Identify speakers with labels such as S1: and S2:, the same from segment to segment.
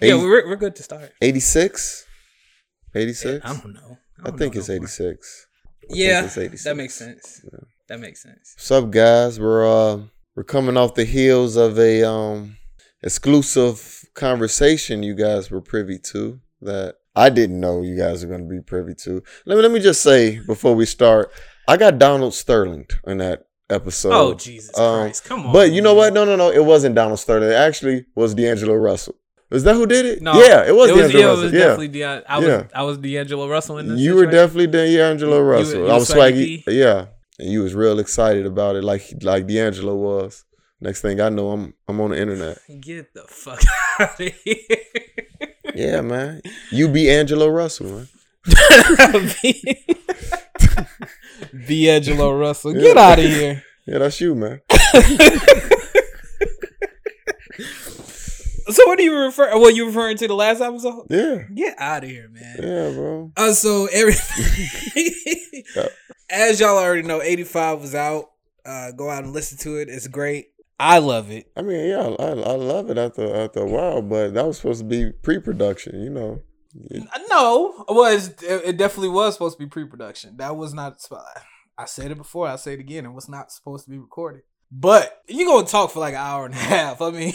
S1: yeah, we're, we're good to start.
S2: 86? 86?
S1: I don't know.
S2: I,
S1: don't
S2: think
S1: know
S2: it's
S1: no more.
S2: 86. I think
S1: Yeah,
S2: it's 86.
S1: that makes sense. That makes sense.
S2: What's up, guys? We're uh, we're coming off the heels of a um exclusive conversation you guys were privy to that I didn't know you guys were going to be privy to. Let me let me just say before we start, I got Donald Sterling in that episode.
S1: oh Jesus
S2: um,
S1: Christ! Come on.
S2: But you know
S1: man.
S2: what? No, no, no. It wasn't Donald Sterling. It actually was D'Angelo Russell. Is that who did it?
S1: No.
S2: yeah, it was, D'Angelo
S1: yeah, it
S2: Russell.
S1: was
S2: yeah.
S1: definitely Deion- I was
S2: Yeah.
S1: I was D'Angelo Russell in this.
S2: You were
S1: situation.
S2: definitely D'Angelo Russell.
S1: you
S2: I
S1: was
S2: was
S1: Swaggy
S2: swaggy. Yeah. And you was real excited about it like like D'Angelo was. Next thing I know, I'm I'm on the internet.
S1: Get the fuck out of here.
S2: Yeah, man. You be Angelo Russell, man.
S1: D'Angelo Russell,
S2: Yeah.
S1: get out of here.
S2: Yeah, that's you, man.
S1: So what are you referring? What you referring to the last episode?
S2: Yeah.
S1: Get out of here, man.
S2: Yeah, bro.
S1: Uh, so everything,
S2: Yeah.
S1: as y'all already know, 85 was out. Uh, go out and listen to it. It's great. I love it.
S2: I mean, yeah, I, I love it after after a while, but that was supposed to be pre-production, you know.
S1: No, it was it it definitely was supposed to be pre-production. That was not. sp- I said it before. I say it again. It was not supposed to be recorded. But you gonna talk for like an hour and a half. I mean,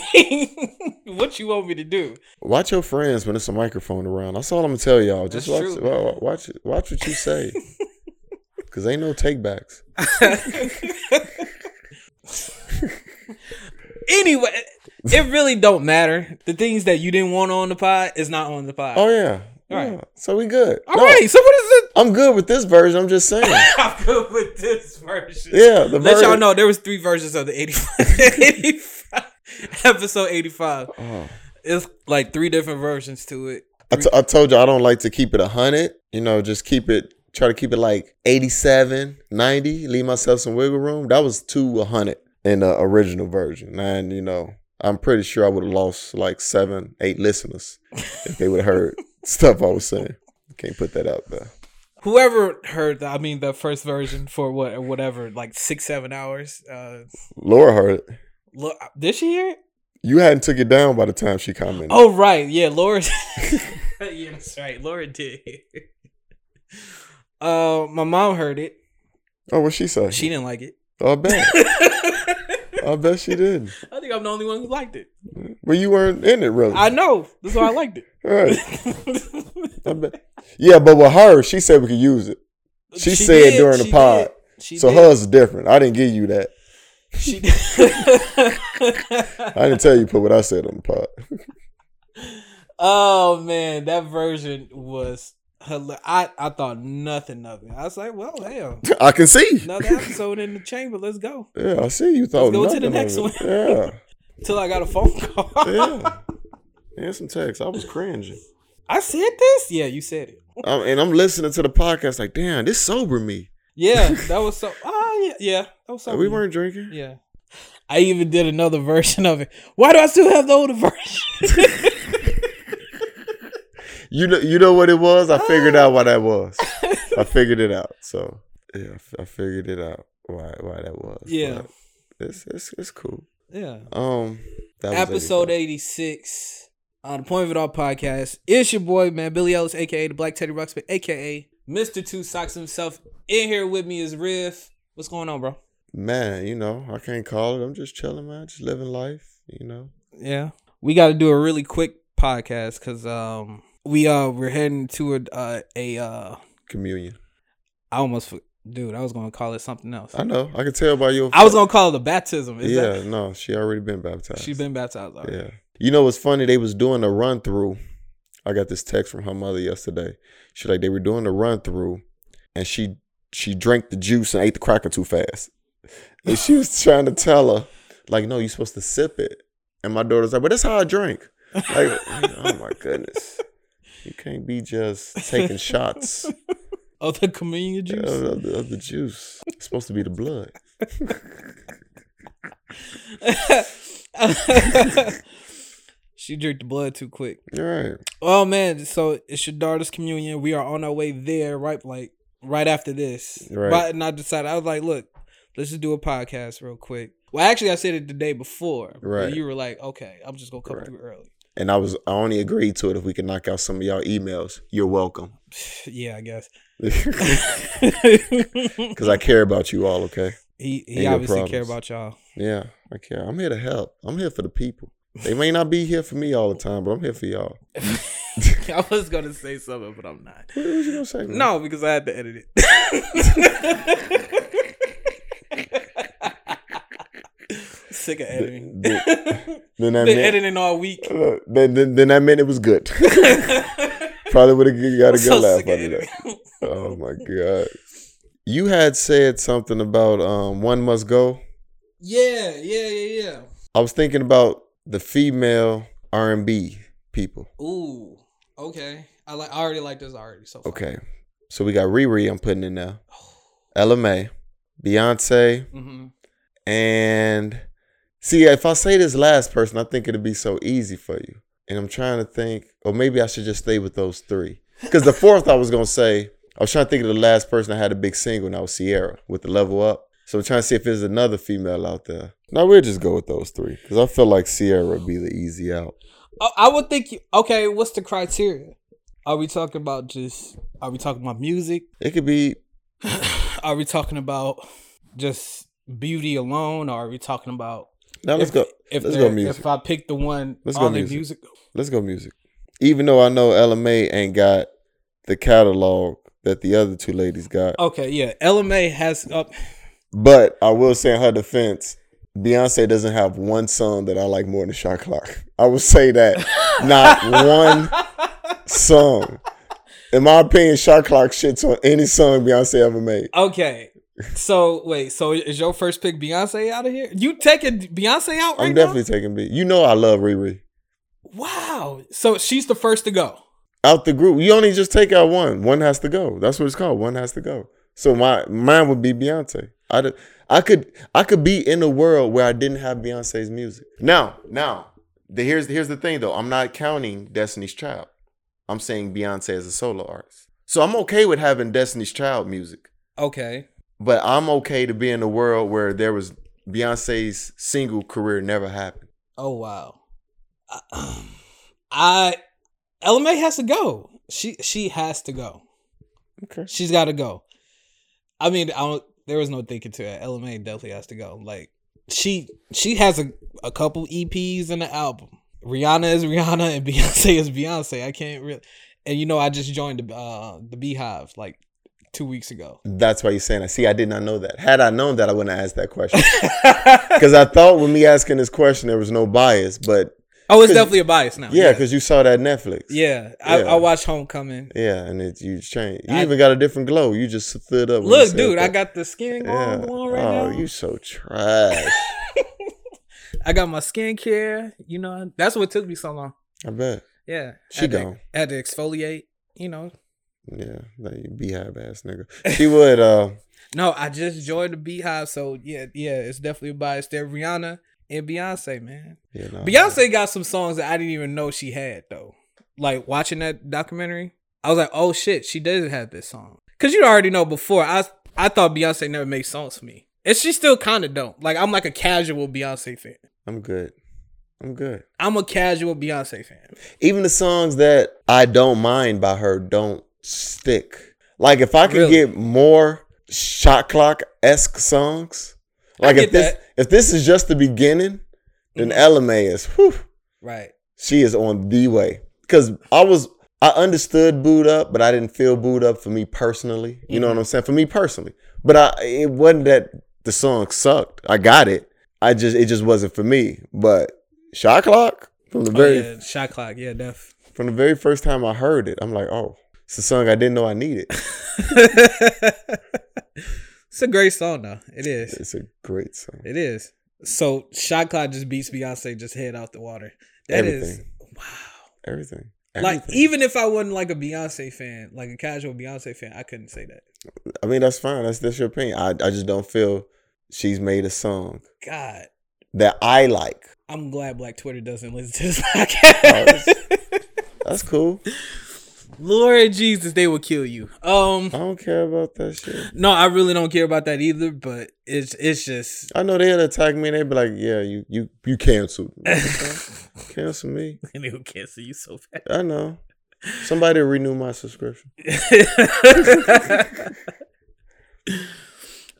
S1: what you want me to do?
S2: Watch your friends when it's a microphone around. That's all I'm gonna tell y'all. Just
S1: That's
S2: watch,
S1: true.
S2: wa- wa- watch, it- watch what you say, cause ain't no takebacks.
S1: anyway, it really don't matter. The things that you didn't want on the pod is not on the pod.
S2: Oh yeah,
S1: All right.
S2: yeah. So we good.
S1: All
S2: No,
S1: right, so what is it?
S2: I'm good with this version. I'm just saying.
S1: I'm good with this version.
S2: Yeah, the
S1: Let
S2: version.
S1: y'all know there was three versions of the 85, 85 episode 85.
S2: Oh.
S1: It's like three different versions to it.
S2: I, t- I told you I don't like to keep it a hundred. You know, just keep it. Try to keep it like 87, 90. Leave myself some wiggle room. That was two hundred in the original version, and you know, I'm pretty sure I would have lost like seven, eight listeners if they would have heard stuff I was saying. Can't put that out there.
S1: Whoever heard that, I mean the first version for what whatever, like six, seven hours. Uh
S2: Laura heard it.
S1: look did she hear it?
S2: You hadn't took it down by the time she commented.
S1: Oh right, yeah, Laura. yeah, that's right. Laura did. Uh, my mom heard it.
S2: oh what she say? Oh,
S1: She didn't like it.
S2: I bet.
S1: I
S2: I bet she did.
S1: think I'm the only one who liked it.
S2: Well, you weren't in it really.
S1: I know. That's why I liked it.
S2: right. I bet. Yeah, but with her, she said we could use it. She said during the
S1: she
S2: pod.
S1: did, She
S2: so
S1: did.
S2: hers is different. I didn't give you that.
S1: She did.
S2: I didn't tell you put what I said on the pod.
S1: oh man, that version was. Hila- I I thought nothing of it. I was like, well, hell,
S2: I can see.
S1: another episode in the chamber. Let's go.
S2: Yeah, I see you thought.
S1: go to the
S2: nothing
S1: next
S2: of
S1: one.
S2: it. Yeah,
S1: Till I got a phone call.
S2: yeah. And some text. I was cringing,
S1: I said this? Yeah, you said it.
S2: I'm, and I'm listening to the podcast. Like, damn, this sober me.
S1: Yeah, that was so. Oh, yeah, yeah, that was so.
S2: we
S1: weird.
S2: weren't drinking.
S1: Yeah, I even did another version of it. Why do I still have the older version?
S2: You know, you know what it was. I figured out why that was. I figured it out. So yeah, I f- I figured it out why why that was.
S1: Yeah.
S2: but it's it's it's cool.
S1: yeah.
S2: Um, that was
S1: Episode
S2: everything.
S1: eighty six on the Point of It All podcast. It's your boy man Billy Ellis, aka the Black Teddy Ruxpin, aka Mister Two Socks himself. In here with me is Riff. What's going on, bro?
S2: Man, you know, I can't call it. I'm just chilling, man. Just living life. You know.
S1: Yeah. We got to do a really quick podcast because um we uh we're heading to a uh, a uh
S2: communion.
S1: I almost for- dude I was gonna call it something else.
S2: I know. I can tell by your.
S1: I was gonna call it a baptism. Is
S2: yeah,
S1: that,
S2: no, she already been baptized.
S1: she's been baptized already.
S2: Yeah. You know what's funny? They was doing a run through. I got this text from her mother yesterday. She like they were doing a run through, and she she drank the juice and ate the cracker too fast. And she was trying to tell her like, no, you're supposed to sip it. And my daughter's like, but that's how I drink. Like, oh my goodness. You can't be just taking shots of,
S1: Oh, the communion juice.
S2: of the, of the juice. It's supposed to be the blood.
S1: she drank the blood too quick.
S2: All right.
S1: Oh man, so it's your daughter's communion. We are on our way there, right? Like right after this.
S2: Right.
S1: But and I decided I was like, look, let's just do a podcast real quick. Well, actually, I said it the day before. but
S2: Right.
S1: You were like, okay, I'm just gonna come
S2: Right.
S1: through early.
S2: And I was I only agreed to it if we could knock out some of y'all emails. You're welcome.
S1: Yeah, I guess.
S2: Because I care about you all, okay?
S1: he
S2: And
S1: he
S2: your
S1: obviously care
S2: problems.
S1: about y'all.
S2: Yeah, I care. I'm here to help. I'm here for the people. They may not be here for me all the time, but I'm here for y'all.
S1: I was gonna say something, but I'm not.
S2: What, what you gonna say? man?
S1: No, because I had to edit it. Sick of editing.
S2: The- Then that
S1: Been
S2: meant,
S1: editing all week.
S2: Look, then, then then that meant it was good. Probably would have got a good
S1: So
S2: laugh
S1: sick
S2: out
S1: of
S2: of that.
S1: editing.
S2: Oh my god. You had said something about um one must go.
S1: Yeah, yeah, yeah, yeah.
S2: I was thinking about the female R and B people.
S1: Ooh, okay. I like. I already like this already. So far.
S2: Okay. So we got Riri I'm putting in now. LMA, Beyonce,
S1: hmm
S2: and see if I say this last person, I think it'll be so easy for you. And I'm trying to think, or maybe I should just stay with those three. Because the fourth I was gonna say, I was trying to think of the last person that had a big single, and that was Sierra with the level up. So I'm trying to see if there's another female out there. No, we'll just go with those three. Because I feel like Sierra would be the easy out.
S1: I, Oh, I would think. You, okay, what's the criteria? Are we talking about just? Are we talking about music?
S2: It could be
S1: Are we talking about just beauty alone? Or are we talking about?
S2: now let's
S1: if-
S2: go
S1: If
S2: let's
S1: there-
S2: go music.
S1: If I pick the one
S2: Let's go
S1: only
S2: music.
S1: music.
S2: Let's go music. Even though I know LMA ain't got the catalog that the other two ladies got,
S1: Okay, yeah. LMA has oh, up.
S2: but I will say in her defense, Beyonce doesn't have one song that I like more than Shot Clock. I would say that not one song. In my opinion, Shot Clock shits on any song Beyonce ever made.
S1: Okay. So wait, so is your first pick Beyonce out of here? You taking Beyonce out right
S2: I'm
S1: now?
S2: Oh, definitely taking B. You know I love Riri.
S1: Wow. So she's the first to go.
S2: Out the group, you only just take out one. One has to go. That's what it's called. One has to go. So my mine would be Beyonce. I d- I could I could be in a world where I didn't have Beyonce's music. Now now the, here's here's the thing though. I'm not counting Destiny's Child. I'm saying Beyonce as a solo artist. So I'm okay with having Destiny's Child music,
S1: Okay.
S2: but I'm okay to be in a world where there was Beyonce's single career never happened.
S1: Oh wow. I, I LMA has to go. She she has to go.
S2: Okay.
S1: She's got to go. I mean, I don't, there was no thinking to it. LMA definitely has to go. Like she she has a a couple E EPs and an album. Rihanna is Rihanna and Beyonce is Beyonce. I can't really. And you know, I just joined the uh, the Beehive like two weeks ago.
S2: That's why you're saying that. See, I did not know that. Had I known that, I wouldn't have asked that question. Because I thought with me asking this question, there was no bias. But
S1: oh, it's definitely a bias now.
S2: yeah, because you saw that Netflix.
S1: yeah. I,
S2: Yeah.
S1: I watched Homecoming.
S2: Yeah, and it, you changed. You
S1: I-
S2: even got a different glow. You just stood up. when you
S1: Look,
S2: said
S1: dude, I
S2: that.
S1: got the skin going
S2: Yeah.
S1: going right
S2: oh,
S1: now.
S2: you so trash.
S1: I got my skincare. You know, that's what took me so long.
S2: I bet.
S1: Yeah,
S2: She
S1: had
S2: gone.
S1: To, had to exfoliate. You know,
S2: Yeah, that you beehive ass nigga. She would. Uh,
S1: no, I just joined the Beehive, so yeah, yeah, it's definitely a bias there. Rihanna and Beyonce, man.
S2: Oh, yeah, nah.
S1: Beyonce got some songs that I didn't even know she had though. Like watching that documentary, I was like, oh shit, she does have this song. Cause you already know before I I thought Beyonce never made songs for me, and she still kind of don't. Like I'm like a casual Beyonce fan.
S2: I'm good. I'm good.
S1: I'm a casual Beyonce fan.
S2: Even the songs that I don't mind by her don't stick. Like if I could
S1: Really?
S2: get more shot clock esque songs,
S1: I
S2: like if
S1: get
S2: this
S1: that.
S2: if this is just the beginning, then LMA is whew,
S1: Mm-hmm. Right.
S2: she is on the way. Cause I was I understood boot up, but I didn't feel boot up for me personally. You
S1: Mm-hmm.
S2: know what I'm saying? For me personally, but I it wasn't that the song sucked. I got it. I just it just wasn't for me. But shot clock from the very
S1: oh, yeah, shot clock. Yeah, def.
S2: from the very first time I heard it, I'm like, oh, it's a song I didn't know I needed.
S1: it's a great song though. It is.
S2: It's a great song.
S1: It is. So shot clock just beats Beyonce just head out the water. That is
S2: Everything.
S1: wow.
S2: Everything.
S1: Like
S2: Everything.
S1: even if I wasn't like a Beyonce fan, like a casual Beyonce fan, I couldn't say that.
S2: I mean, that's fine. That's that's your opinion. I, I just don't feel she's made a song
S1: God,
S2: that I like.
S1: I'm glad Black Twitter doesn't listen to this podcast.
S2: That's cool.
S1: Lord Jesus, they will kill you. Um,
S2: I don't care about that shit.
S1: no, I really don't care about that either. But it's it's just
S2: I know they'd attack me and they'd be like, yeah, you you you canceled. Cancel me.
S1: and they will cancel you so bad.
S2: I know. Somebody renew my subscription.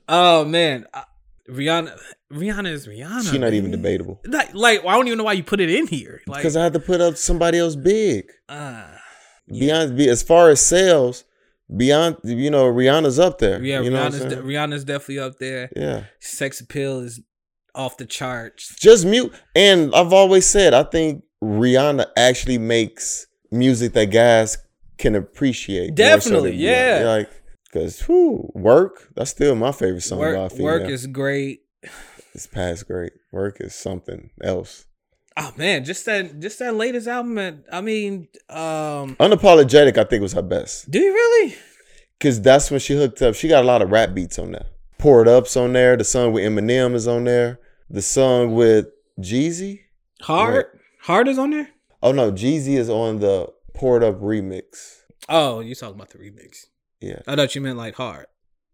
S1: oh man, I- Rihanna, Rihanna is Rihanna.
S2: She not even
S1: man.
S2: debatable.
S1: Like, like, I don't even know why you put it in here. Like,
S2: Because I had to put up somebody else big.
S1: uh,
S2: Beyond be- as far as sales, beyond you know, Rihanna's up there.
S1: yeah,
S2: you know what I'm
S1: Rihanna's, de-
S2: saying?
S1: Rihanna's definitely up there.
S2: yeah.
S1: Sex appeal is off the charts.
S2: Just mute. And I've always said I think Rihanna actually makes music that guys can appreciate. more so
S1: Definitely,
S2: than Beyonce.
S1: yeah.
S2: Like because who work? That's still my favorite song by a
S1: Work,
S2: female.
S1: work is great.
S2: it's past great. Work is something else.
S1: Oh man, just that, just that latest album. man, I mean, um,
S2: Unapologetic, I think, was her best.
S1: do you really?
S2: Cause that's when she hooked up. She got a lot of rap beats on there. Poured Up's on there. The song with Eminem is on there. The song with Jeezy.
S1: Hard, hard is on there.
S2: Oh no, Jeezy is on the Poured Up remix.
S1: Oh, you talking about the remix?
S2: Yeah.
S1: I thought you meant like hard.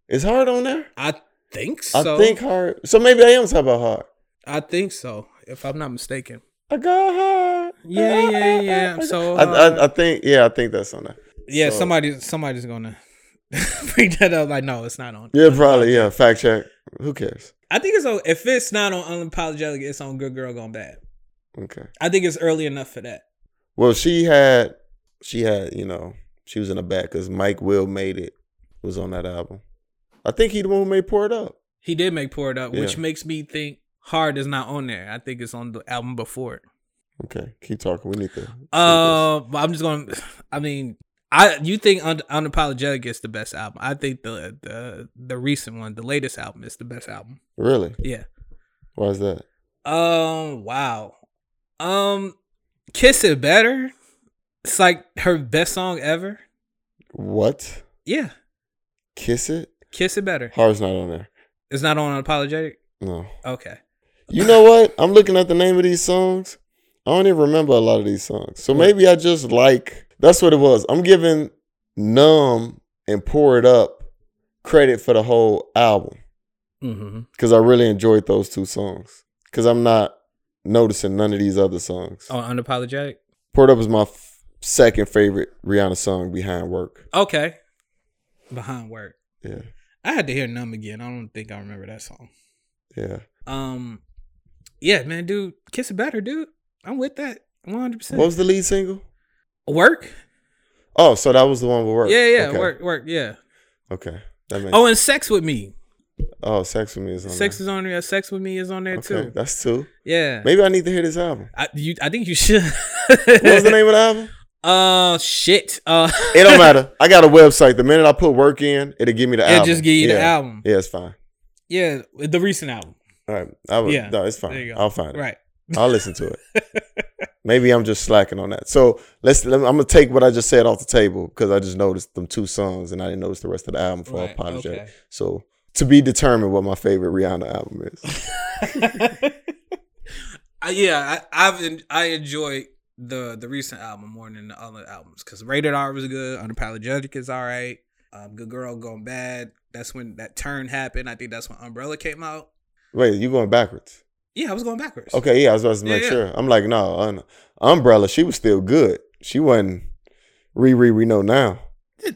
S2: Is Hard on there?
S1: I think so.
S2: I think Hard. So maybe I am talking about Hard.
S1: I think so, if I'm not mistaken.
S2: I got Hard.
S1: Yeah, yeah, yeah. I'm so
S2: I,
S1: hard.
S2: I, I think yeah, I think that's on there.
S1: Yeah,
S2: uh, so-
S1: somebody somebody's gonna bring that up. Like, no, it's not on.
S2: Yeah, probably. Yeah, fact check. Who cares?
S1: I think it's on. If it's not on unapologetic, it's on Good Girl Gone Bad.
S2: Okay.
S1: I think it's early enough for that.
S2: Well, she had, she had, you know, she was in the back because Mike Will made it was on that album. I think he the one who made Pour It Up.
S1: He did make Pour It Up, which
S2: Yeah.
S1: makes me think Hard is not on there. I think it's on the album before it.
S2: Okay, keep talking. We need to.
S1: Uh, but I'm just going. to I mean, I you think Un- unapologetic is the best album? I think the the the recent one, the latest album, is the best album.
S2: really?
S1: Yeah.
S2: Why is that?
S1: Um. Wow. Um. Kiss it better. It's like her best song ever.
S2: What?
S1: Yeah.
S2: Kiss it?
S1: Kiss it better.
S2: Heart's not on there.
S1: It's not on unapologetic.
S2: No.
S1: Okay.
S2: You know what? I'm looking at the name of these songs. I don't even remember a lot of these songs. So maybe I just like. That's what it was. I'm giving Numb and Pour It Up credit for the whole album.
S1: Mm-hmm.
S2: because I really enjoyed those two songs. Because I'm not noticing none of these other songs.
S1: On unapologetic.
S2: Port Up is my f- second favorite Rihanna song behind Work.
S1: Okay. Behind work.
S2: Yeah,
S1: I had to hear numb again. I don't think I remember that song.
S2: yeah.
S1: Um. Yeah, man, dude, kiss it better, dude. I'm with that. One hundred
S2: What
S1: percent.
S2: was the lead single?
S1: Work.
S2: Oh, so that was the one with Work.
S1: Yeah, yeah.
S2: Okay.
S1: Work. Work. Yeah.
S2: Okay, that makes. Oh,
S1: Oh, and sex with me.
S2: Sex with Me is on
S1: Sex
S2: there.
S1: is on there. Sex with me is on there
S2: okay,
S1: too.
S2: that's two.
S1: Yeah.
S2: Maybe I need to hear this album.
S1: I, you, I think you should.
S2: What was the name of the album?
S1: Uh, shit. Uh,
S2: It don't matter. I got a website. The minute I put Work in, it'll give me the
S1: it
S2: album.
S1: just give you
S2: yeah.
S1: the album.
S2: Yeah, it's fine.
S1: Yeah, the recent album.
S2: All right, I would,
S1: Yeah,
S2: no, it's fine.
S1: there you go.
S2: I'll find it.
S1: Right.
S2: I'll listen to it. Maybe I'm just slacking on that. So let's. Let me, I'm gonna take what I just said off the table because I just noticed them two songs and I didn't notice the rest of the album for
S1: right.
S2: apologetic.
S1: Okay.
S2: So to be determined what my favorite Rihanna album is.
S1: I, Uh, yeah, I, I've en- I enjoy the the recent album more than the other albums because Rated R was good. Unapologetic is all right. Um, good Girl Gone Bad. That's when that turn happened. I think that's when Umbrella came out.
S2: Wait, you going backwards?
S1: Yeah, I was going backwards.
S2: Okay, yeah, I was about to make
S1: Yeah, yeah.
S2: sure. I'm like, no, Un- Umbrella. She was still good. She wasn't Riri we know now.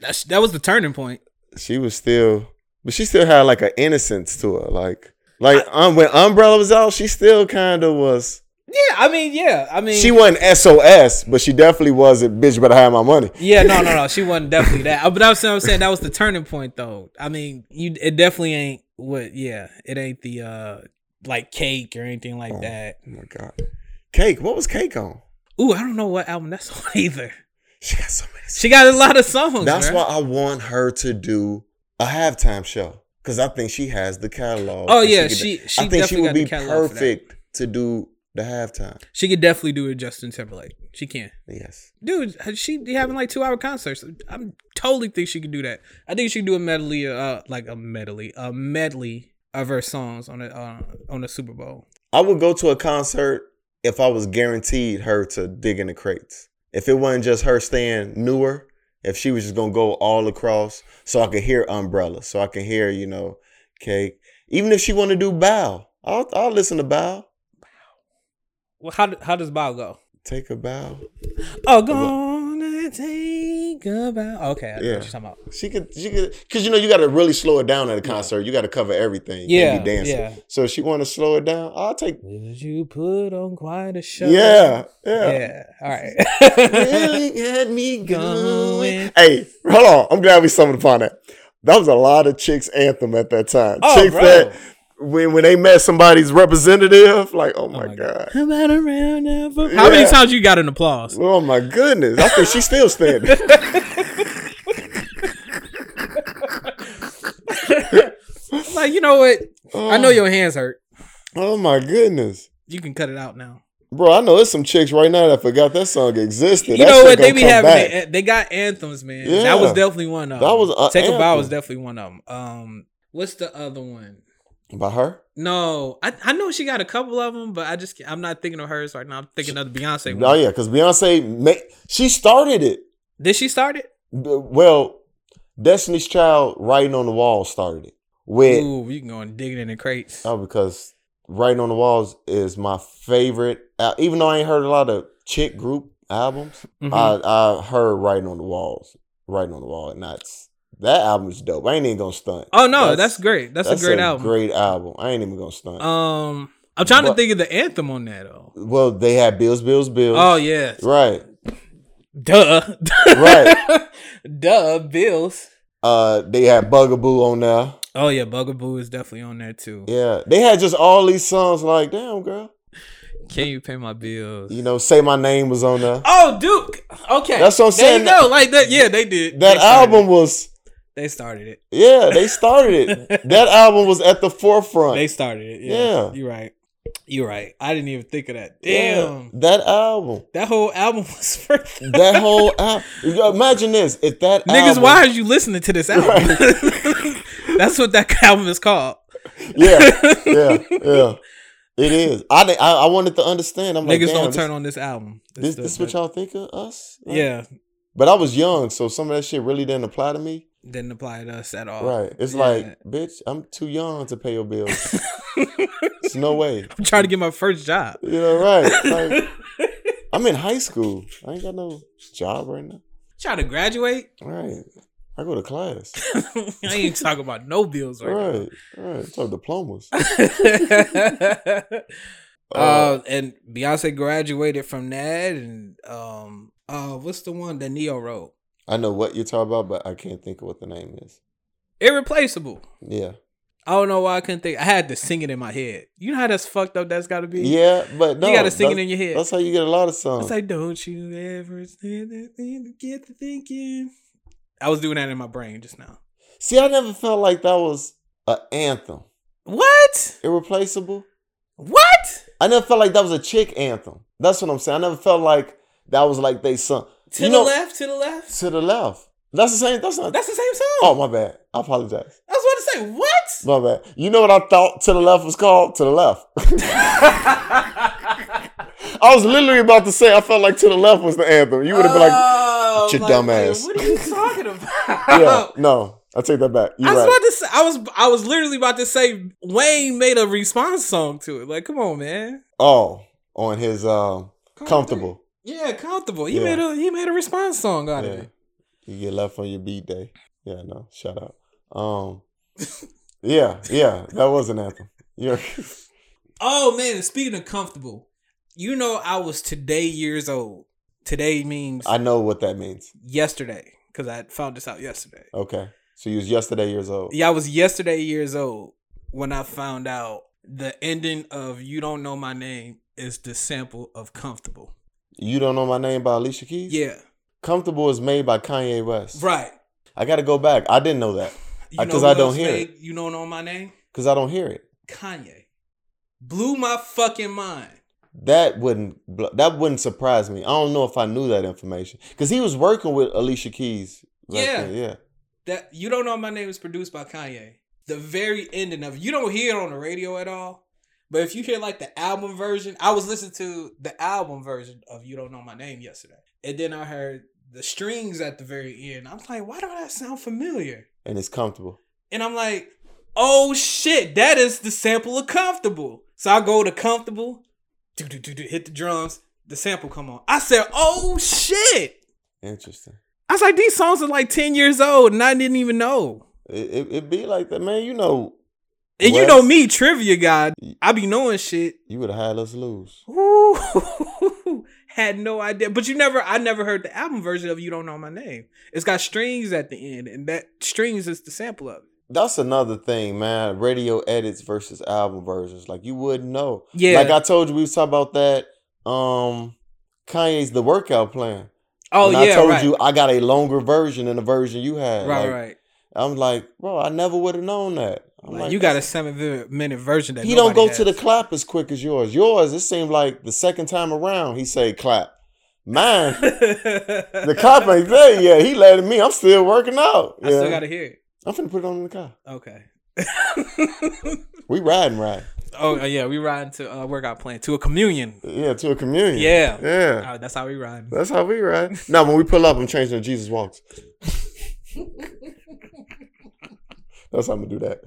S1: That's, that was the turning point.
S2: She was still, but she still had like an innocence to her. Like, like um, when Umbrella was out, she still kind of was.
S1: Yeah, I mean, yeah, I mean,
S2: She wasn't SOS, but she definitely wasn't. Bitch, better have my money.
S1: Yeah, no, no, no. She wasn't definitely that. Uh, But I'm saying, I'm saying that was the turning point, though. I mean, you it definitely ain't what. Yeah, it ain't the uh like cake or anything like
S2: Oh.
S1: that.
S2: Oh my god, cake. What was cake on?
S1: Ooh, I don't know what album that's on either.
S2: She got so many.
S1: She got a lot of songs.
S2: That's
S1: bruh.
S2: why I want her to do a halftime show because I think she has the catalog.
S1: Oh,
S2: and
S1: yeah,
S2: could-
S1: she- she
S2: I think she
S1: definitely got
S2: would
S1: the
S2: be
S1: catalog for that.
S2: perfect to do the halftime.
S1: she could definitely do a Justin Timberlake. She can,
S2: Yes,
S1: dude. She be having like two hour concerts. I am totally think she could do that. I think she could do a medley, uh, like a medley, a medley of her songs on the uh, on the Super Bowl.
S2: I would go to a concert if I was guaranteed her to dig in the crates. If it wasn't just her staying newer If she was just gonna go all across, so I could hear umbrella, so I can hear you know cake. Even if she want to do bow, I'll I'll listen to bow.
S1: Well, how how does bow go?
S2: Take a bow.
S1: Oh, gonna take a bow. Oh, Okay, I know
S2: Yeah.
S1: what you're talking about.
S2: She could she could because you know you got to really slow it down at a concert. You got to cover everything. You
S1: Yeah,
S2: can't be dancing.
S1: yeah.
S2: So if she want to slow it down, I'll take.
S1: Would you put on quite a show?
S2: Yeah, yeah.
S1: Yeah. All right.
S2: really had me
S1: Going.
S2: going. Hey, hold on. I'm glad we stumbled upon that. That was a lot of chicks anthem at that time.
S1: Oh,
S2: chicks
S1: bro.
S2: that when when they met somebody's representative, like, oh my,
S1: my
S2: god.
S1: How about around now?
S2: How many Yeah.
S1: times you got an applause?
S2: Oh my goodness. I think she's still standing.
S1: Like, you know what? I know your hands hurt.
S2: Oh my goodness.
S1: You can cut it out now.
S2: Bro, I know there's some chicks right now that forgot that song existed.
S1: You
S2: That
S1: know
S2: shit
S1: what? They
S2: gonna
S1: be
S2: come
S1: having
S2: back.
S1: the- they got anthems, man.
S2: Yeah.
S1: That was definitely one of them.
S2: That was a
S1: Take a bow
S2: anthem.
S1: was definitely one of them. Um, what's the other one?
S2: by her.
S1: No, I, I know she got a couple of them, but I just can't- I'm not thinking of hers right now. I'm thinking of the Beyonce
S2: Oh
S1: one.
S2: yeah, because Beyonce ma- she started it.
S1: Did she start it?
S2: B- Well, Destiny's Child writing on the wall started it. With
S1: Ooh, you can go and dig it in the crates.
S2: Oh, because Writing on the Walls is my favorite. Uh, even though I ain't heard a lot of chick group albums,
S1: Mhm.
S2: I, I heard Writing on the Walls, Writing on the Wall, and that's that album's dope. I ain't even gonna stunt.
S1: oh no, that's, great. That's, a great album.
S2: Great album. I ain't even gonna stunt.
S1: Um, I'm trying to
S2: But-
S1: think of the anthem on that though.
S2: well, they had Bills, Bills, Bills.
S1: Oh yeah,
S2: Right,
S1: duh,
S2: Right.
S1: duh, Bills.
S2: uh, they had Bugaboo on there.
S1: Oh yeah, Bugaboo is definitely on there too.
S2: Yeah, they had just all these songs. Like, damn, girl,
S1: Can you pay my bills?
S2: you know, say my name was on there.
S1: Oh, Duke. Okay,
S2: That's what I'm
S1: There you
S2: saying.
S1: go. Like that. Yeah, they did.
S2: That
S1: They started
S2: album
S1: it.
S2: was
S1: They started it.
S2: Yeah, they started it. that album was at the forefront.
S1: They started it. Yeah,
S2: Yeah.
S1: you're right. You're right. I didn't even think of that.
S2: Yeah,
S1: Damn,
S2: that album.
S1: that whole album was for them.
S2: That whole album. Imagine this. If that
S1: Niggas,
S2: album,
S1: why are you listening to this album? That's what that album is called.
S2: Yeah, yeah, yeah. It is. I, di- I I wanted to understand. I'm like,
S1: Niggas
S2: damn,
S1: don't
S2: this-
S1: turn on this album.
S2: This this, what
S1: the-
S2: y'all think of us? Like,
S1: Yeah,
S2: But I was young, so some of that shit really didn't apply to me.
S1: didn't apply to us at all.
S2: Right. It's
S1: Oh, Yeah.
S2: like, bitch, I'm too young to pay your bills. It's no way.
S1: I'm trying to get my first job.
S2: You know, right? Like, I'm in high school. I ain't got no job right now.
S1: Trying to graduate.
S2: Right. I go to class.
S1: I ain't talking about no bills right,
S2: Right, right. So diplomas.
S1: now. uh,
S2: Uh,
S1: and Beyonce graduated from that, and um, uh, what's the one that Neo wrote?
S2: I know what you're talking about, but I can't think of what the name is.
S1: Irreplaceable.
S2: Yeah,
S1: I don't know why I couldn't think. I had to sing it in my head. You know how that's fucked up. That's got to be.
S2: yeah, but no,
S1: you got to sing it
S2: that's-
S1: in your head.
S2: That's how you get a lot of songs.
S1: It's like, don't you ever stand that thing to get to thinking. I was doing that in my brain just now.
S2: See, I never felt like that was an anthem,
S1: What?
S2: irreplaceable.
S1: What?
S2: I never felt like that was a chick anthem. That's what I'm saying. I never felt like that was like they sung
S1: To
S2: You
S1: the
S2: know-
S1: left, to the left.
S2: to the left. That's the same. That's not.
S1: That's the same song.
S2: oh my bad. I apologize.
S1: I was about to say, what?
S2: My bad. You know what I thought to the left was called to the left. I was literally about to say I felt like to the left was the anthem. You would have been like,
S1: Oh,
S2: "Get
S1: my
S2: your dumb
S1: God,
S2: ass."
S1: What are you talking about?
S2: yeah, no, I take that back. You're
S1: I was
S2: right.
S1: about to say, I was I was literally about to say Wayne made a response song to it. Like, come on, man.
S2: oh, on his um,
S1: Come on,
S2: comfortable.
S1: dude. Yeah, comfortable. He
S2: Yeah.
S1: made a he made a response song out of
S2: Yeah.
S1: it.
S2: You get left on your beat day. Yeah, no, shout out. Um, yeah, yeah, that was an anthem. You're,
S1: Oh man, and speaking of comfortable, you know I was today years old. Today means
S2: I know what that means.
S1: yesterday because I found this out yesterday.
S2: Okay, so you was yesterday years old.
S1: Yeah, I was yesterday years old when I found out the ending of "You Don't Know My Name" is the sample of "Comfortable."
S2: You don't know my name by Alicia Keys.
S1: Yeah,
S2: Comfortable is made by Kanye West.
S1: right.
S2: I got to go back. I didn't know that
S1: You
S2: Uh,
S1: know
S2: 'cause
S1: who
S2: I don't
S1: else
S2: hear
S1: made "You Don't Know My Name."
S2: because I don't hear it.
S1: Kanye blew my fucking mind.
S2: That wouldn't bl- that wouldn't surprise me. I don't know if I knew that information because he was working with Alicia Keys. back
S1: Yeah.
S2: then, yeah.
S1: That "You Don't Know My Name" is produced by Kanye. The very ending of you don't hear it on the radio at all. But if you hear like the album version, I was listening to the album version of "You Don't Know My Name" yesterday, and then I heard the strings at the very end. I'm like, why do that sound familiar?
S2: and it's comfortable.
S1: And I'm like, oh shit, that is the sample of comfortable. So I go to comfortable, do do do do hit the drums, the sample come on. I said, oh shit.
S2: Interesting.
S1: I was like, these songs are like 10 years old and I didn't even know.
S2: It, it it be like that, man. You know,
S1: And you
S2: Wes-
S1: know me, trivia guy. I be knowing shit.
S2: you would have had us lose.
S1: Ooh, had no idea. But you never, I never heard the album version of You Don't Know My Name. It's got strings at the end, and that strings is the sample of it.
S2: That's another thing, man. Radio edits versus album versions. Like you wouldn't know.
S1: Yeah.
S2: Like I told you, we was talking about that. Um, Kanye's the workout plan.
S1: oh,
S2: When
S1: yeah.
S2: I told
S1: right.
S2: you I got a longer version than the version you had.
S1: right,
S2: Like,
S1: right.
S2: I'm like, bro, I never would have known that. I'm
S1: Like,
S2: like,
S1: you got a seven minute version that
S2: He don't go
S1: nobody
S2: to the
S1: has.
S2: clap as quick as yours. Yours, it seemed like the second time around, he say clap. Mine, the clap ain't there yet. He letting me. I'm still working out.
S1: I still
S2: Yeah.
S1: gotta hear it.
S2: I'm finna put it on in the car.
S1: Okay.
S2: We riding, right?
S1: oh uh, yeah, we riding to uh, workout plan to a communion.
S2: Yeah, to a communion.
S1: Yeah.
S2: yeah.
S1: Uh, that's how we ride.
S2: That's how we ride. now, when we pull up, I'm changing to Jesus walks. That's how I'm gonna do that.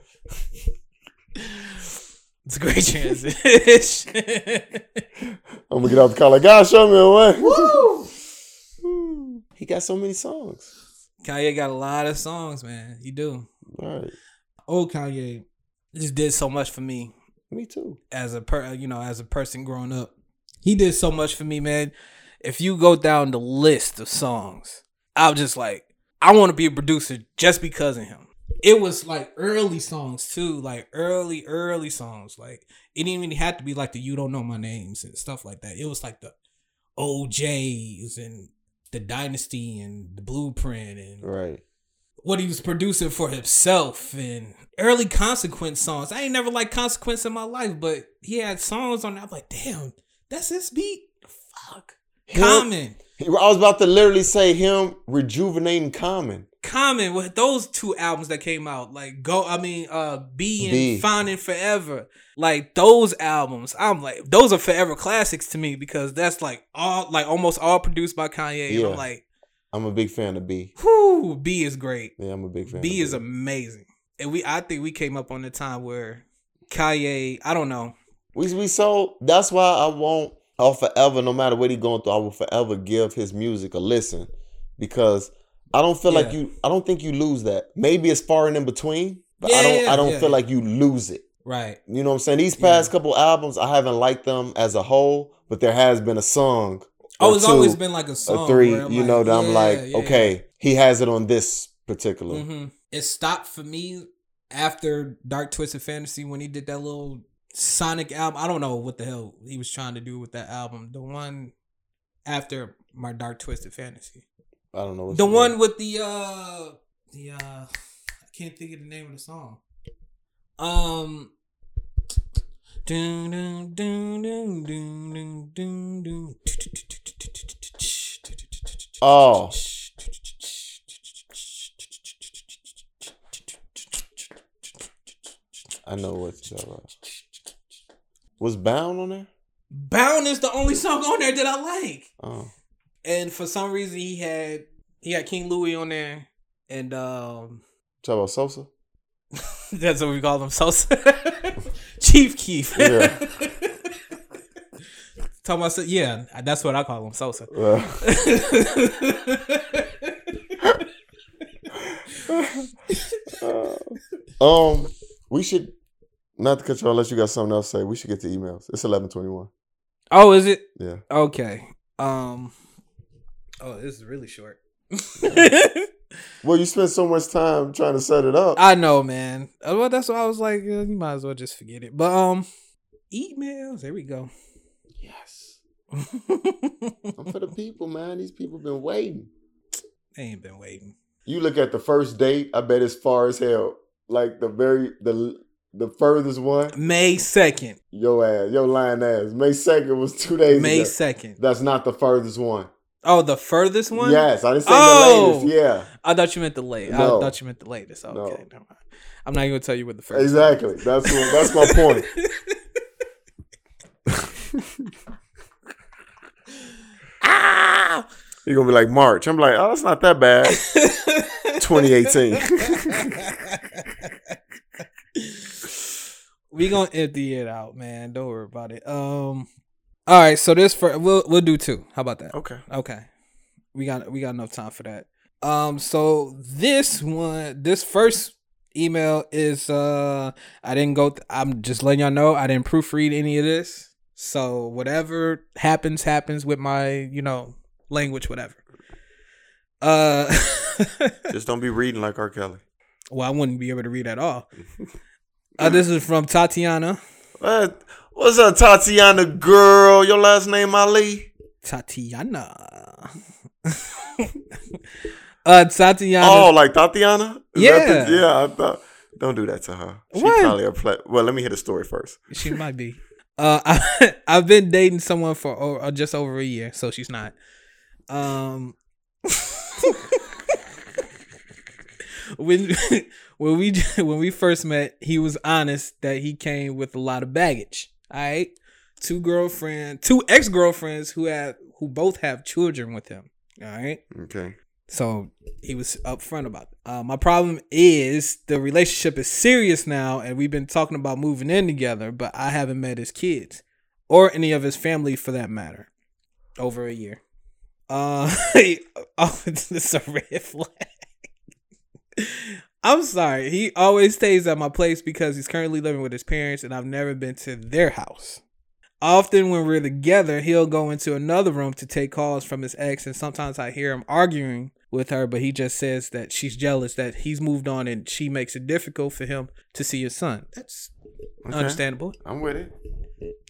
S1: It's a great transition.
S2: I'm gonna get out the car like, God, show me a way. he got so many songs.
S1: Kanye got a lot of songs, man. He do.
S2: Right.
S1: Old Kanye just did so much for me.
S2: Me too.
S1: as a per you know as a person growing up he did so much for me man if you go down the list of songs i'm just like i want to be a producer just because of him it was like early songs too like early early songs like it didn't even have to be like the you don't know my names and stuff like that it was like the oj's and the dynasty and the blueprint and
S2: Right.
S1: what he was producing for himself and early consequence songs. I ain't never liked consequence in my life, but he had songs on. it. I'm like, damn, that's his beat. Fuck, common,
S2: I was about to literally say him rejuvenating Common.
S1: common with those two albums that came out, like go. I mean, uh, B and
S2: B.
S1: Finding Forever, like those albums. I'm like, those are forever classics to me because that's like all, like almost all produced by Kanye. And
S2: Yeah.
S1: I'm like,
S2: I'm a big fan of B.
S1: whoo, B is great.
S2: Yeah, I'm a big fan.
S1: B
S2: of
S1: is amazing. And we I think we came up on the time where Kanye, I don't know.
S2: We we so that's why I won't. I'll forever, no matter what he going through, I will forever give his music a listen because I don't feel like
S1: Yeah.
S2: you. I don't think you lose that. Maybe it's far and in between, but
S1: Yeah,
S2: I don't.
S1: yeah,
S2: I don't
S1: yeah.
S2: feel like you lose it.
S1: Right.
S2: You know what I'm saying? These
S1: Yeah.
S2: past couple albums, I haven't liked them as a whole, but there has been a song.
S1: Oh,
S2: or
S1: it's
S2: two,
S1: always been like a
S2: a
S1: song.
S2: three.
S1: where I'm
S2: You know that I'm
S1: yeah,
S2: like,
S1: yeah.
S2: okay, he has it on this particular.
S1: Mhm. It stopped for me after Dark Twisted Fantasy when he did that little Sonic album. I don't know what the hell he was trying to do with that album. The one after my Dark Twisted Fantasy.
S2: I don't know. what
S1: the
S2: you
S1: one
S2: mean.
S1: with the uh the uh I can't think of the name of the song. Um dun, dun, dun, dun, dun, dun, dun, dun.
S2: Oh. I know what's was bound on there.
S1: Bound is the only song on there that I like.
S2: Oh,
S1: And for some reason he had he had King Louis on there and um
S2: talk about Sosa.
S1: That's what we call them. So Chief Keef.
S2: Yeah.
S1: Talking about, so- yeah, that's what I call them, Sosa.
S2: Uh, um, we should not to cut you off unless you got something else to say. We should get to emails. It's eleven twenty one.
S1: oh, is it
S2: Yeah,
S1: okay? Um, oh, this is really short.
S2: well, you spent so much time trying to set it up.
S1: I know, man. Uh, Well, that's why I was like, uh, you might as well just forget it. But um, emails. There we go.
S2: yes, I'm for the people, man. These people been waiting.
S1: they ain't been waiting.
S2: You look at the first date. I bet it's far as hell. Like the very the the furthest one.
S1: May second.
S2: Yo ass, yo lying ass. May second was two days.
S1: May
S2: ago.
S1: second.
S2: That's not the furthest one.
S1: Oh, the furthest one.
S2: Yes, I didn't say
S1: Oh!
S2: the latest. Yeah,
S1: I thought you meant the late.
S2: No.
S1: I thought you meant the latest. Okay,
S2: No.
S1: never mind. I'm not even gonna tell you what the first.
S2: exactly. That's what, that's my point.
S1: Ah!
S2: You're gonna be like March. I'm like, oh, that's not that bad. 2018.
S1: we gonna empty it out, man. Don't worry about it. Um, all right. So this for we'll we'll do two. How about that?
S2: Okay.
S1: Okay. We got we got enough time for that. Um so this one this first email is uh I didn't go th- I'm just letting y'all know I didn't proofread any of this. So whatever happens happens with my, you know, language whatever. Uh
S2: Just don't be reading like R. Kelly.
S1: well, I wouldn't be able to read at all. Uh, this is from Tatiana.
S2: What? Uh, What's up, Tatiana girl? Your last name Ali?
S1: Tatiana. uh Tatiana.
S2: Oh, like Tatiana? that the-
S1: Yeah.
S2: yeah. I thought, don't do that to her. She
S1: What?
S2: probably a pla- Well, let me hear the story first.
S1: She might be. Uh, I, I've been dating someone for o- uh, just over a year, so she's not. Um, when when we when we first met, he was honest that he came with a lot of baggage. All right, two girlfriend, two ex girlfriends who have who both have children with him. All right,
S2: Okay.
S1: so he was upfront about it. Uh, my problem is the relationship is serious now, and we've been talking about moving in together, but I haven't met his kids or any of his family for that matter over a year. Uh, oh, this is a red flag. I'm sorry. He always stays at my place because he's currently living with his parents, and I've never been to their house. Often, when we're together, he'll go into another room to take calls from his ex, and sometimes I hear him arguing with her, but he just says that she's jealous that he's moved on and she makes it difficult for him to see his son. That's
S2: okay.
S1: understandable.
S2: I'm with it.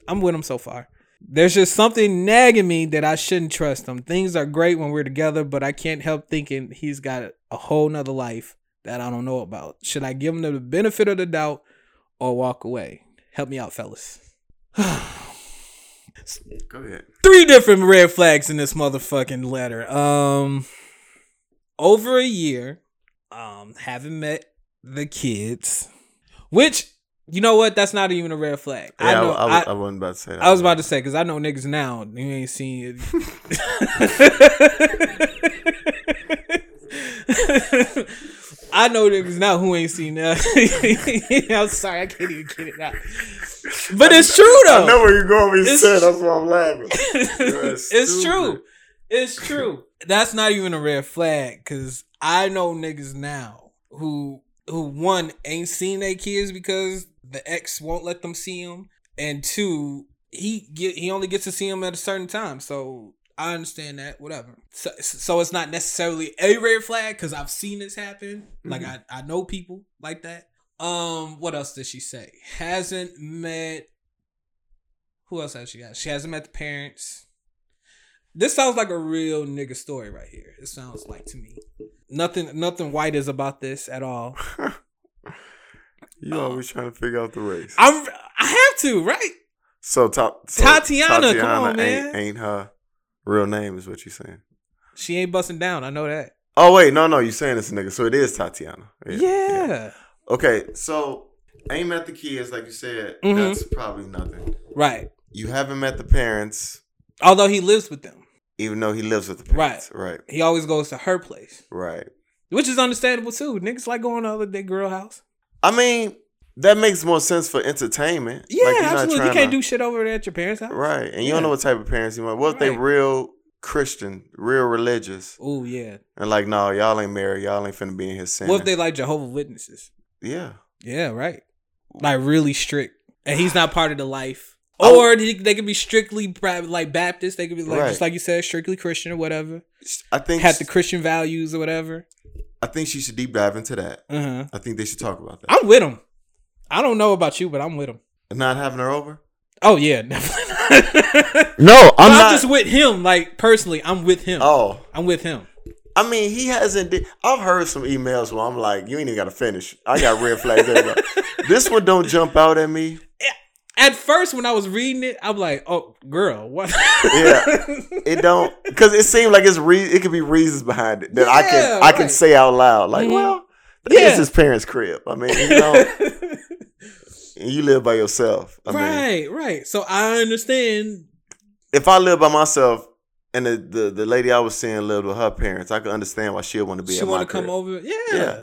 S1: I'm with him so far. There's just something nagging me that I shouldn't trust him. Things are great when we're together, but I can't help thinking he's got a whole nother life that I don't know about. Should I give him the benefit of the doubt or walk away? Help me out, fellas.
S2: Go ahead.
S1: Three different red flags in this motherfucking letter. Um over a year, um, haven't met the kids. Which, you know what? That's not even a red flag.
S2: Yeah, I,
S1: know
S2: I,
S1: I-
S2: I wasn't about to say that.
S1: I was about to say because I know niggas now you ain't seen it. I know niggas now who ain't seen that. I'm sorry, I can't even get it out. But it's true
S2: I know
S1: though.
S2: where you're going when you
S1: It's-
S2: said. That's why I'm laughing. You're
S1: it's
S2: stupid.
S1: true. It's true. That's not even a red flag because I know niggas now who who one ain't seen their kids because the ex won't let them see them, and two he get he only gets to see them at a certain time. So I understand that. Whatever. So so it's not necessarily a red flag because I've seen this happen. Like I I know people like that. Um, what else did she say? Hasn't met. Who else has she got? She hasn't met the parents. This sounds like a real nigga story right here. It sounds like to me. Nothing nothing white is about this at all.
S2: You always trying to figure out the race.
S1: I'm I have to, right?
S2: So, top, so
S1: Tatiana, come on, man.
S2: ain't, ain't her real name, is what you're saying.
S1: She ain't busting down. I know that.
S2: Oh wait, no, no, you saying this nigga. So it is Tatiana.
S1: Yeah.
S2: Okay, so ain't met the kids, like you said.
S1: Mhm.
S2: That's probably nothing.
S1: Right.
S2: You haven't met the parents,
S1: Although he lives with them.
S2: even though he lives with the
S1: Right.
S2: parents. Right.
S1: He always goes to her place.
S2: Right.
S1: Which is understandable too. Niggas like going to other big girl house.
S2: I mean, that makes more sense for entertainment.
S1: Yeah,
S2: Like, you're not
S1: absolutely. You
S2: trying
S1: can't
S2: to-
S1: do shit over there at your parents' house.
S2: Right. And you
S1: Yeah.
S2: don't know what type of parents you want. What if they
S1: Right.
S2: real Christian, real religious,
S1: Oh yeah.
S2: and like, no, y'all ain't married, y'all ain't finna be in his sin.
S1: What if they like Jehovah Witnesses?
S2: Yeah.
S1: Yeah, right. Like really strict, and he's not part of the life.
S2: Oh.
S1: Or they, they could be strictly pra- like Baptist. They could be like just
S2: Right.
S1: like you said, strictly Christian or whatever.
S2: I think
S1: Had the Christian values or whatever.
S2: I think she should deep dive into that.
S1: Uh huh.
S2: I think they should talk about that.
S1: I'm with him. I don't know about you, but I'm with him.
S2: Not having her over?
S1: Oh yeah, definitely.
S2: No,
S1: I'm, just with him. Like personally, I'm with him.
S2: Oh.
S1: I'm with him.
S2: I mean, he hasn't. Did, I've heard some emails where I'm like, "You ain't even got to finish." I got red flags. everywhere. this one don't jump out at me.
S1: At first, when I was reading it, I'm like, "Oh, girl, what?"
S2: Yeah. It don't because it seemed like it's re- it could be reasons behind it that I
S1: Yeah,
S2: can I can
S1: right.
S2: say out loud. Like,
S1: Mhm.
S2: well,
S1: Yeah.
S2: it's his parents' crib. I mean, you know, and you live by yourself. I mean,
S1: right, right. So I understand
S2: if I live by myself And the, the, the lady I was seeing lived with her parents. I could understand why she'd want to be
S1: she
S2: at my
S1: want to come
S2: crib.
S1: over. Yeah.
S2: Yeah.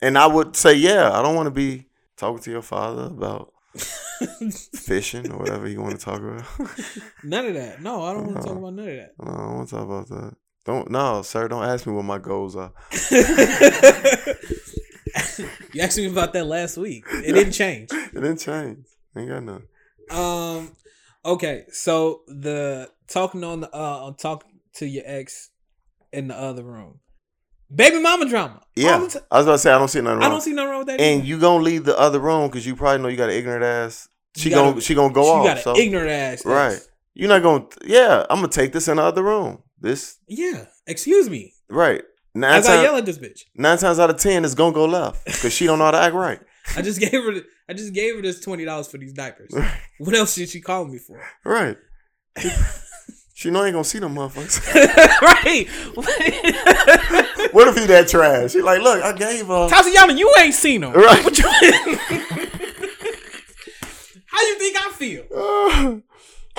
S2: And I would say, yeah, I don't want to be talking to your father about fishing or whatever you want to talk about.
S1: none of that. No, I don't want to talk
S2: Uh-huh.
S1: about none of that.
S2: no, I don't want to talk about that. Don't no, sir. Don't ask me what my goals are.
S1: you asked me about that last week. It didn't change.
S2: It didn't change. Ain't got nothing.
S1: Um. Okay. So the talking on the uh on talk to your ex in the other room, baby mama drama.
S2: Yeah,
S1: All the ti-
S2: I was about to say I don't see nothing wrong.
S1: I don't see nothing wrong with that.
S2: and
S1: either.
S2: you gonna leave the other room because you probably know you got an ignorant ass.
S1: You
S2: She
S1: got
S2: gonna
S1: a-
S2: she gonna go
S1: she
S2: off.
S1: got an
S2: so
S1: ignorant ass. ex.
S2: Right. you're not gonna. Yeah, I'm gonna take this in the other room. This
S1: Yeah. Excuse me.
S2: right. Nine
S1: As I
S2: times,
S1: yell at this bitch,
S2: nine times out of ten, it's gonna go left because she don't know how to act right.
S1: I just gave her. I just gave her this twenty dollars for these diapers.
S2: Right.
S1: What else did she call me for?
S2: Right. she know I ain't gonna see them motherfuckers.
S1: right.
S2: what if he that trash? She like, look, I gave her.
S1: Tatiana, you ain't seen him.
S2: Right.
S1: What you- How you think I feel?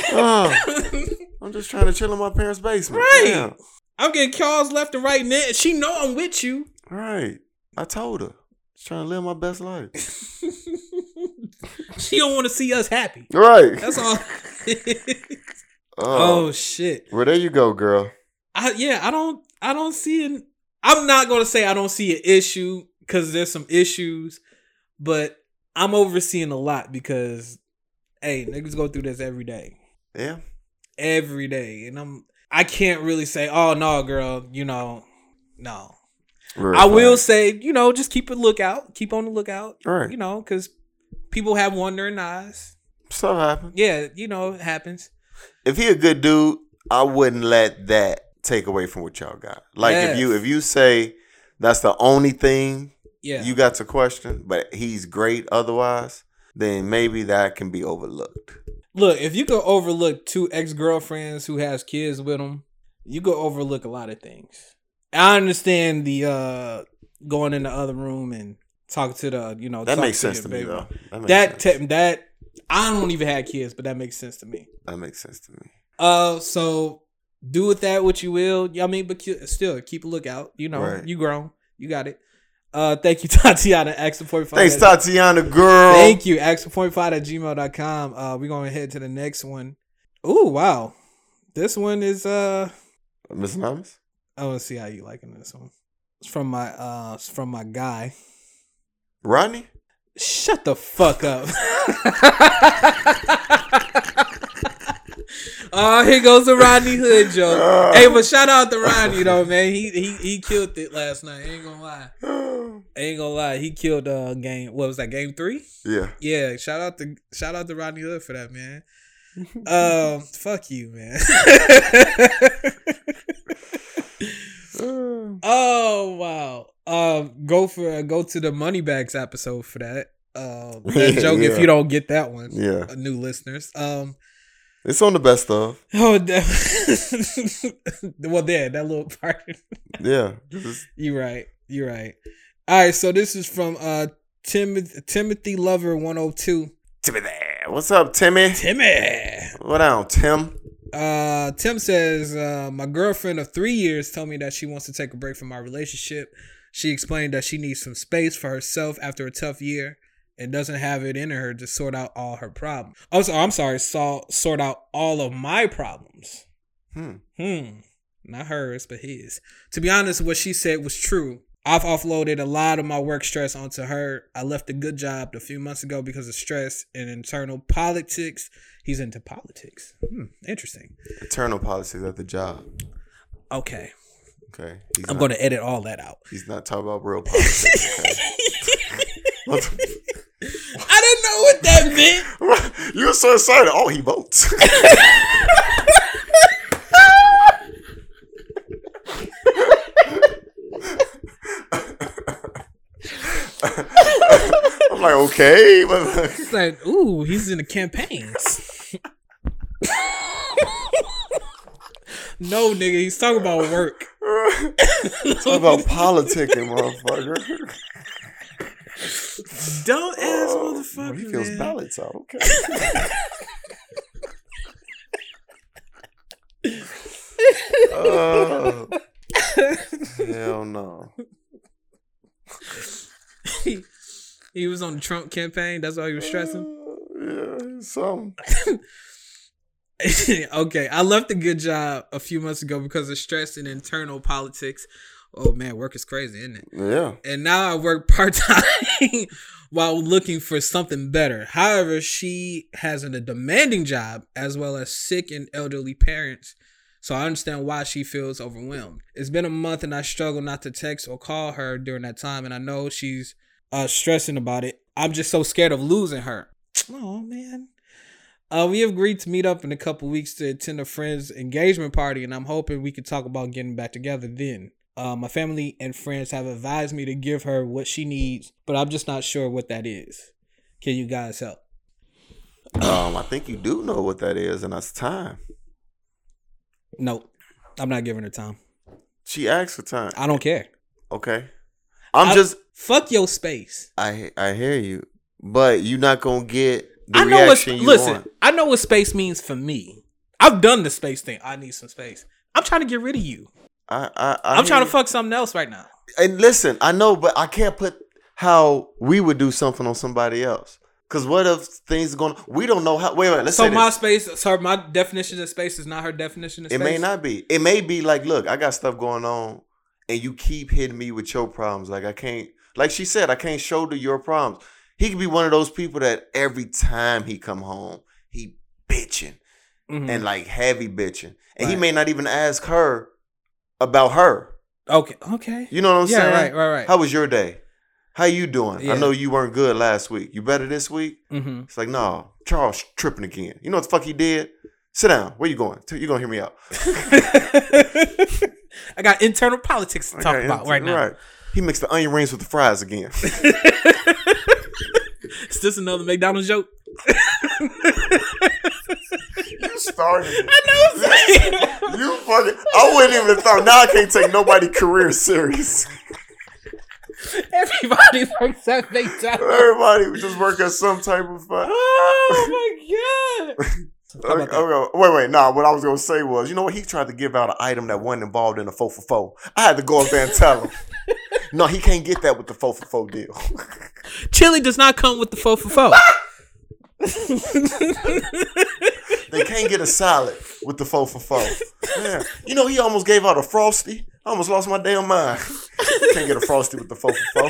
S2: Oh, oh. I'm just trying to chill in my parents' basement.
S1: Right.
S2: Yeah.
S1: I'm getting calls left and right. Now she know I'm with you.
S2: Right. I told her. Just trying to live my best life.
S1: she don't want to see us happy.
S2: Right.
S1: That's all.
S2: oh.
S1: oh shit.
S2: Well, there you go, girl.
S1: I yeah. I don't. I don't see an. I'm not gonna say I don't see an issue because there's some issues, but I'm overseeing a lot because, hey, niggas go through this every day.
S2: Yeah.
S1: every day and i'm i can't really say oh no girl you know no
S2: Real
S1: i will
S2: fine.
S1: say you know just keep a lookout keep on the lookout
S2: Right.
S1: you know because people have wandering eyes
S2: Stuff happens.
S1: yeah you know it happens
S2: If he a good dude, I wouldn't let that take away from what y'all got. Like
S1: Yes.
S2: if you if you say that's the only thing
S1: yeah
S2: you got to question, but he's great otherwise, then maybe that can be overlooked.
S1: look if you could overlook two ex-girlfriends who has kids with them you could overlook a lot of things i understand the uh going in the other room and talking to the you know
S2: That
S1: talk
S2: makes
S1: your
S2: sense to me
S1: baby.
S2: though. That makes
S1: that
S2: sense.
S1: te- that i don't even have kids but that makes sense to me
S2: that makes sense to me.
S1: Uh, so do with that what you will. I mean, but ki- still keep a lookout. You know,
S2: Right.
S1: you grown, you got it. Uh, thank you, Tatiana. Ask point five.
S2: Thanks, Tatiana girl.
S1: Thank you, ask.point five at gmail.com. Uh, we're gonna head to the next one. Ooh, wow, this one is uh,
S2: Miss Thomas.
S1: I want to see how you liking this one. It's from my uh, it's from my guy.
S2: Rodney?
S1: Shut the fuck up. Oh, here goes the Rodney Hood joke.
S2: Ah.
S1: hey, but shout out to Rodney though, man. He he he killed it last night. ain't gonna lie. ain't gonna lie. He killed uh game. What was that? Game three?
S2: yeah.
S1: Yeah. Shout out to shout out to Rodney Hood for that, man. Um, fuck you, man. oh wow. Um, go for go to the money bags episode for that. Um, that joke. If
S2: Yeah.
S1: you don't get that one,
S2: yeah.
S1: uh, new listeners. Um.
S2: It's on the best of.
S1: Oh, da- well, there that little part.
S2: Yeah. Just-
S1: You're right. You're right. All right. So this is from uh Tim- Timothy Lover 102.
S2: Timmy there. What's up, Timmy?
S1: Timmy.
S2: What down, Tim?
S1: Uh, Tim says uh, my girlfriend of three years told me that she wants to take a break from our relationship. She explained that she needs some space for herself after a tough year and doesn't have it in her to sort out all her problems. Also, I'm sorry, saw sort out all of my problems.
S2: Hmm.
S1: Hmm. Not hers, but his. To be honest, what she said was true. I've offloaded a lot of my work stress onto her. I left a good job a few months ago because of stress and internal politics. He's into politics. Hmm, interesting.
S2: Eternal policies at the job.
S1: Okay.
S2: Okay. He's
S1: I'm
S2: not,
S1: going to edit all that out.
S2: he's not talking about real politics. Okay? What
S1: I didn't know what that meant.
S2: the- you were so excited. Oh, he votes. I'm like, okay. but-
S1: It's like, ooh, he's in the campaigns. no, nigga, he's talking about work.
S2: Talk about politicking, motherfucker.
S1: Don't ass
S2: Well,
S1: motherfucker.
S2: Oh, he feels
S1: man.
S2: ballots out. Okay. Uh, hell no.
S1: he, he was on the Trump campaign. That's why he was stressing.
S2: Uh, yeah, something. Mm.
S1: okay, I left a good job a few months ago because of stress and internal politics. Oh man, work is crazy, isn't it?
S2: Yeah.
S1: And now I work part time while looking for something better. However, she has a demanding job as well as sick and elderly parents. So I understand why she feels overwhelmed. It's been a month and I struggle not to text or call her during that time and I know she's uh stressing about it. I'm just so scared of losing her. Oh man. Uh, we have agreed to meet up in a couple weeks to attend a friend's engagement party, and I'm hoping we could talk about getting back together then. Uh, my family and friends have advised me to give her what she needs, but I'm just not sure what that is. Can you guys help?
S2: Um, I think you do know what that is, and that's time.
S1: No, I'm not giving her time.
S2: She asked for time.
S1: I don't care.
S2: Okay. I'm
S1: I-
S2: just
S1: Fuck your space.
S2: I I hear you, but you're not gonna get the
S1: I know what.
S2: reaction you
S1: Listen,
S2: want.
S1: I know what space means for me. I've done the space thing. I need some space. I'm trying to get rid of you.
S2: I, I, I
S1: I am
S2: hear
S1: trying
S2: you.
S1: to fuck something else right now.
S2: And listen, I know, but I can't put how we would do something on somebody else. Cause what if things going? We don't know how. Wait, wait. Let's
S1: So
S2: say
S1: my
S2: this.
S1: space, so my definition of space is not her definition of
S2: It
S1: space.
S2: may not be. It may be like, look, I got stuff going on, and you keep hitting me with your problems. Like I can't. Like she said, I can't shoulder your problems. He could be one of those people that every time he come home, he bitching.
S1: Mhm.
S2: and like heavy bitching. And he
S1: Right.
S2: may not even ask her about her.
S1: okay, okay.
S2: You know what I'm
S1: yeah,
S2: saying?
S1: right, right, right.
S2: How was your day? How you doing?
S1: Yeah.
S2: I know you weren't good last week. You better this week?
S1: mm-hmm.
S2: It's like, no, Charles tripping again. You know what the fuck he did? Sit down. Where you going? T- You gonna hear me out?
S1: I got internal politics to talk
S2: Okay,
S1: about right now.
S2: He mixed the onion rings with the fries again.
S1: Is this another McDonald's joke?
S2: you started.
S1: I know. it's-
S2: You fucking. I wouldn't even have thought. Now I can't take nobody career serious.
S1: Everybody works at McDonald's.
S2: Everybody just work at some type of. Fun.
S1: Oh my god. How about
S2: Okay,
S1: that?
S2: okay, wait, wait, nah. What I was gonna say was, you know what? He tried to give out an item that wasn't involved in a four for four. I had to go up there and tell him. no, he can't get that with the four for four deal.
S1: Chili does not come with the four for four.
S2: they can't get a salad with the four for four. Man, you know he almost gave out a frosty. I almost lost my damn mind. can't get a frosty with the four for four.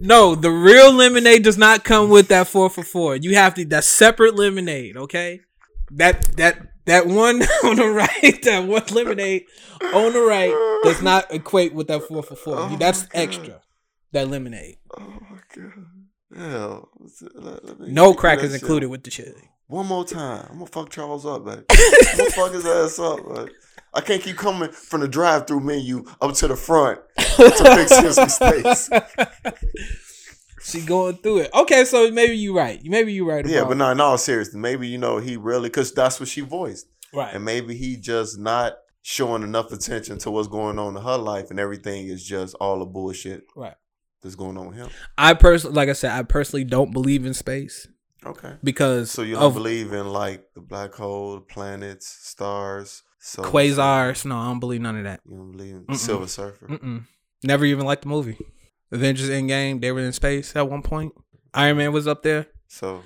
S1: No, the real lemonade does not come with that four for four. You have to that separate lemonade, okay? That that that one on the right, that one lemonade on the right does not equate with that four for four.
S2: Oh
S1: That's
S2: my God.
S1: extra. That lemonade.
S2: Oh my god. Hell, What's it- let- let me
S1: No
S2: get
S1: crackers
S2: that shit.
S1: included with the chili.
S2: One more time. I'm gonna fuck Charles up, man. I'm gonna fuck his ass up, man. I can't keep coming from the drive through menu up to the front to fix his mistakes.
S1: She going through it. Okay, so maybe you right. Maybe you right.
S2: Yeah,
S1: about-
S2: but no, in all seriousness, maybe you know he really because that's what she voiced,
S1: right.
S2: and maybe he just not showing enough attention to what's going on in her life, and everything is just all the bullshit
S1: Right.
S2: that's going on with him.
S1: I personally, like I said, I personally don't believe in space
S2: Okay,
S1: because
S2: so you don't
S1: of
S2: believe in like the black hole, planets, stars, so
S1: quasars. No, I don't believe none of that.
S2: You don't believe in
S1: Mm-mm. Mm.
S2: Silver Surfer.
S1: Mm-mm. Never even liked the movie. Avengers Endgame. They were in space at one point. Iron Man was up there.
S2: So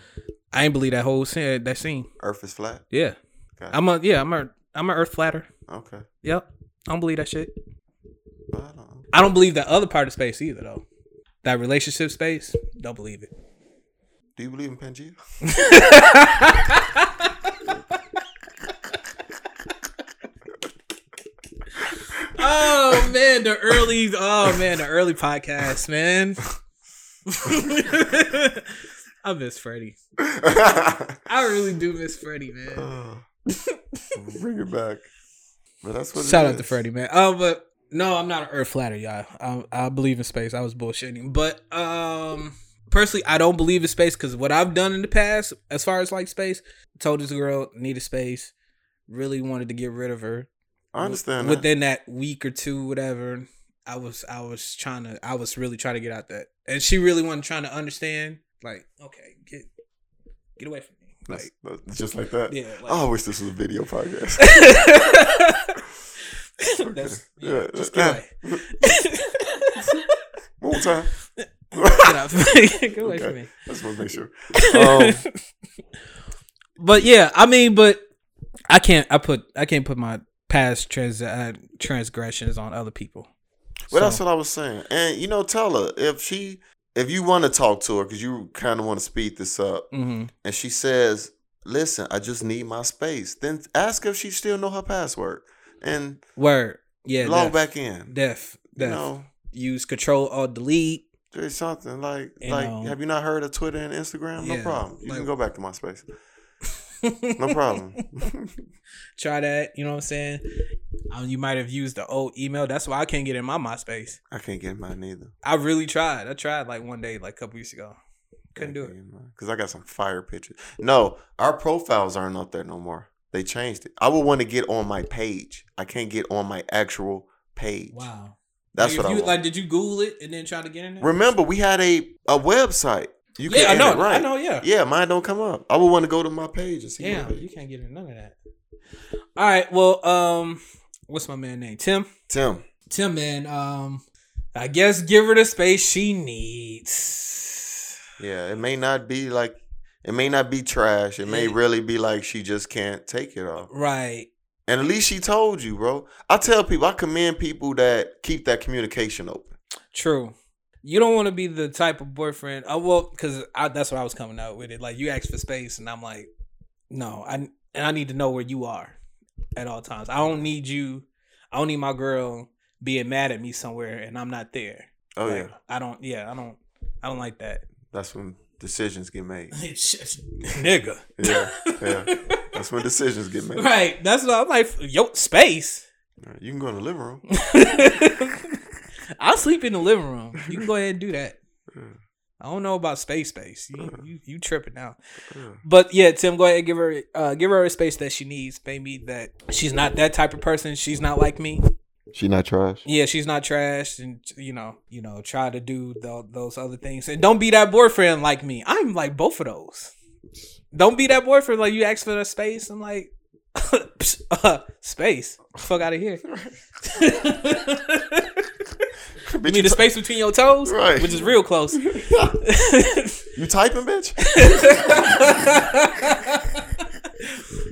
S1: I ain't believe that whole scene. That scene.
S2: Earth is flat.
S1: Yeah.
S2: Okay.
S1: I'm a yeah. I'm a I'm an Earth flatter.
S2: Okay.
S1: Yep. I don't believe that shit.
S2: Well, I don't know.
S1: I don't believe that other part of space either though. That relationship space. Don't believe it.
S2: Do you believe in Pangea?
S1: Oh man, the early oh man, the early podcast, man. I miss Freddie. I really do miss Freddie, man.
S2: Bring it back. But that's what. it
S1: Shout out to
S2: is.
S1: Freddie, man. Oh, but no, I'm not an earth flatter, y'all. I, I believe in space. I was bullshitting, but um, personally, I don't believe in space because what I've done in the past, as far as like space, told this girl needed space, really wanted to get rid of her.
S2: I understand. that.
S1: Within that week or two, whatever, I was I was trying to I was really trying to get out that, and she really wasn't trying to understand. Like, okay, get get away from me. Like,
S2: That's- Oh. that's just like that.
S1: yeah. Like,
S2: I always this was a video podcast.
S1: That's yeah,
S2: Yeah,
S1: just
S2: yeah.
S1: get away.
S2: One more time.
S1: Get out. Get away from
S2: Okay.
S1: me.
S2: I just want to make sure. Um,
S1: But yeah, I mean, but I can't. I put I can't put my past trans uh, transgressions on other people.
S2: But
S1: So-
S2: that's what I was saying. And you know, tell her if she, if you want to talk to her, because you kind of want to speed this up,
S1: Mhm.
S2: and she says, "Listen, I just need my space." Then ask if she still know her password and
S1: Word. Yeah.
S2: log
S1: Def.
S2: back in.
S1: Def.
S2: You
S1: Def.
S2: know,
S1: Use Control Alt Delete.
S2: there's something like
S1: You
S2: like.
S1: know.
S2: Have you not heard of Twitter and Instagram?
S1: Yeah,
S2: no problem. You
S1: like-
S2: can go back to MySpace. No problem.
S1: Try that. You know what I'm saying? Um, you might have used the old email. That's why I can't get in my MySpace.
S2: I can't get mine either.
S1: I really tried. I tried like one day, like a couple weeks ago. Couldn't do it.
S2: because I got some fire pictures. No, our profiles aren't up there no more. They changed it. I would want to get on my page. I can't get on my actual page.
S1: Wow.
S2: That's
S1: Like, if
S2: what I
S1: you,
S2: want.
S1: like. Did you Google it and then try to get in there?
S2: Remember, we had a a website. You
S1: yeah, I
S2: can
S1: know.
S2: enter, right?
S1: I know. Yeah.
S2: Yeah, mine don't come up. I would want to go to my page and see. my
S1: Damn,
S2: page.
S1: you can't get in none of that. All right. Well, um, what's my man name? Tim.
S2: Tim,
S1: Tim, man. Um, I guess give her the space she needs.
S2: yeah, it may not be like it may not be trash. It may
S1: Yeah.
S2: really be like she just can't take it off.
S1: Right.
S2: And at least she told you, bro. I tell people, I commend people that keep that communication open.
S1: True. You don't want to be the type of boyfriend. Oh well, because that's what I was coming out with it. Like you asked for space, and I'm like, no, I and I need to know where you are at all times. I don't need you. I don't need my girl being mad at me somewhere, and I'm not there.
S2: Oh
S1: Like,
S2: yeah.
S1: I don't. Yeah, I don't. I don't like that.
S2: That's when decisions get made.
S1: Shit, nigga.
S2: Yeah, yeah. That's when decisions get made.
S1: right. That's what I'm like. Yo, space.
S2: You can go in the living room.
S1: I'll sleep in the living room. You can go ahead and do that. I don't know about space, space. You you, you tripping now. But yeah, Tim, go ahead and give her uh, give her a space that she needs. Maybe that she's not that type of person. She's not like me.
S2: She not trash.
S1: Yeah, she's not trash, and you know, you know, try to do tho- those other things, and don't be that boyfriend like me. I'm like both of those. Don't be that boyfriend like you ask for the space. I'm like, psh, uh, space, fuck out of here. you mean the space between your toes,
S2: Right.
S1: Which is real close.
S2: You typing, bitch?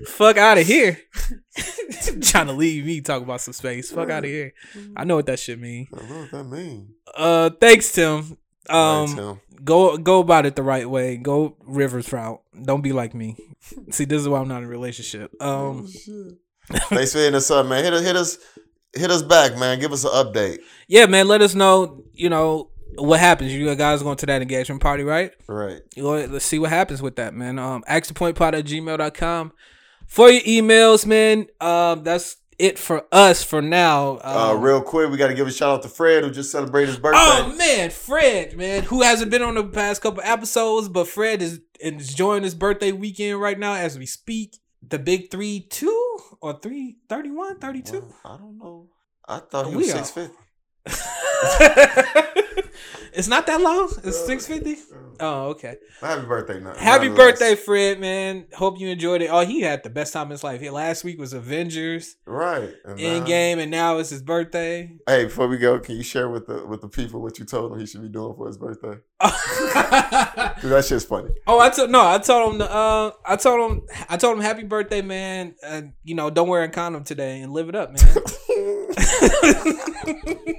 S1: Fuck out of here. Trying to leave me talking about some space. Fuck out of here. I know what that shit mean.
S2: I don't know what that mean.
S1: Uh, thanks, Tim. Um,
S2: Right, Tim.
S1: go go about it the right way. Go Rivers route. Don't be like me. See, this is why I'm not in a relationship. Um,
S2: Thanks for hitting us up, man. Hit us, hit us, hit us back, man. Give us an update.
S1: yeah, man. Let us know. You know what happens. You guys going to that engagement party, right?
S2: Right.
S1: You know, Let's see what happens with that, man. Um, axepointpod at gmail.com for your emails, man. Um, that's it for us for now.
S2: Uh,
S1: Um,
S2: real quick, we got to give a shout out to Fred who just celebrated his birthday.
S1: Oh man, Fred, man, who hasn't been on the past couple episodes, but Fred is enjoying his birthday weekend right now as we speak. The big three two or three thirty one, thirty two.
S2: Wow, I don't know. I thought he
S1: Oh, We
S2: was
S1: are-
S2: six fifty.
S1: it's not that long. It's six fifty. Oh, okay.
S2: Happy birthday, no-
S1: Happy
S2: nonetheless.
S1: birthday, Fred, man. Hope you enjoyed it. Oh, he had the best time of his life. He- Last week was Avengers
S2: Right. And
S1: Endgame,
S2: now-
S1: and now it's his birthday.
S2: Hey, before we go, can you share with the with the people what you told him he should be doing for his birthday?
S1: oh,
S2: 'Cause that shit's funny.
S1: I told no, I told him the uh I told him I told him happy birthday, man. Uh, you know, don't wear a condom today and live it up, man.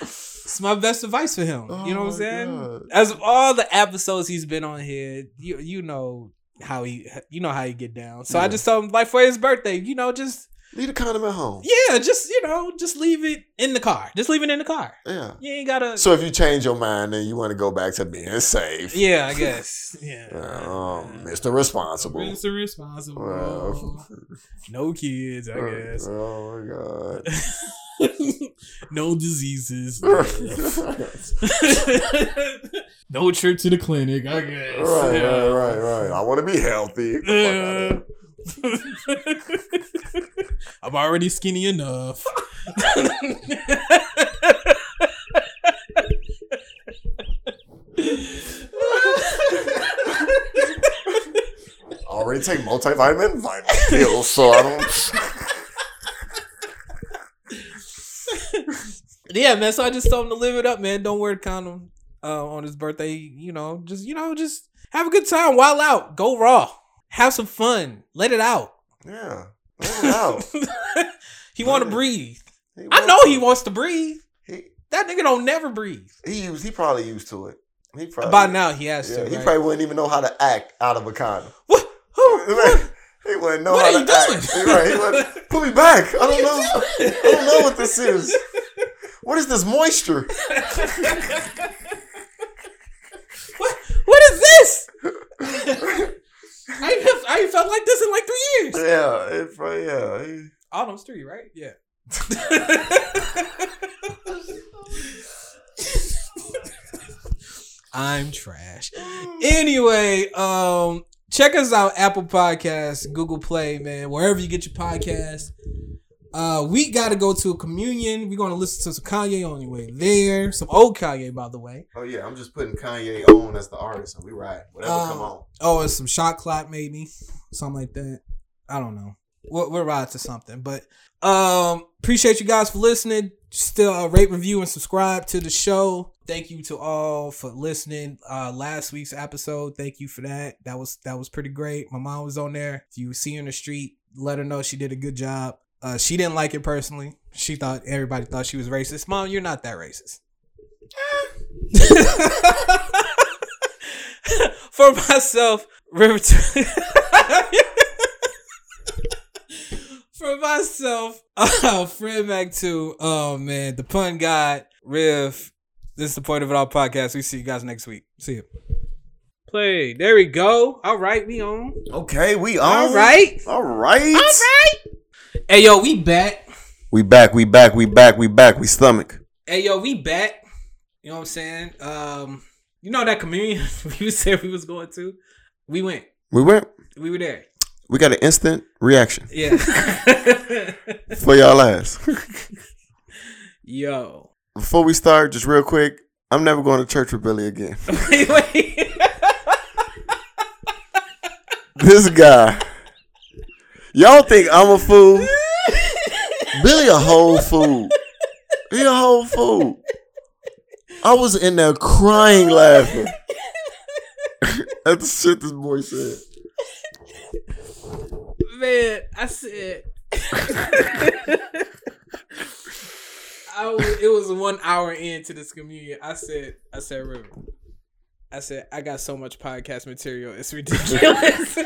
S1: it's my best advice for him. you know what
S2: Oh
S1: I'm
S2: my
S1: saying?
S2: God.
S1: As of all the episodes he's been on here, you you know how he you know how he get down. So I
S2: Yeah.
S1: just told him like for his birthday, you know, just
S2: Need a condom at home.
S1: yeah, just you know, just leave it in the car. Just leave it in the car.
S2: Yeah.
S1: You ain't gotta.
S2: So if you change your mind and you want to go back to being safe,
S1: yeah, I guess. Yeah.
S2: um, Mr. Responsible.
S1: Mr. Responsible.
S2: Wow.
S1: No kids, I guess.
S2: Oh my
S1: no diseases.
S2: god.
S1: no trip to the clinic, I guess.
S2: right,
S1: Yeah.
S2: right, right, right. I want to be healthy. Get the fuck outta
S1: Uh,
S2: here.
S1: I'm already skinny enough.
S2: take multivitamin? My pills, so I don't.
S1: yeah, man. So I just told him to live it up, man. Don't wear a condom uh, on his birthday. You know, just you know, just have a good time, wild out, go raw, have some fun, let it out.
S2: Yeah. Wow.
S1: he want to
S2: Yeah.
S1: breathe. I know he wants to breathe.
S2: He,
S1: That nigga don't never breathe.
S2: he used. He probably used to it. He probably.
S1: By now he has
S2: yeah,
S1: to.
S2: he
S1: right?
S2: probably wouldn't even know how to act out of a condom.
S1: What? Who? What?
S2: he wouldn't know
S1: What
S2: how
S1: are
S2: to
S1: you
S2: act.
S1: doing?
S2: Right, he wouldn't- put me back. I
S1: What
S2: don't know.
S1: are you
S2: I don't know what this is. What is this moisture?
S1: what? What is this? I ain't, felt- I ain't felt like this in like three years.
S2: Yeah, it probably, yeah. He,
S1: Autumn's three, right? Yeah. I'm trash. Anyway, um, check us out Apple Podcasts, Google Play, man, wherever you get your podcast. Uh, we gotta go to a communion. We're gonna listen to some Kanye on the way there. Some old Kanye, by the way.
S2: oh yeah, I'm just putting Kanye on as the artist, and we ride whatever
S1: Um,
S2: come on.
S1: Oh, and some shot clock maybe, something like that. I don't know. We'll, we'll ride to something. But um, appreciate you guys for listening. Still uh, rate, review, and subscribe to the show. Thank you to all for listening. Uh, last week's episode, thank you for that. That was that was pretty great. My mom was on there. If you see her in the street, let her know she did a good job. Uh, she didn't like it personally. She thought everybody thought she was racist. Mom, you're not that racist. For myself, River. For myself, uh, Fred Mac 2. Oh, man. The Pun God, Riff. This is the Point of It All podcast. We see you guys next week. See you. Play. There we go. All right. We on.
S2: Okay, we on.
S1: All right.
S2: All right.
S1: Hey, yo. We back.
S2: We back. We back. We back. We back. We stomach.
S1: Hey, yo. We back. You know what I'm saying? Um, You know that communion we said we was going to? We went.
S2: We went.
S1: We were there.
S2: We got an instant reaction
S1: Yeah.
S2: for y'all ass.
S1: yo.
S2: Before we start, just real quick, I'm never going to church with Billy again.
S1: Wait, wait.
S2: this guy. Y'all think I'm a fool? Billy a whole fool. He a whole fool. I was in there crying laughing at the shit this boy said.
S1: Man, I said. I was, it was one hour into this communion. I said, I said, River. I said, I got so much podcast material. It's ridiculous.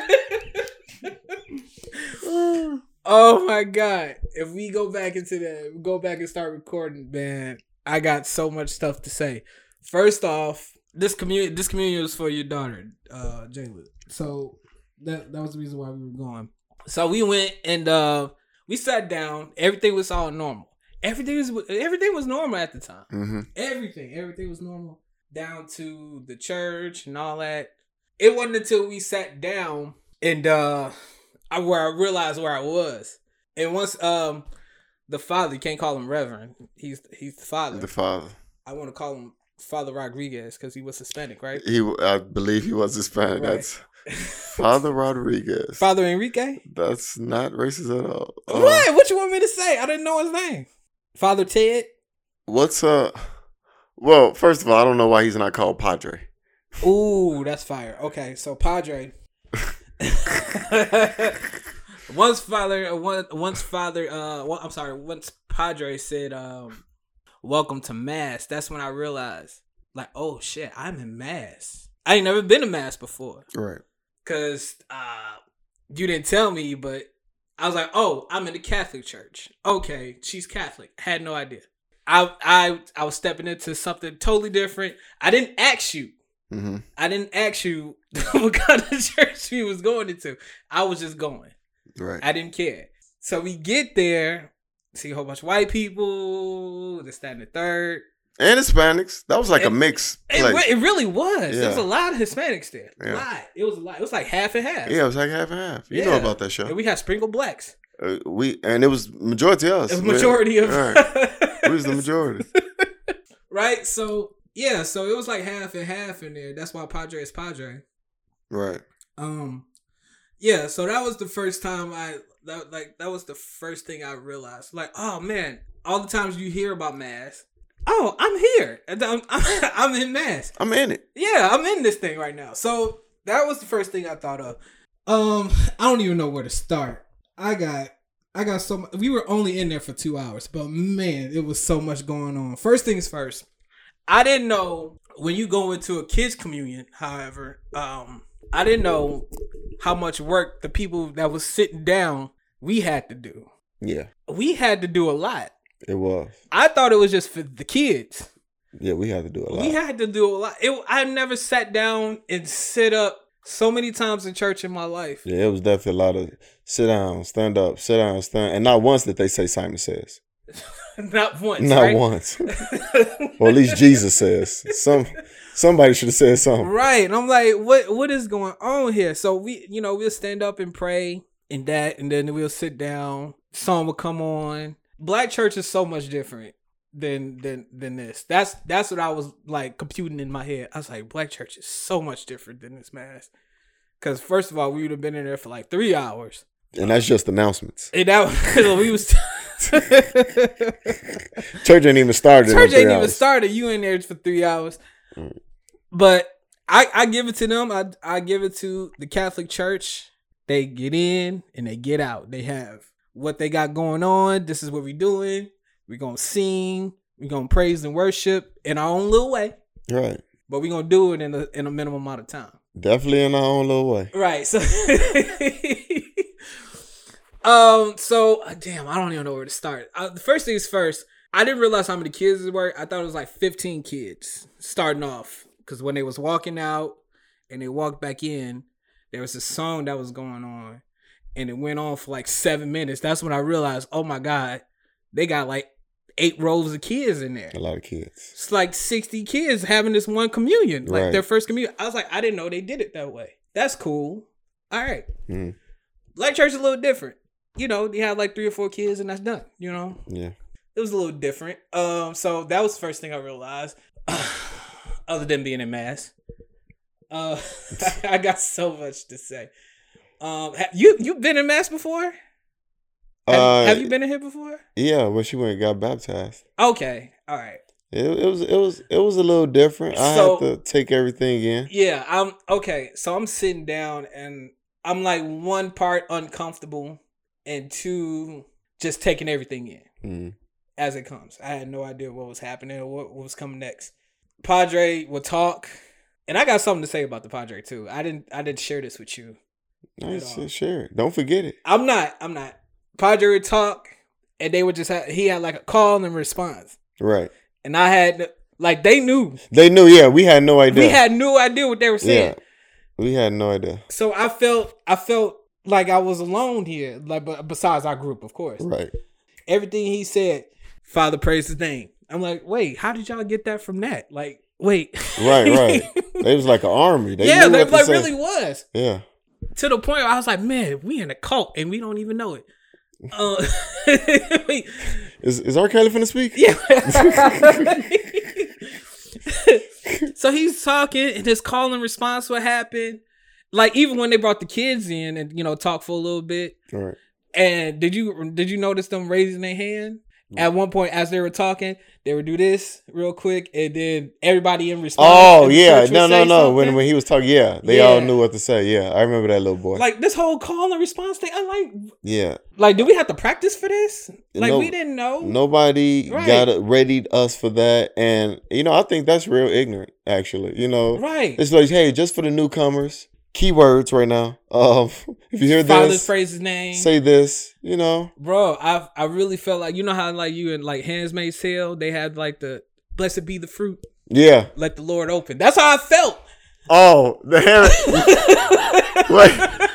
S1: oh my God. If we go back into that, we go back and start recording, man, I got so much stuff to say. First off, this community, this community was for your daughter, uh, Jalen. So that that was the reason why we were going. So we went and uh we sat down. Everything was all normal. Everything was everything was normal at the time.
S2: Mm-hmm.
S1: Everything, everything was normal down to the church and all that. It wasn't until we sat down and uh I, where I realized where I was. And once um the father, you can't call him reverend. He's he's the father.
S2: The father.
S1: I want to call him Father Rodriguez because he was Hispanic, right?
S2: He, I believe he was Hispanic.
S1: Right.
S2: That's Father Rodriguez.
S1: Father Enrique?
S2: That's not racist at all. Uh,
S1: what? What you want me to say? I didn't know his name. Father Ted?
S2: What's uh? Well, first of all, I don't know why he's not called Padre.
S1: Ooh, that's fire. Okay, so Padre. once father, uh, one, once father, uh, one, I'm sorry, once Padre said, um, "Welcome to Mass." That's when I realized, like, oh shit, I'm in Mass. I ain't never been to Mass before.
S2: Right.
S1: Cause uh you didn't tell me, but I was like, Oh, I'm in the Catholic church. Okay, she's Catholic. Had no idea. I I I was stepping into something totally different. I didn't ask you.
S2: Mm-hmm.
S1: I didn't ask you what kind of church we was going into. I was just going.
S2: Right.
S1: I didn't care. So we get there, see a whole bunch of white people, this, that, and the third.
S2: and Hispanics. That was like a
S1: And-
S2: mix.
S1: It,
S2: Like,
S1: re- it really was. There was
S2: Yeah.
S1: a lot of Hispanics there. A
S2: Yeah.
S1: lot. It was a lot. It was like half and half.
S2: yeah, it was like half and half. You know
S1: Yeah.
S2: about that show.
S1: And
S2: Uh,
S1: we had sprinkled blacks.
S2: We, and it was majority us.
S1: The majority of
S2: Right. We was the majority.
S1: right. So yeah, so it was like half and half in there. That's why Padre is Padre.
S2: right.
S1: Um, yeah, so that was the first time I that like that was the first thing I realized. Like, oh man, all the times you hear about mass, oh, I'm here. And I'm, I'm, I'm in mass.
S2: I'm in it.
S1: Yeah, I'm in this thing right now. So that was the first thing I thought of. Um, I don't even know where to start. I got I got so mu- we were only in there for two hours, but man, it was so much going on. First things first, I didn't know when you go into a kids communion. However, um, I didn't know how much work the people that was sitting down we had to do.
S2: Yeah,
S1: We had to do a lot.
S2: it was.
S1: I thought it was just for the kids.
S2: Yeah, we had to do a lot.
S1: We had to do a lot. It, I never sat down and sit up so many times in church in my life.
S2: yeah, it was definitely a lot of sit down, stand up, sit down, stand, and not once did they say Simon says.
S1: Not once.
S2: Not
S1: right?
S2: once, or at least Jesus says. Some somebody should have said something.
S1: Right. And I'm like, what what is going on here? So we, you know, we'll stand up and pray and that, and then we'll sit down. Song will come on. Black church is so much different than than than this. That's that's what I was like computing in my head. I was like, black church is so much different than this mass. Cause first of all, we would have been in there for like three hours.
S2: And that's just announcements.
S1: And that because we was
S2: Church ain't even started.
S1: church ain't even
S2: started.
S1: started. You in there for three hours,
S2: Mm.
S1: but I I give it to them. I I give it to the Catholic Church. They get in and they get out. They have what they got going on. This is what we're doing. We're gonna sing. We're gonna praise and worship in our own little way,
S2: Right,
S1: but we're gonna do it in a in a minimum amount of time.
S2: definitely in our own little way.
S1: Right. So, um. So uh, damn, I don't even know where to start. Uh, the first things first. I didn't realize how many kids there were. I thought it was like 15 kids starting off because when they was walking out and they walked back in, there was a song that was going on, and it went on for like seven minutes. That's when I realized, oh my god, they got like eight rows of kids in there
S2: A lot of kids.
S1: it's like 60 kids having this one communion like
S2: Right.
S1: their first communion i was like i didn't know they did it that way that's cool all right
S2: Mm,
S1: black church is a little different you know they have like three or four kids and that's done you know
S2: yeah,
S1: it was a little different um so that was the first thing i realized other than being in mass uh i got so much to say um ha- you you've been in mass before have,
S2: Uh,
S1: have you been in here before
S2: yeah. When she went and got baptized.
S1: okay all right
S2: It, it was it was it was a little different. I
S1: So-
S2: had to take everything in.
S1: Yeah, I'm okay. So I'm sitting down and I'm like one part uncomfortable and two just taking everything in
S2: Mm.
S1: as it comes. I had no idea what was happening or what, what was coming next. Padre will talk, and I got something to say about the Padre too. I didn't I didn't share this with you.
S2: No,
S1: At
S2: shit,
S1: all.
S2: sure. Don't forget it.
S1: I'm not. I'm not. Padre would talk, and they would just have, he had like a call and response,
S2: Right.
S1: and I had like they knew
S2: They knew. Yeah, we had no idea.
S1: we had no idea what they were saying.
S2: yeah, we had no idea.
S1: So I felt I felt like I was alone here, like but besides our group, of course.
S2: Right.
S1: Everything he said, Father praised his name. I'm like, wait, how did y'all get that from that? Like, wait,
S2: Right. Right. they was like an army. They
S1: yeah,
S2: knew
S1: they
S2: what to
S1: like
S2: say.
S1: really was
S2: Yeah.
S1: to the point where I was like, man, we in a cult and we don't even know it. Uh, wait,
S2: Is is R. Kelly finna speak?
S1: yeah. so he's talking, and his call and response would happen. Like even when they brought the kids in and you know talk for a little bit,
S2: Right.
S1: And did you did you notice them raising their hand?
S2: Mm.
S1: At one point, as they were talking, they would do this real quick, and then everybody in response.
S2: Oh
S1: in the
S2: yeah.
S1: church would
S2: No no
S1: say
S2: no. When
S1: something.
S2: when he was talking, yeah, they all
S1: Yeah.
S2: knew what to say. Yeah, I remember that little boy.
S1: like this whole call and response thing, I'm like,
S2: yeah.
S1: like, do we have to practice for this? Like
S2: No-
S1: we didn't know.
S2: Nobody
S1: oh, Right.
S2: got readied us for that, and you know I think that's real ignorant. Actually, you know,
S1: right?
S2: It's like, hey, just for the newcomers, keywords right now. Um, if you hear
S1: Father's
S2: this,
S1: praise his name,
S2: say this. You know,
S1: bro. I I really felt like you know how like you and like Handsmaid's Tale, they had like the blessed be the fruit,
S2: yeah.
S1: let the Lord open. That's how I felt.
S2: Oh, the hair. right.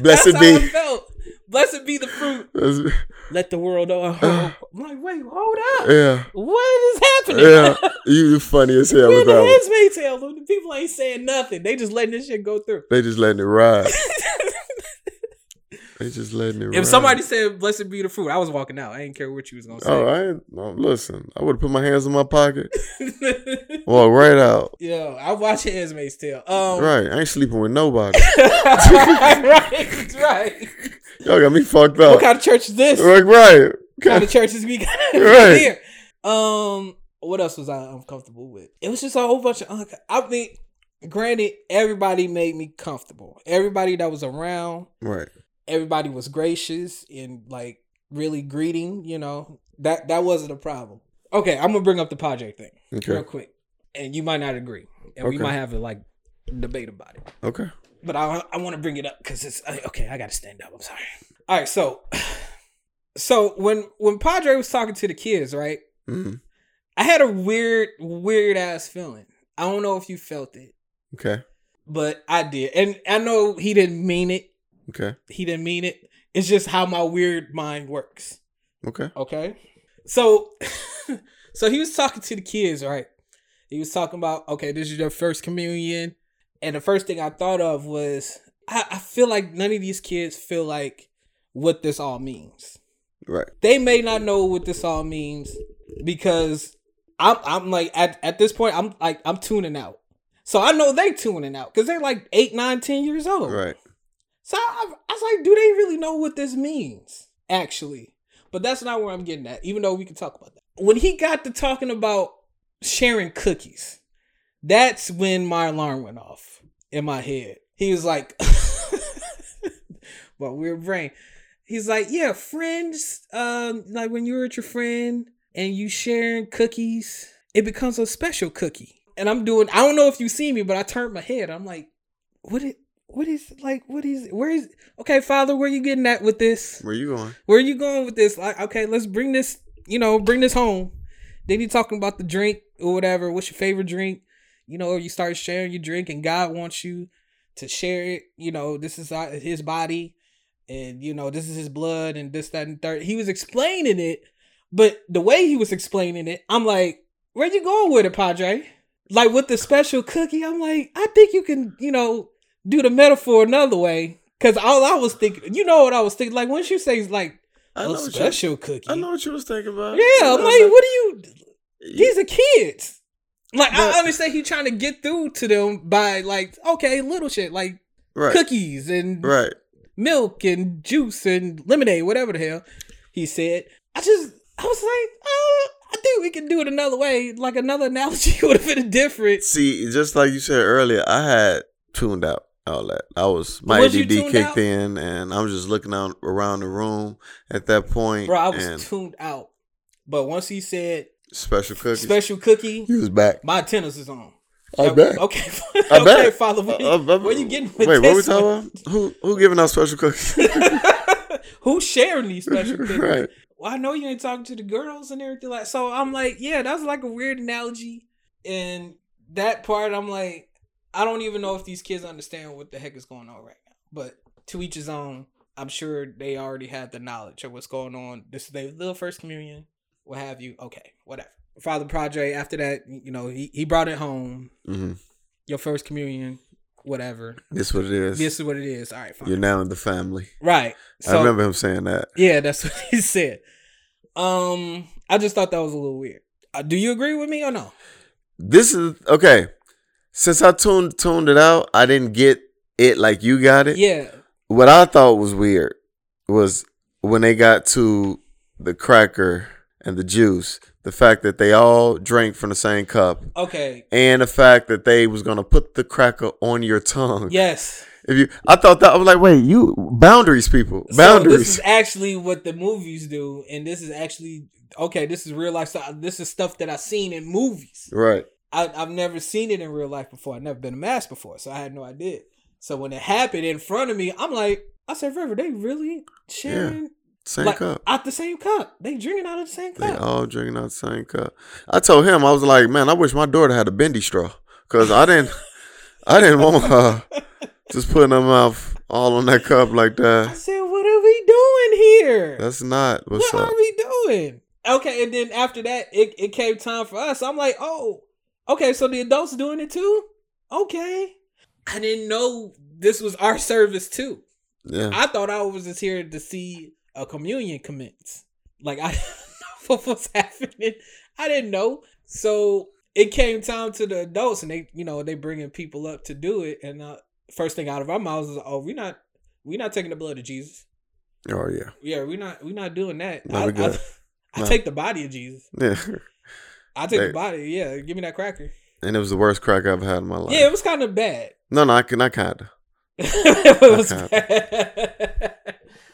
S2: Blessed
S1: That's how I
S2: be.
S1: felt. Blessed be the fruit. let the world know. I'm like, wait, hold up.
S2: yeah,
S1: What is happening?
S2: yeah. You funny as
S1: We're
S2: hell with
S1: in the
S2: that one.
S1: Handsmaid's Tale. The people ain't saying nothing. They just letting this shit go through.
S2: They just letting it ride. They just letting it ride.
S1: If somebody said "Blessed be the fruit," I was walking out. I didn't care what you was gonna say.
S2: Oh, I ain't- oh, listen. I would have put my hands in my pocket. Walk right out.
S1: Yo, I watch Handmaid's Tale. Um,
S2: Right. I ain't sleeping with nobody.
S1: right, right.
S2: Y'all got me fucked up.
S1: What kind of church is this?
S2: Right, right.
S1: What kind of church is we got
S2: Right.
S1: here? Um, what else was I uncomfortable with? It was just a whole bunch of. Unco- I mean, granted, everybody made me comfortable. Everybody that was around,
S2: Right.
S1: everybody was gracious and like really greeting. You know that that wasn't a problem. Okay, I'm gonna bring up the project thing real
S2: Okay.
S1: quick, and you might not agree, and we
S2: Okay.
S1: might have a like debate about it.
S2: Okay.
S1: but I I want to bring it up because it's I- okay. I got to stand up. I'm sorry. All right, so so when when Padre was talking to the kids, right?
S2: Mm.
S1: I had a weird weird ass feeling. I don't know if you felt it,
S2: Okay.
S1: but I did, and I know he didn't mean it.
S2: Okay.
S1: He didn't mean it. It's just how my weird mind works.
S2: Okay.
S1: Okay, so so he was talking to the kids, right? He was talking about okay, this is your first communion. And the first thing I thought of was I, I feel like none of these kids feel like what this all means.
S2: Right.
S1: They may not know what this all means because I'm I'm like at, at this point I'm like I'm tuning out. So I know they tuning out because they're like eight, nine, ten years old.
S2: Right.
S1: So I, I was like, do they really know what this means? Actually. But that's not where I'm getting at, even though we can talk about that. When he got to talking about sharing cookies, that's when my alarm went off in my head. He was like, my weird brain. He's like, yeah, friends, um, like when you're at your friend and you sharing cookies, it becomes a special cookie. And I'm doing, I don't know if you see me, but I turned my head. I'm like, what it, what is like what is where is okay father where you getting at with this
S2: Where you going?
S1: where are you going with this like okay let's bring this you know bring this home then you talking about the drink or whatever what's your favorite drink you know you start sharing your drink and god wants you to share it you know this is our- his body and you know this is his blood and this that and third he was explaining it but the way he was explaining it i'm like where you going with it padre like with the special cookie i'm like i think you can you know do the metaphor another way because all i was thinking you know what i was thinking like once you say like a
S2: I know what you.
S1: special cookie
S2: I know what you was thinking about.
S1: yeah i'm
S2: You know,
S1: like what do you
S2: you-
S1: these are kids. Like I
S2: But-
S1: understand he trying to get through to them by like okay little shit like
S2: Right.
S1: cookies and
S2: Right.
S1: milk and juice and lemonade whatever the hell he said. I just I was like oh I think we can do it another way like another analogy would have been different.
S2: See, just like you said earlier, I had tuned out all that. I was my
S1: Was you
S2: ADD
S1: tuned
S2: kicked
S1: out?
S2: in, and I'm just looking out around the room at that point.
S1: Bro, I was
S2: and
S1: tuned out, but once he said
S2: special cookies.
S1: special cookie,
S2: you was back.
S1: my antennas is on.
S2: I bet.
S1: Okay,
S2: I bet.
S1: okay, father, where,
S2: Uh, uh, uh,
S1: where you getting with
S2: Wait, what we
S1: this
S2: talking
S1: one?
S2: about? Who who giving out special cookies?
S1: Who's sharing these special cookies?
S2: uh, right.
S1: well, I know you ain't talking to the girls and everything like so I'm like, yeah, that's like a weird analogy. And that part I'm like, I don't even know if these kids understand what the heck is going on right now. But to each his own, I'm sure they already had the knowledge of what's going on. This is their little first communion, what have you. Okay, whatever. Father Padre, after that, you know, he, he brought it home.
S2: Mm-hmm.
S1: Your first communion, whatever.
S2: This what it is.
S1: This is what it is. All right, fine.
S2: You're now in the family.
S1: Right.
S2: I remember him saying that.
S1: Yeah, that's what he said. Um, I just thought that was a little weird. Uh, do you agree with me or no?
S2: This is okay. Since I tuned tuned it out, I didn't get it like you got it.
S1: Yeah,
S2: What I thought was weird was when they got to the cracker and the juice, the fact that they all drank from the same cup,
S1: okay.
S2: and the fact that they was gonna put the cracker on your tongue.
S1: Yes.
S2: If you, I thought that I was like, wait, you boundaries, people,
S1: So this
S2: boundaries.
S1: is actually what the movies do, and this is actually okay. This is real life. So uh, this is stuff that I've seen in movies.
S2: right,
S1: I, I've never seen it in real life before. I've never been a mask before, so I had no idea. So when it happened in front of me, I'm like, I said, River, they really sharing
S2: same
S1: like
S2: cup.
S1: out the same cup. They drinking out of the same
S2: They
S1: cup.
S2: all drinking out the same cup. I told him I was like, man, I wish my daughter had a bendy straw because I didn't, I didn't want her just putting her mouth all on that cup like
S1: I
S2: that.
S1: said, what are we doing here?
S2: That's not what's
S1: what
S2: up.
S1: are we doing? Okay, and then after that, it, it came time for us. I'm like, oh, okay, so the adults doing it too? Okay. I didn't know this was our service too.
S2: Yeah,
S1: I thought I was just here to see a communion commence. Like I didn't know what was happening. I didn't know. So it came time to the adults, and they, you know, they bringing people up to do it, and uh, first thing out of our mouths is, "Oh, we're not, we're not taking the blood of Jesus.
S2: Oh yeah,
S1: Yeah, we're not, we're not doing that.
S2: No,
S1: I,
S2: we good.
S1: I, I
S2: No.
S1: take the body of Jesus.
S2: yeah.
S1: I take
S2: They-
S1: the body. Yeah, give me that cracker.
S2: And it was the worst crack I've had in my life.
S1: yeah, it was kind of bad.
S2: No, no, I can, I kind of.
S1: it was
S2: Okay.
S1: bad.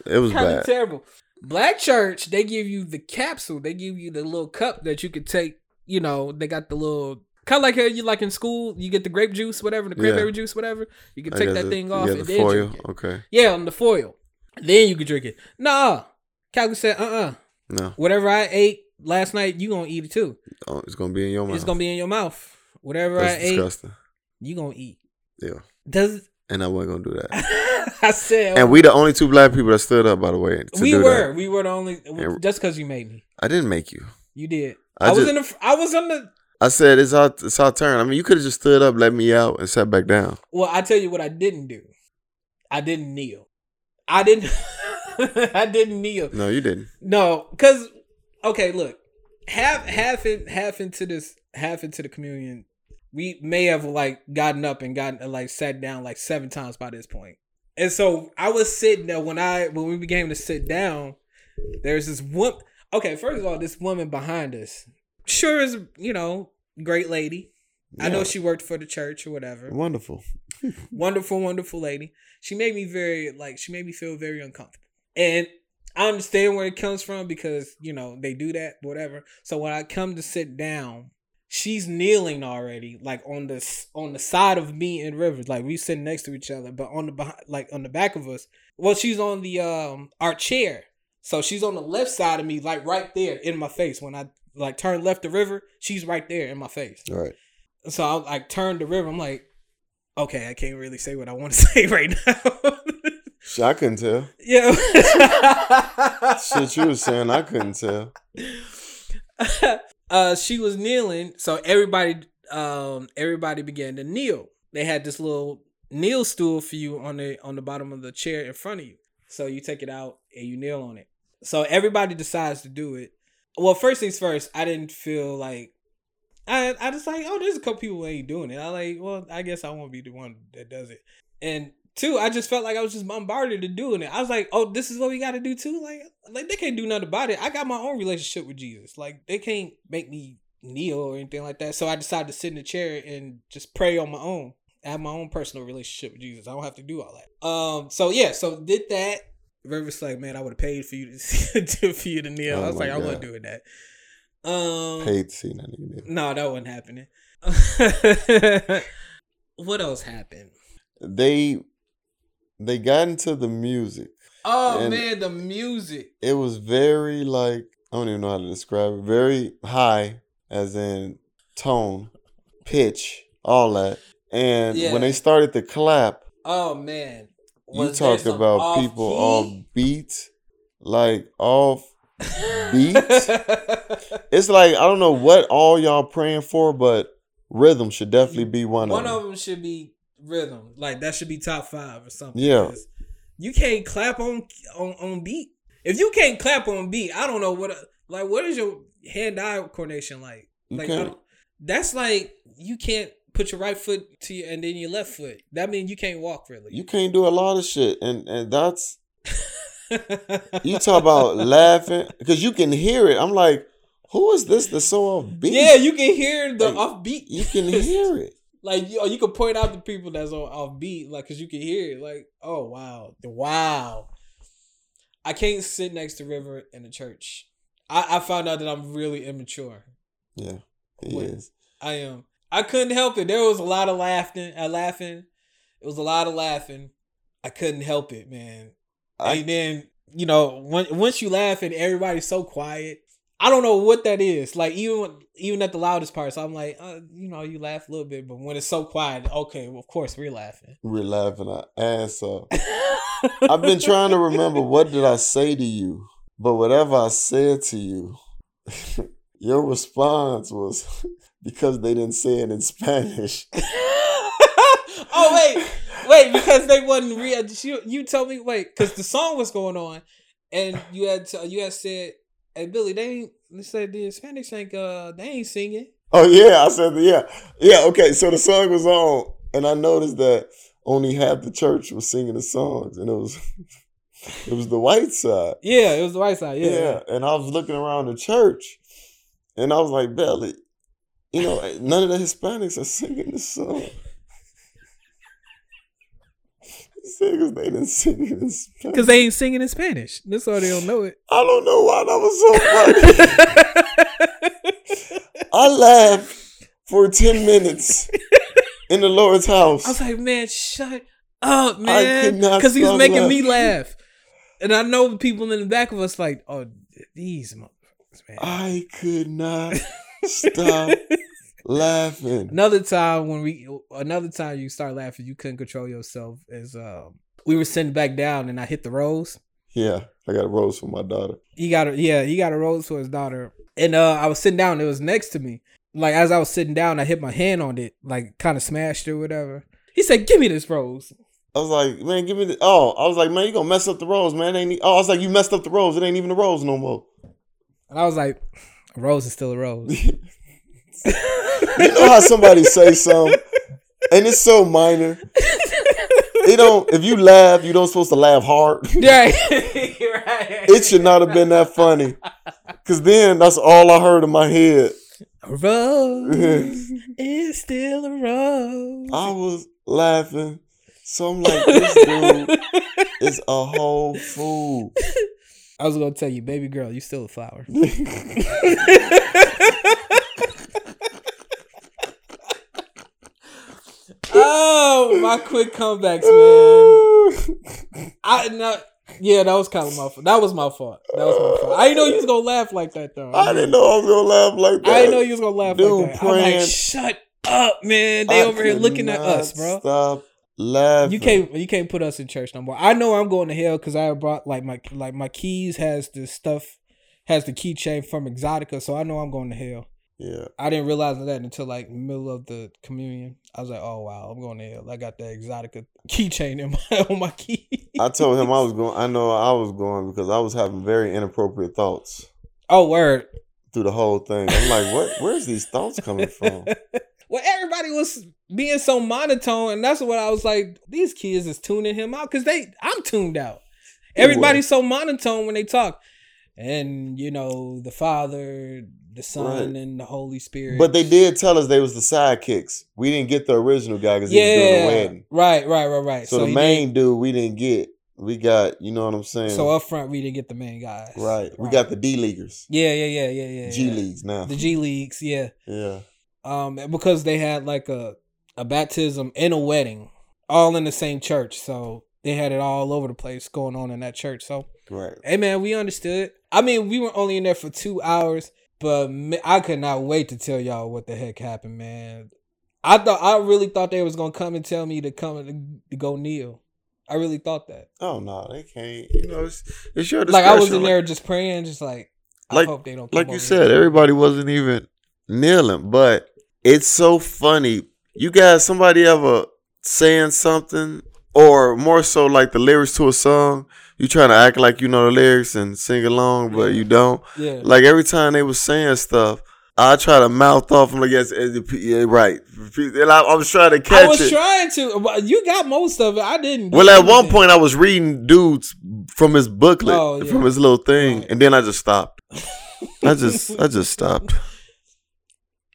S2: It was
S1: kind of
S2: bad.
S1: terrible. Black church, they give you the capsule. They give you the little cup that you could take. You know, they got the little kind of like how you like in school. You get the grape juice, whatever, the
S2: Yeah.
S1: cranberry juice, whatever. You can
S2: I
S1: take
S2: guess
S1: that
S2: it-
S1: thing off
S2: Yeah,
S1: and
S2: the
S1: then
S2: foil.
S1: drink it.
S2: Okay.
S1: Yeah, on the foil. Then you can drink it. Nah, Calgary said, uh, uh
S2: No,
S1: Whatever I ate last night, you gonna eat it too.
S2: oh, it's gonna be in your mouth.
S1: It's gonna be in your mouth. Whatever I
S2: That's
S1: ate,
S2: disgusting.
S1: you gonna eat.
S2: Yeah,
S1: Does
S2: and I wasn't gonna do that.
S1: I said
S2: And we the only two black people that stood up, by the way. To
S1: we
S2: do
S1: were
S2: That.
S1: we were the only
S2: And-
S1: just because you made me.
S2: I didn't make you.
S1: You did. I,
S2: I
S1: was
S2: just-
S1: in the. fr- I was on the.
S2: I said it's our it's our turn. I mean, you could have just stood up, let me out, and sat back down.
S1: Well, I tell you what I didn't do. I didn't kneel. I didn't. I didn't kneel.
S2: No, you didn't.
S1: No, because okay, look, half half in, half into this half into the communion, we may have like gotten up and gotten uh, like sat down like seven times by this point. And so I was sitting there when I when we began to sit down. There's this woman. Okay, first of all, this woman behind us, sure is you know great lady. I know
S2: Yeah.
S1: she worked for the church or whatever.
S2: Wonderful.
S1: Wonderful, wonderful lady. She made me very like she made me feel very uncomfortable. And I understand where it comes from because, you know, they do that, whatever. So when I come to sit down, she's kneeling already, like on the s- on the side of me and Rivers. Like we sitting next to each other, but on the behind, like on the back of us. Well, she's on the um our chair. So she's on the left side of me, like right there in my face. When I like turn left to river, she's right there in my face.
S2: All right.
S1: So I like turned to River. I'm like, okay, I can't really say what I want to say right now.
S2: Shit, I couldn't tell.
S1: yeah.
S2: Shit, you was saying I couldn't tell.
S1: uh, she was kneeling, so everybody, um, everybody began to kneel. They had this little kneel stool for you on the on the bottom of the chair in front of you. So you take it out and you kneel on it. So everybody decides to do it. Well, first things first, I didn't feel like I I just like, oh, there's a couple people who ain't doing it. I like, well, I guess I won't be the one that does it. And two, I just felt like I was just bombarded to doing it. I was like, oh, this is what we gotta do too. Like like they can't do nothing about it. I got my own relationship with Jesus. Like they can't make me kneel or anything like that. So I decided to sit in the chair and just pray on my own. I have my own personal relationship with Jesus. I don't have to do all that. Um so yeah, so did that. River's like, man, I would have paid for you to see, for you to kneel.
S2: Oh
S1: I was
S2: my
S1: like, I wasn't
S2: God.
S1: doing that. Um
S2: Paid to see that nigga. did.
S1: no, that wasn't happening. what else happened?
S2: They they got into the music.
S1: Oh
S2: And-
S1: man, the music.
S2: It was very like I don't even know how to describe it. Very high, as in tone, pitch, all that. And
S1: Yeah.
S2: when they started to clap,
S1: Oh man.
S2: you talk about people off beat, like off. beat? It's like I don't know what all y'all praying for, but rhythm should definitely be one,
S1: One
S2: of
S1: of
S2: them.
S1: them should be rhythm. Like that should be top five or something.
S2: Yeah.
S1: 'cause You can't clap on on on beat. If you can't clap on beat, I don't know what like what is your hand eye coordination like?
S2: You
S1: Like,
S2: can't.
S1: I don't- that's like you can't put your right foot to your, and then your left foot. That means you can't walk really.
S2: You can't do a lot of shit, and and that's you talk about laughing because you can hear it. I'm like, who is this that's so off beat?
S1: yeah, you can hear the
S2: Like,
S1: offbeat.
S2: you can hear it.
S1: like you, or you can point out the people that's on offbeat, like because you can hear it. Like, oh wow, wow. I can't sit next to River in the church. I, I found out that I'm really immature.
S2: Yeah, it
S1: Wait.
S2: is.
S1: I am. I couldn't help it. There was a lot of laughing. Uh, laughing. It was a lot of laughing. I couldn't help it, man.
S2: I-
S1: and then you know, when, once you laugh and everybody's so quiet, I don't know what that is. Like even when- even at the loudest parts, I'm like, uh, you know, you laugh a little bit, but when it's so quiet, okay, well, of course we're laughing.
S2: We're laughing our ass off. I've been trying to remember what did I say to you, but whatever I said to you, your response was because they didn't say it in Spanish.
S1: oh wait, wait, because they wasn't real. You, you told me wait, because the song was going on, and you had to, you had said, "Hey Billy, they ain't they said the Hispanics ain't uh they ain't singing."
S2: Oh yeah, I said yeah, yeah. Okay, so the song was on, and I noticed that only half the church was singing the songs, and it was it was the white side.
S1: Yeah, it was the white side. Yeah.
S2: Yeah, and I was looking around the church, and I was like, Belly, you know, eh, none of the Hispanics are singing this song. He said, "'Cause they didn't sing it in Spanish."
S1: Cause they ain't singing in Spanish. That's why they don't know it.
S2: I don't know why that was so funny. I laughed for ten minutes in the Lord's house.
S1: I was like, man, shut up,
S2: could
S1: man.
S2: not
S1: Because he was
S2: stop
S1: making
S2: laughing.
S1: me laugh. And I know the people in the back of us like, oh, these motherfuckers, man.
S2: I could not stop laughing.
S1: Another time when we, another time you start laughing, you couldn't control yourself. Is um, we were sitting back down, and I hit the rose.
S2: Yeah, I got a rose for my daughter.
S1: He got a yeah, he got a rose for his daughter, and uh, I was sitting down. It was next to me. Like as I was sitting down, I hit my hand on it, like kind of smashed it, or whatever. He said, "Give me this rose."
S2: I was like, man, give me the. Oh, I was like, man, you gonna mess up the rose, man. It ain't. e- Oh, I was like, you messed up the rose. It ain't even the rose no more.
S1: And I was like, "A rose is still a rose."
S2: You know how somebody say something, and it's so minor. It don't. If you laugh, you don't supposed to laugh hard.
S1: right, right.
S2: It should not have been that funny, cause then that's all I heard in my head.
S1: A rose is still a rose.
S2: I was laughing, so I'm like, this dude is a whole fool.
S1: I was gonna tell you, baby girl, you still a flower. oh, my quick comebacks, man. I no, yeah, that was kind of my fault. That was my fault. That was my fault. I didn't know you was gonna laugh like that though.
S2: I didn't know I was gonna laugh like that.
S1: I didn't know you was gonna laugh
S2: Dude,
S1: like that. I'm
S2: praying.
S1: like, shut up, man. They
S2: I
S1: over here
S2: could
S1: looking at
S2: not
S1: us, bro.
S2: Stop laughing.
S1: You can't you can't put us in church no more. I know I'm going to hell because I brought like my like my keys has the stuff has the keychain from Exotica, so I know I'm going to hell.
S2: Yeah,
S1: I didn't realize that until like middle of the communion. I was like, oh wow, I'm going to hell. I got that Exotica keychain in my on my key.
S2: I told him I was going. I know I was going because I was having very inappropriate thoughts
S1: oh word.
S2: through the whole thing. I'm like, what? Where's these thoughts coming from?
S1: Well, everybody was being so monotone, and that's what I was like. These kids is tuning him out because they I'm tuned out.
S2: They
S1: Everybody's so monotone when they talk, and you know the Father, the Son,
S2: Right.
S1: and the Holy Spirit.
S2: But they did tell us they was the sidekicks. We didn't get the original guy because he was doing the
S1: yeah,
S2: wedding.
S1: right, right, right, right.
S2: So, the
S1: he
S2: main dude we didn't get. We got, you know what I'm saying?
S1: didn't- so uh, up front we didn't get the main guys.
S2: right. We got the D leaguers.
S1: yeah, yeah, yeah, yeah, yeah.
S2: G
S1: yeah.
S2: leagues now.
S1: the G leagues, yeah.
S2: yeah.
S1: um because they had like a a baptism and a wedding all in the same church so they had it all over the place going on in that church so
S2: Right.
S1: hey man we understood i mean we were only in there for two hours but ma- i could not wait to tell y'all what the heck happened man i thought i really thought they was gonna come and tell me to come and to go kneel i really thought that
S2: Oh no, they can't. You know, it's, it's your
S1: like i was
S2: discretion.
S1: in there just praying just like i
S2: Like-
S1: hope they don't come
S2: Like, like you
S1: over
S2: said,
S1: here.
S2: everybody wasn't even kneeling, but it's so funny. You guys, somebody ever saying something, or more so like the lyrics to a song. You trying to act like you know the lyrics and sing along, but you don't.
S1: yeah
S2: Like every time they was saying stuff, I try to mouth off. I'm like, yes, yes, yeah, right. And I, I was trying to catch
S1: i was
S2: it.
S1: trying to but you got most of it i didn't
S2: well,
S1: do
S2: at one
S1: anything.
S2: point, I was reading dudes from his booklet,
S1: Oh, yeah.
S2: from his little thing,
S1: Right.
S2: and then I just stopped. I just, I just stopped.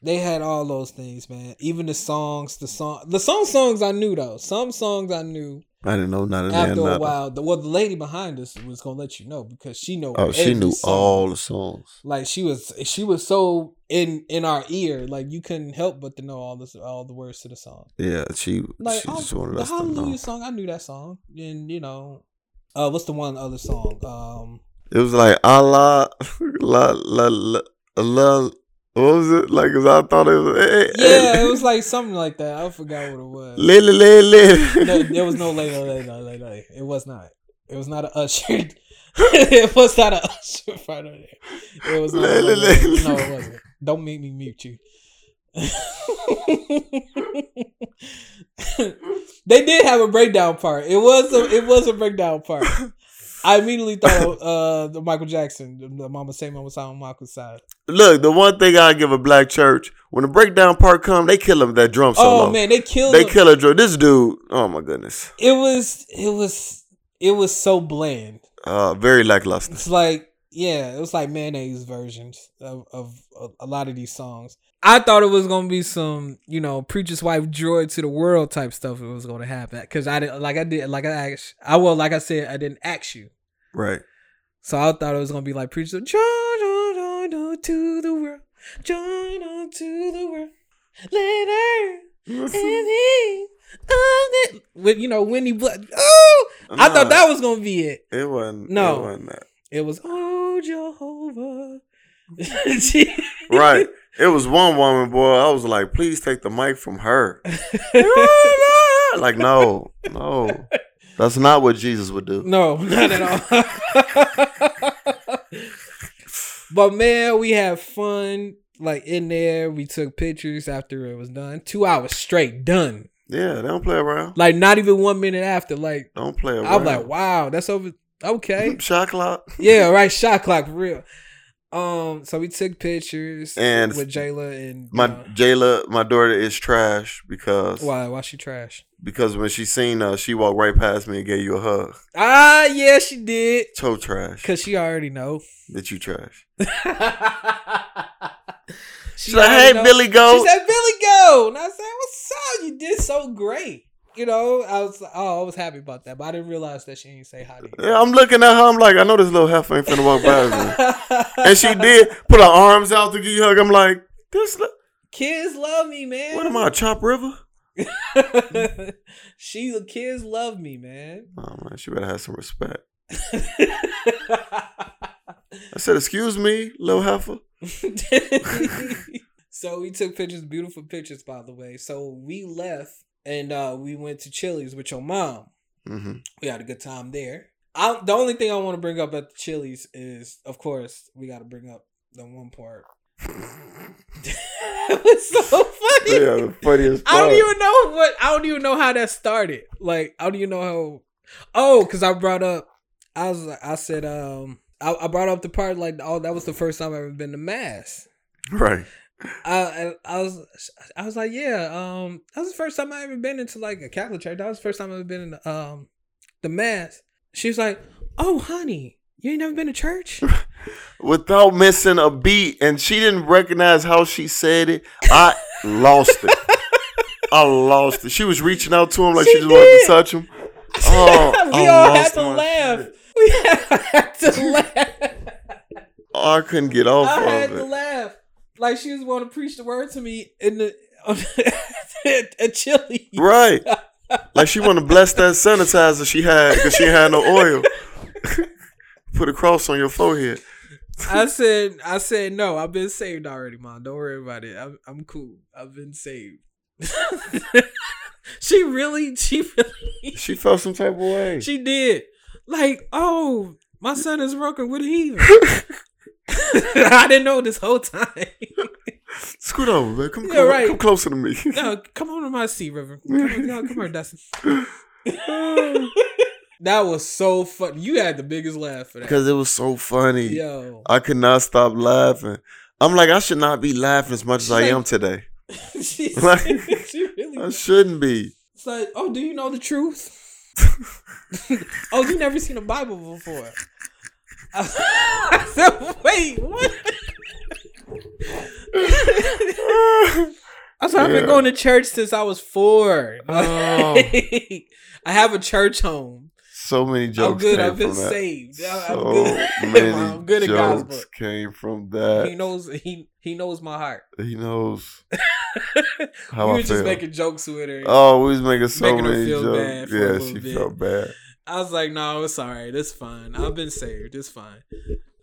S1: They had all those things, man. Even the songs, the song, the song songs I knew though. Some songs I knew
S2: I didn't know not a damn
S1: after a
S2: nothing.
S1: while. The, well, the lady behind us was gonna let you know because she know.
S2: Oh, she
S1: every
S2: knew
S1: song.
S2: all the songs.
S1: Like she was, she was so in in our ear, like you couldn't help but to know all this, all the words to the song.
S2: Yeah, she,
S1: Like
S2: she
S1: oh,
S2: just wanted
S1: the
S2: us to know.
S1: Hallelujah song, I knew that song, and you know, uh, what's the one other song? Um,
S2: It was like Allah, la, la, la, la. What was it like? Cause I thought it was. eh,
S1: yeah, it was like something like that. I forgot what it was.
S2: Lily, Lily, Lily.
S1: no, there was no later, later, later, later. It was not. It was not a usher. it was not a usher part of it. It was not. a
S2: Lay, lay, lay.
S1: No, it wasn't. Don't make me mute you. they did have a breakdown part. It was a it was a breakdown part. I immediately thought uh the Michael Jackson, the Mama Say Mama Say on Michael's side.
S2: Look, the one thing I give a black church When the breakdown part come, they kill him that drum
S1: oh
S2: solo.
S1: man, they killed.
S2: they
S1: him.
S2: kill a drum. This dude, oh my goodness,
S1: It was it was it was so bland.
S2: uh, very lackluster.
S1: It's like yeah, it was like mayonnaise versions of of a, a lot of these songs. I thought it was gonna be some you know preacher's wife joy to the world type stuff. It was gonna happen because I didn't like I did like I asked I well like I said I didn't ask you.
S2: Right.
S1: So I thought it was gonna be like preacher joy, joy, joy, joy to the world, joy to the world. Later, and he, oh, that- with you know Winnie Blood. Oh, I thought that was gonna be it.
S2: it wasn't.
S1: No.
S2: it wasn't that.
S1: It was oh Jehovah.
S2: right. It was one woman, boy. I was like, please take the mic from her. like, no, no, that's not what Jesus would do.
S1: no, not at all. but man, we had fun. Like in there, we took pictures after it was done. Two hours straight, done.
S2: Yeah, they don't play around.
S1: Like not even one minute after. Like
S2: Don't play around.
S1: I'm like, wow, that's over. Okay,
S2: shot clock.
S1: yeah, right. Shot clock for real. Um, so we took pictures
S2: And
S1: with Jayla and
S2: My
S1: uh,
S2: Jayla, my daughter is trash because
S1: why why she trash?
S2: because when she seen us, she walked right past me and gave you a hug.
S1: Ah, yeah, she did.
S2: So trash
S1: Cause she already know.
S2: that you trash.
S1: she
S2: She's like,
S1: already
S2: hey,
S1: know.
S2: Billy,
S1: She
S2: go.
S1: said, "Billy, go." And I said, "What's up? You did so great." You know, I was oh, I was happy about that, but I didn't realize that she didn't say hi to you.
S2: Yeah, I'm looking at her. I'm like, I know this little heifer ain't finna walk past me. and she did put her arms out to give you a hug. I'm like, this. li-
S1: Kids love me, man.
S2: What am I, Chop River?
S1: I? she the kids love me, man.
S2: Oh man, she better have some respect. I said, "Excuse me, little heifer."
S1: so we took pictures, beautiful pictures, by the way. So we left and uh, we went to Chili's with your mom.
S2: Mm-hmm.
S1: We had a good time there. I, the only thing I want to bring up at the Chili's is, of course, we got to bring up the one part. that was so funny.
S2: They are the funniest.
S1: I don't
S2: part.
S1: even know what. I don't even know how that started. Like I don't even know how. Oh, because I brought up. I was. like- I said. Um. I, I brought up the part like, oh, that was the first time I ever been to mass.
S2: Right.
S1: I, I I was I was like, yeah, um, that was the first time I ever been into like a Catholic church. That was the first time I ever been in the, um the mass. She was like, oh, honey, you ain't never been to church.
S2: Without missing a beat, and she didn't recognize how she said it. I lost it. I lost it. She was reaching out to him like she,
S1: She
S2: just wanted
S1: did.
S2: to touch him. Oh,
S1: we
S2: I
S1: all had
S2: lost
S1: to
S2: my
S1: laugh.
S2: shit.
S1: We had to laugh.
S2: Oh, I couldn't get off
S1: I had
S2: of
S1: to
S2: it.
S1: laugh. Like she was going to preach the word to me in the on, at, at Chili.
S2: Right. Like she want to bless that sanitizer she had because she had no oil. Put a cross on your forehead.
S1: I said, I said, no, I've been saved already, mom. Don't worry about it. I'm, I'm cool. I've been saved. she really, she really,
S2: She felt some type of way.
S1: she did. Like, oh, my son is working with heathen. I didn't know this whole time.
S2: Scoot over, man. Come,
S1: Yeah,
S2: come,
S1: right.
S2: come closer to me.
S1: no, come on to my seat, Reverend. Come, on, no, come here, Dustin. that was so fun. You had the biggest laugh for that.
S2: Because it was so funny.
S1: Yo.
S2: I could not stop laughing. I'm like, I should not be laughing as much as I
S1: Like-
S2: am today.
S1: she,
S2: Like-
S1: she really
S2: I shouldn't be.
S1: It's like, oh, do you know the truth? oh, you never seen a Bible before. I said, wait, what? I said, I've
S2: Yeah.
S1: been going to church since I was four.
S2: Oh.
S1: I have a church home.
S2: So many jokes.
S1: I'm good.
S2: Came
S1: I've been
S2: from that.
S1: saved. I- I'm
S2: So
S1: good.
S2: many
S1: I'm good at God's
S2: jokes
S1: book.
S2: came from
S1: He
S2: that.
S1: knows he he knows my heart.
S2: He knows
S1: we
S2: how
S1: were
S2: I
S1: just
S2: feel.
S1: making jokes with her.
S2: oh, we was making so
S1: making her
S2: many
S1: feel bad
S2: jokes.
S1: for a
S2: Yeah,
S1: little
S2: she
S1: bit.
S2: felt bad.
S1: I was like, no, it's all right. It's fine. I've been saved. It's fine.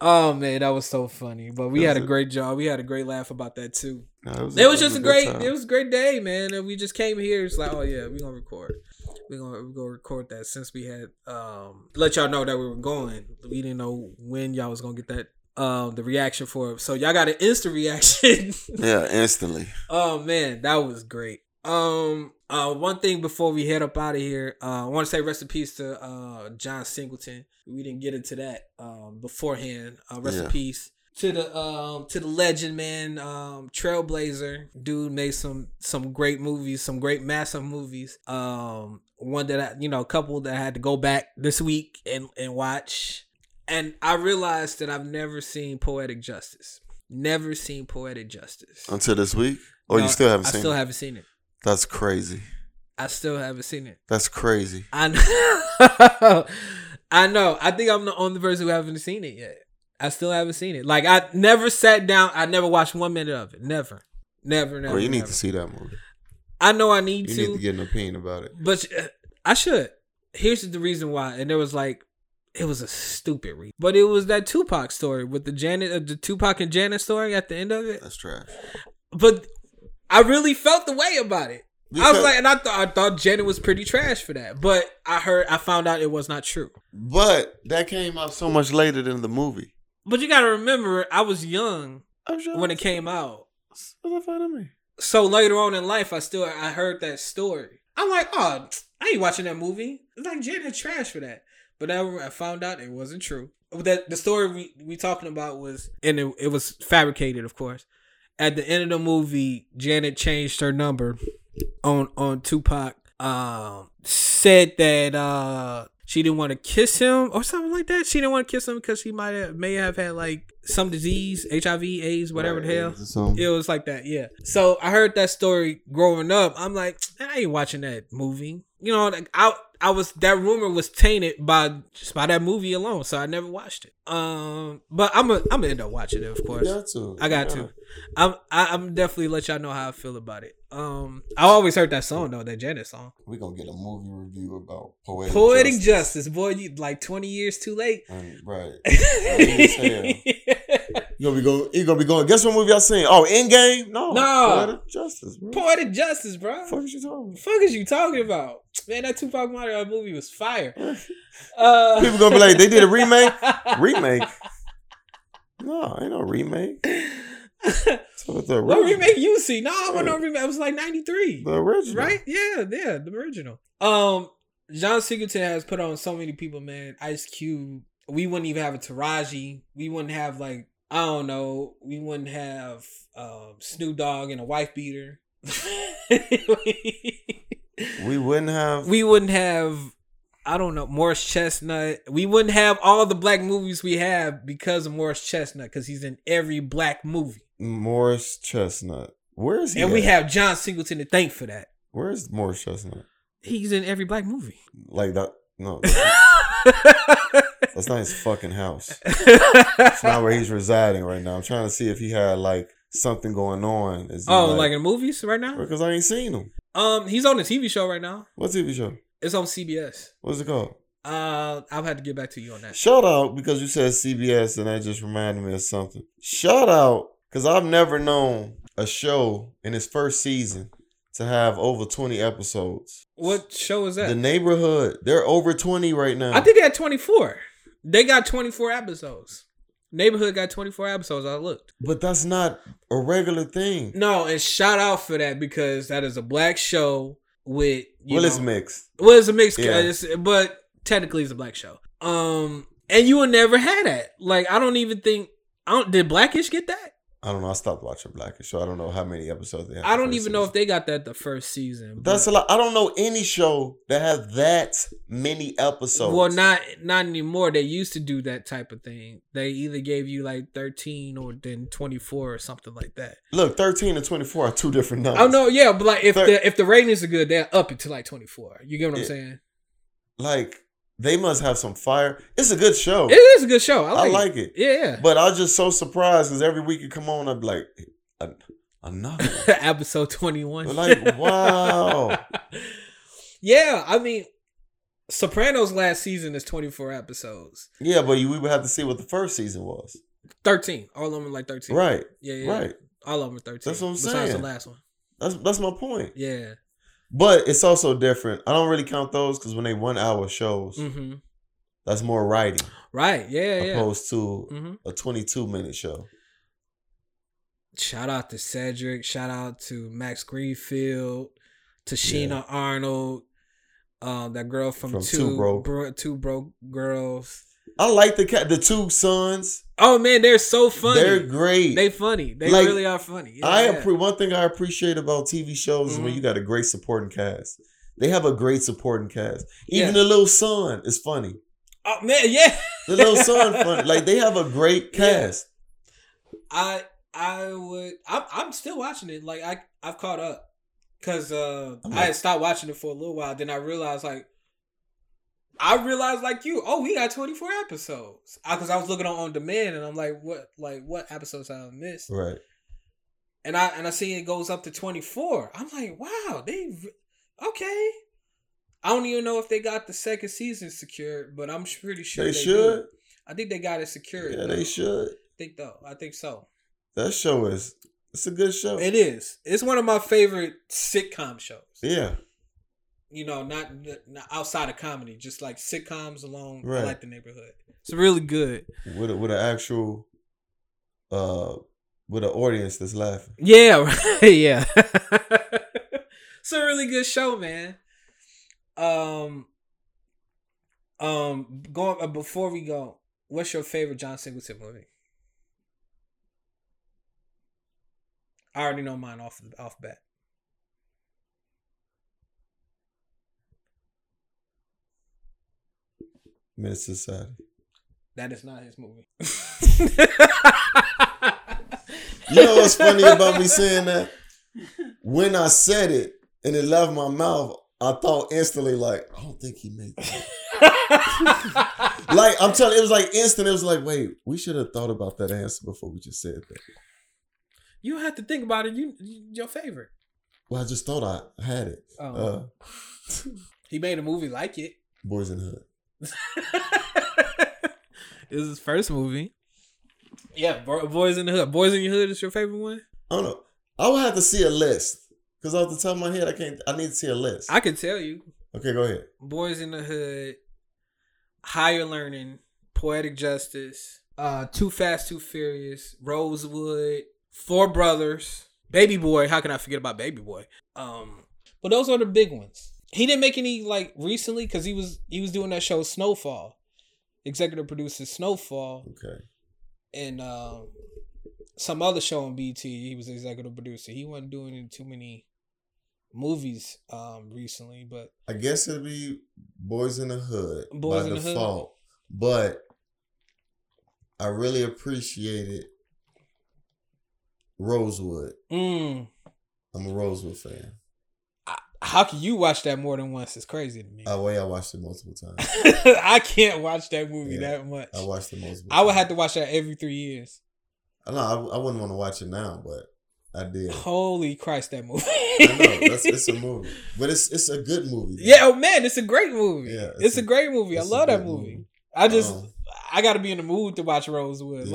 S1: Oh man, that was so funny. But we
S2: That
S1: had
S2: was
S1: a
S2: it.
S1: great job. We had a great laugh about that too.
S2: No, it was,
S1: It was
S2: it
S1: just a
S2: good
S1: great.
S2: time.
S1: It was a great day, man. And we just came here. It's like, oh yeah, we gonna record. We gonna we gonna record that since we had um let y'all know that we were going. We didn't know when y'all was gonna get that um the reaction for it. So y'all got an instant reaction.
S2: yeah, instantly.
S1: Oh man, that was great. Um, uh, one thing before we head up out of here, uh, I want to say rest in peace to uh John Singleton. We didn't get into that um beforehand. Uh, rest
S2: Yeah.
S1: in peace to the um to the legend man um trailblazer dude made some some great movies some great massive movies um one that i you know a couple that i had to go back this week and and watch and i realized that i've never seen poetic justice never seen poetic justice
S2: Until this week? Or
S1: No,
S2: you still haven't
S1: i
S2: seen
S1: still
S2: it?
S1: haven't seen it
S2: That's crazy.
S1: i still haven't seen it
S2: That's crazy.
S1: i know i know i think i'm the only person who haven't seen it yet i still haven't seen it like i never sat down i never watched one minute of it never never never
S2: Bro, you need
S1: never.
S2: to see that movie.
S1: I know I need
S2: You
S1: to,
S2: need to get an opinion about it.
S1: but uh, I should. Here's the reason why. And there was like, it was a stupid reason, but it was that Tupac story with the Janet, uh, the Tupac and Janet story at the end of it.
S2: That's trash.
S1: But I really felt the way about it. I was
S2: Because-
S1: like, and I thought I thought Janet was pretty trash for that, but I heard I found out it was not true.
S2: but that came out so much later than the movie.
S1: But you gotta remember, I was young
S2: I'm sure.
S1: when it came out.
S2: What's the fun of me?
S1: so later on in life, I still I heard that story. I'm like, oh, I ain't watching that movie. It's like Janet trash for that. But then I found out it wasn't true. That the story we we talking about was, and it, it was fabricated, of course. At the end of the movie, Janet changed her number on on Tupac. Um, said that uh she didn't want to kiss him or something like that. She didn't want to kiss him because she might have may have had like some disease, HIV, AIDS, whatever the hell. It was like that, yeah. So I heard that story growing up. I'm like, I ain't watching that movie. You know, like I I was that rumor was tainted by just by that movie alone, so I never watched it. Um, but I'm a, I'm gonna end up watching it, of course.
S2: got to.
S1: I got to. I'm I, I'm definitely let y'all know how I feel about it. Um, I always heard that song though, that Janet song,
S2: We're going to get a movie review about Poetic,
S1: Poetic Justice. Boy, you like 20 years too late.
S2: And- right. You're going to be going. You're going to be going. Guess what movie I seen? Oh, Endgame? No.
S1: No.
S2: Poetic Justice, bro.
S1: Poetic Justice, bro.
S2: What the fuck is you talking about?
S1: fuck is you talking about? Man, that Tupac Mario movie was fire. Uh,
S2: People gonna be like, they did a remake? remake. No, ain't no remake. It's what the
S1: what
S2: original-
S1: remake you see? No, I want no remake. It was like '93,
S2: The original.
S1: right? Yeah, yeah, the original. Um, John Singleton has put on so many people, man. Ice Cube. We wouldn't even have a Taraji. We wouldn't have like I don't know. We wouldn't have um, Snoop Dogg and a wife beater.
S2: We wouldn't have.
S1: we wouldn't have I don't know Morris Chestnut. We wouldn't have all the black movies we have because of Morris Chestnut because he's in every black movie,
S2: Morris Chestnut. Where is he?
S1: and we
S2: at?
S1: have John Singleton to thank for that.
S2: Where's Morris Chestnut?
S1: He's in every black movie.
S2: Like that? No, that's not his fucking house. It's not where he's residing right now. I'm trying to see if he had like something going on. Is he,
S1: oh, like in movies right now?
S2: because I ain't seen him.
S1: Um, he's on a TV show right now.
S2: What TV show?
S1: It's on CBS.
S2: What's it called?
S1: Uh, I'll have to get back to you on that.
S2: Shout out because you said CBS and that just reminded me of something. Shout out because I've never known a show in its first season to have over 20 episodes.
S1: What show is
S2: The
S1: that?
S2: neighborhood, they're over 20 right now.
S1: I think they had twenty four. They got twenty four episodes. Neighborhood got twenty four episodes. I looked.
S2: but that's not a regular thing.
S1: No, and shout out for that because that is a black show with you
S2: well, it's
S1: know-
S2: mixed.
S1: Well, it's a mix,
S2: Yeah.
S1: but technically it's a black show. Um, and you would never had that. Like, I don't even think I don't. Did Blackish get that?
S2: I don't know. I stopped watching Blackish, so I don't know how many episodes they have.
S1: I don't even know if they got that the first season.
S2: That's a
S1: but-
S2: lot. I don't know any show that has that many episodes.
S1: well, not not anymore. They used to do that type of thing. They either gave you like thirteen or then twenty four or something like that.
S2: Look, 13 and 24 are two different numbers.
S1: Oh no, yeah, but like if
S2: Thir-
S1: the if the ratings are good, they'll up it to like twenty four. You get what I'm
S2: Yeah.
S1: saying?
S2: Like, they must have some fire. It's a good show.
S1: It is a good show. I
S2: I
S1: like,
S2: like
S1: it.
S2: it.
S1: Yeah.
S2: But I was just so surprised because every week it come on, I'd be like, "An- another. one."
S1: episode 21
S2: Like, wow.
S1: yeah i mean sopranos last season is 24 episodes
S2: yeah, but you, we would have to see what the first season was.
S1: 13 all of them are like 13
S2: Right,
S1: yeah, yeah
S2: right.
S1: all of them are 13
S2: That's what I'm
S1: besides
S2: saying.
S1: the last one
S2: That's that's my point.
S1: yeah
S2: But it's also different. I don't really count those because when they one hour shows,
S1: hmm
S2: that's more writing
S1: right yeah yeah
S2: opposed to
S1: hmm
S2: a twenty two minute show.
S1: shout out to cedric shout out to max greenfield to sheena arnold um, that girl from,
S2: From
S1: two,
S2: Two Broke.
S1: Bro- two broke girls
S2: I like the cat. The two sons.
S1: Oh man, they're so funny.
S2: They're
S1: They're
S2: great.
S1: they funny. They
S2: Like,
S1: really are funny. Yeah,
S2: I
S1: yeah.
S2: appre- one thing I appreciate about TV shows is when
S1: Mhm.
S2: you got a great supporting cast. They have a great supporting cast. Even
S1: Yeah.
S2: the little son is funny.
S1: Oh man, yeah.
S2: The little son funny. Like they have a great
S1: Yeah.
S2: cast.
S1: I I would. I'm I'm still watching it. Like I I've caught up because uh,
S2: I'm
S1: I
S2: like-
S1: had stopped watching it for a little while. Then I realized like I realized like you. Oh, we got 24 episodes. Because I, was looking on on demand and I'm like, what like what episodes I missed?
S2: Right.
S1: And I and I see it goes up to 24. I'm like, wow, they re- okay. I don't even know if they got the second season secured, but I'm pretty sure
S2: they
S1: do.
S2: should.
S1: I think they got it secured.
S2: Yeah,
S1: though.
S2: they should.
S1: I think though. I think so.
S2: That show is it's a good show.
S1: It is. It's one of my favorite sitcom shows.
S2: yeah.
S1: You know, not, not outside of comedy, just like sitcoms alone. I
S2: Right.
S1: like the neighborhood. It's really good.
S2: With a, with an actual uh with an audience that's laughing.
S1: Yeah, right, yeah. it's a really good show, man. Um, um, going uh, before we go, what's your favorite John Singleton movie? I already know mine off off bat.
S2: Minute Society.
S1: That is not his movie.
S2: You know what's funny about me saying that? When I said it and it left my mouth, I thought instantly like, I don't think he made that. like I'm telling, it was like instant. It was like, wait, we should have thought about that answer before we just said that.
S1: you don't have to think about it. You your favorite.
S2: Well, I just thought I had it.
S1: Oh.
S2: Uh,
S1: He made a movie like it.
S2: Boys in the Hood.
S1: it was his first movie. Yeah, Bo- Boys in the Hood. Boys in your Hood is your favorite one.
S2: I don't know. I would have to see a list because off the top of my head, I can't. I need to see a list.
S1: I can tell you,
S2: okay, go ahead.
S1: Boys in the Hood, Higher Learning, Poetic Justice, uh, Too Fast, Too Furious, Rosewood, Four Brothers, Baby Boy. How can I forget about Baby Boy? Um, but those are the big ones. He didn't make any like recently because he was he was doing that show Snowfall, executive producer Snowfall,
S2: Okay,
S1: and um, some other show on BT. He was executive producer. He wasn't doing too many movies um recently, but
S2: I guess it'll be Boys in the Hood
S1: Boys
S2: by
S1: in the Hood.
S2: default, but I really appreciated Rosewood.
S1: mm,
S2: I'm a Rosewood fan.
S1: How can you watch that more than once? It's crazy to me.
S2: I way I watched it multiple times.
S1: I can't watch that movie
S2: Yeah,
S1: that much.
S2: I watched it multiple.
S1: I would
S2: times.
S1: have to watch that every three years.
S2: I know I, I wouldn't want to watch it now, but I did.
S1: Holy Christ, that movie!
S2: I know that's it's a movie, but it's it's a good movie.
S1: yeah, oh man, it's a great movie.
S2: Yeah,
S1: it's, a, great movie. I
S2: it's a
S1: love that
S2: good
S1: movie. I just,
S2: Um,
S1: I got to be in the mood to watch Rosewood.
S2: Yeah.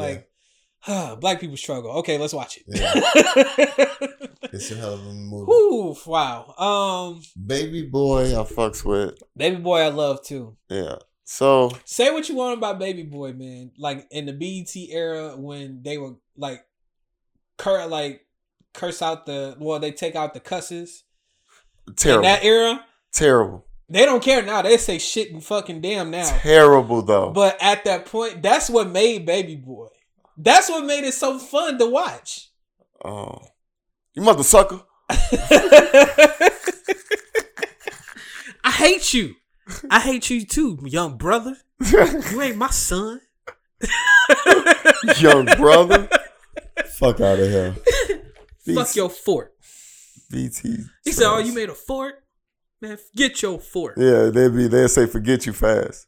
S1: Like, black people struggle. Okay, let's watch it.
S2: it's a hell of a movie.
S1: Whew, wow. Um,
S2: Baby boy, I fucks with.
S1: Baby Boy, I love too.
S2: Yeah. So
S1: Say what you want about Baby Boy, man. Like in the BET era when they were like cur like curse out the well, they take out the cusses.
S2: terrible,
S1: In that era,
S2: terrible,
S1: they don't care now. They say shit and fucking damn now.
S2: terrible though.
S1: But at that point, that's what made Baby Boy. That's what made it so fun to watch.
S2: oh, you mother sucker.
S1: I hate you. I hate you too, young brother. You ain't my son.
S2: Young brother. Fuck out of here.
S1: Fuck your fort.
S2: BT.
S1: He said, "Oh, you made a fort, man. Get your fort,
S2: Yeah, they be they say forget you fast.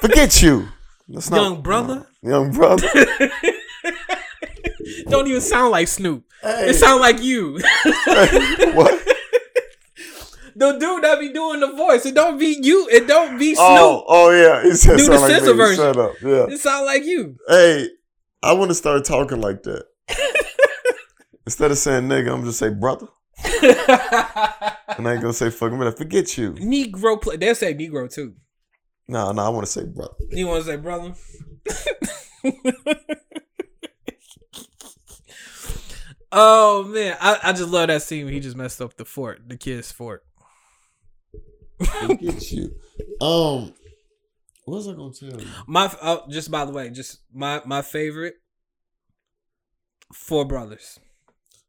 S2: forget you. That's
S1: young brother."
S2: Young brother.
S1: Don't even sound like Snoop.
S2: Hey.
S1: It sound like you,
S2: what?
S1: the dude that be doing the voice. It don't be you. It don't be Snoop.
S2: Oh, oh yeah. It said
S1: Do the
S2: sound like
S1: scissor
S2: me.
S1: version.
S2: Shut up. Yeah.
S1: It sound like you.
S2: Hey, I want to start talking like that. Instead of saying nigga, I'm just say brother, and I ain't gonna say fucking brother. Forget you.
S1: Negro play. They'll say Negro too.
S2: No, no, I want to say brother.
S1: You want to say brother? oh man, I, I just love that scene. Where he just messed up the fort, the kid's fort.
S2: Forget you. Um, What was I gonna tell you?
S1: My uh, just by the way, just my my favorite. Four Brothers.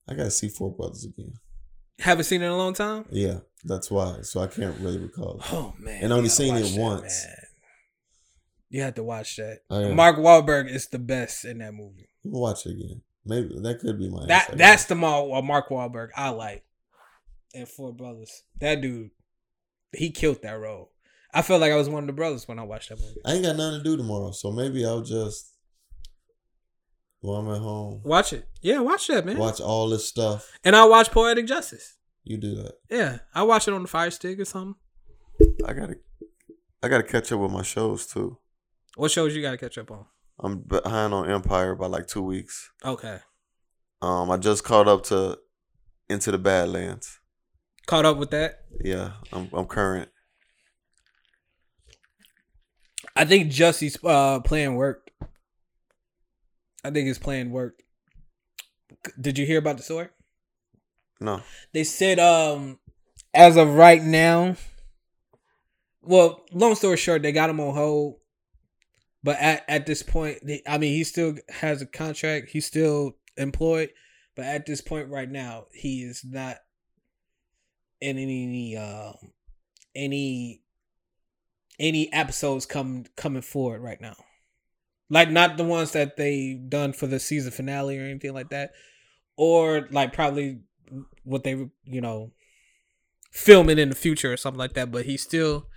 S2: I gotta see Four Brothers again.
S1: Haven't seen it in a long time.
S2: Yeah, that's why. So I can't really recall. it.
S1: Oh man!
S2: And
S1: you gotta
S2: only seen it
S1: watch that,
S2: once.
S1: man. You have to watch that.
S2: I gotta
S1: Mark Wahlberg is the best in that movie.
S2: we'll watch it again. Maybe that could be my
S1: That
S2: answer.
S1: that's the Mar- uh, Mark Wahlberg I like. And Four Brothers. That dude, he killed that role. I felt like I was one of the brothers when I watched that movie.
S2: I ain't got nothing to do tomorrow, so maybe I'll just while I'm at home
S1: Watch it. Yeah, watch that, man.
S2: watch all this stuff.
S1: And I watch Poetic Justice.
S2: You do that.
S1: Yeah, I watch it on the Fire Stick or something.
S2: I gotta I gotta catch up with my shows too.
S1: What shows you got to catch up on?
S2: I'm behind on Empire by like two weeks.
S1: Okay,
S2: Um, I just caught up to Into the Badlands.
S1: caught up with that.
S2: Yeah, I'm I'm current.
S1: I think Jussie's uh, plan worked. I think his plan worked. Did you hear about the sword?
S2: No,
S1: they said um as of right now well long story short they got him on hold but at, at this point they, i mean he still has a contract he's still employed but at this point right now he is not in any um any any episodes come coming forward right now like not the ones that they done for the season finale or anything like that or like probably what they you know filming in the future or something like that but he still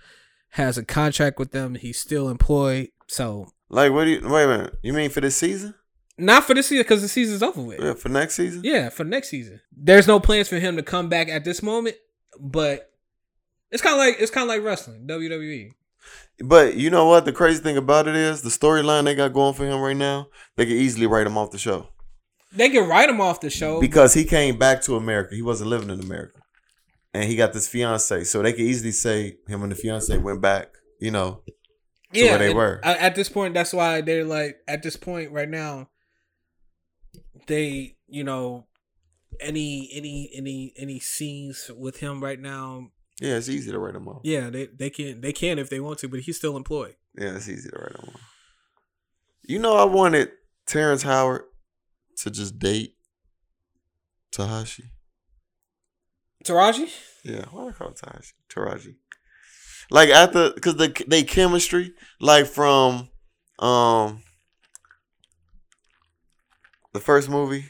S1: has a contract with them he's still employed so
S2: like what do you wait a minute? You mean for this season?
S1: not for this season because the season's over with
S2: Yeah, for next season?
S1: yeah for next season there's no plans for him to come back at this moment but it's kind of like it's kind of like wrestling E. wwe
S2: But you know what? The crazy thing about it is the storyline they got going for him right now. They could easily write him off the show
S1: they can write him off the show
S2: because he came back to America. He wasn't living in America, and he got this fiance. So they could easily say him and the fiance went back. You know, to where they
S1: and
S2: were.
S1: a- At this point, that's why they're like at this point right now. They, you know, any any any any scenes with him right now,
S2: yeah, it's easy to write him off.
S1: yeah, they they can they can if they want to, but he's still employed.
S2: Yeah, it's easy to write on. You know, I wanted Terrence Howard to just date Tahashi.
S1: Taraji,
S2: Yeah, why do I call it Tahashi? Taraji. Like after, cause the they chemistry, like from, um, the first movie.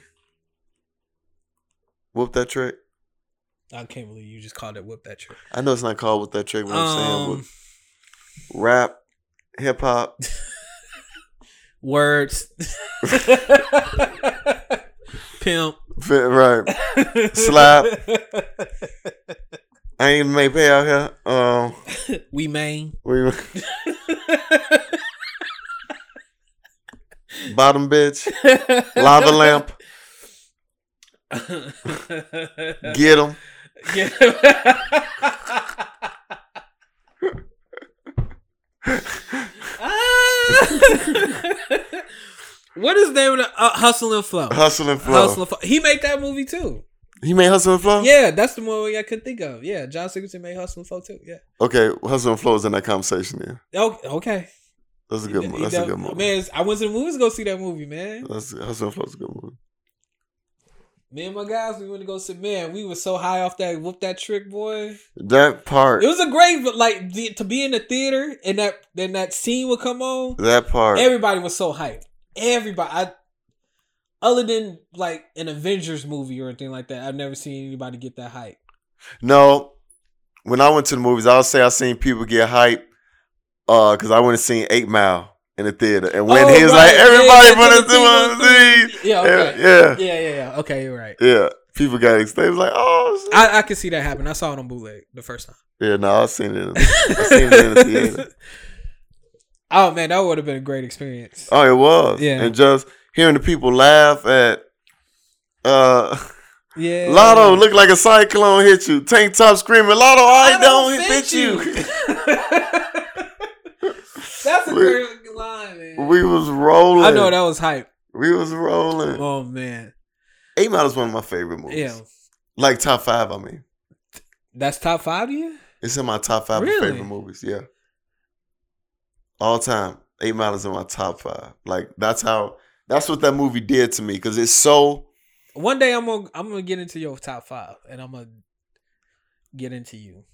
S2: Whoop that trick.
S1: I can't believe you just called it whip that trick.
S2: I know it's not called Whoop that trick, but I'm saying
S1: Um,
S2: with rap, hip hop.
S1: words, pimp,
S2: right. Slap. I ain't made pay out here. Um,
S1: we main.
S2: we bottom bitch, lava lamp, get him.
S1: Yeah. what is the name of the, uh, Hustle and Flow?
S2: Hustle and flow.
S1: Hustle and Flow. He made that movie too.
S2: He made hustle and flow.
S1: Yeah, that's the movie I could think of. Yeah, John Singleton made Hustle and Flow too. Yeah.
S2: Okay, hustle and flow is in that conversation. Yeah,
S1: Oh, okay.
S2: that's a good.
S1: He-
S2: Mo-
S1: he
S2: that's a
S1: done-
S2: good movie.
S1: Man, I went to the movies to go see that movie, man.
S2: That's hustle and flow is a good movie.
S1: Me and my guys, we went to go see. Man, we were so high off that whoop that trick, boy.
S2: That part.
S1: It was a great, but like the, to be in the theater and that then that scene would come on.
S2: that part.
S1: Everybody was so hyped. Everybody, I, other than like an Avengers movie or anything like that, I've never seen anybody get that hype.
S2: no, when I went to the movies, I'll say I seen people get hype. Uh, cause I went and seen Eight Mile in the theater, and when
S1: Oh,
S2: he was
S1: right.
S2: like,
S1: Yeah,
S2: "Everybody
S1: yeah,
S2: gonna
S1: yeah,
S2: do one
S1: yeah,
S2: scene,"
S1: yeah, okay.
S2: yeah,
S1: Yeah, yeah, yeah. Okay, you're right.
S2: yeah, people got excited. It was Like, oh, shit.
S1: I, I could see that happen. I saw it on bootleg the first time.
S2: yeah, no, I seen it. I seen it in the theater.
S1: oh man, that would have been a great experience.
S2: Oh, it was.
S1: Yeah.
S2: And just hearing the people laugh at uh
S1: yeah,
S2: Lotto look like a cyclone hit you. Tank top screaming, Lotto, I,
S1: I
S2: don't,
S1: don't
S2: hit
S1: fit
S2: you.
S1: That's a
S2: We-
S1: great line, man.
S2: we was rolling.
S1: I know that was hype.
S2: We was rolling.
S1: Oh man,
S2: Eight Mile is one of my favorite movies.
S1: yeah.
S2: Like top five, I mean.
S1: That's top five to you?
S2: It's in my top five of
S1: Really?
S2: favorite movies, yeah. all time, Eight Mile is in my top five. Like that's how that's what that movie did to me because it's so
S1: One day I'm gonna I'm gonna get into your top five, and I'm gonna get into you.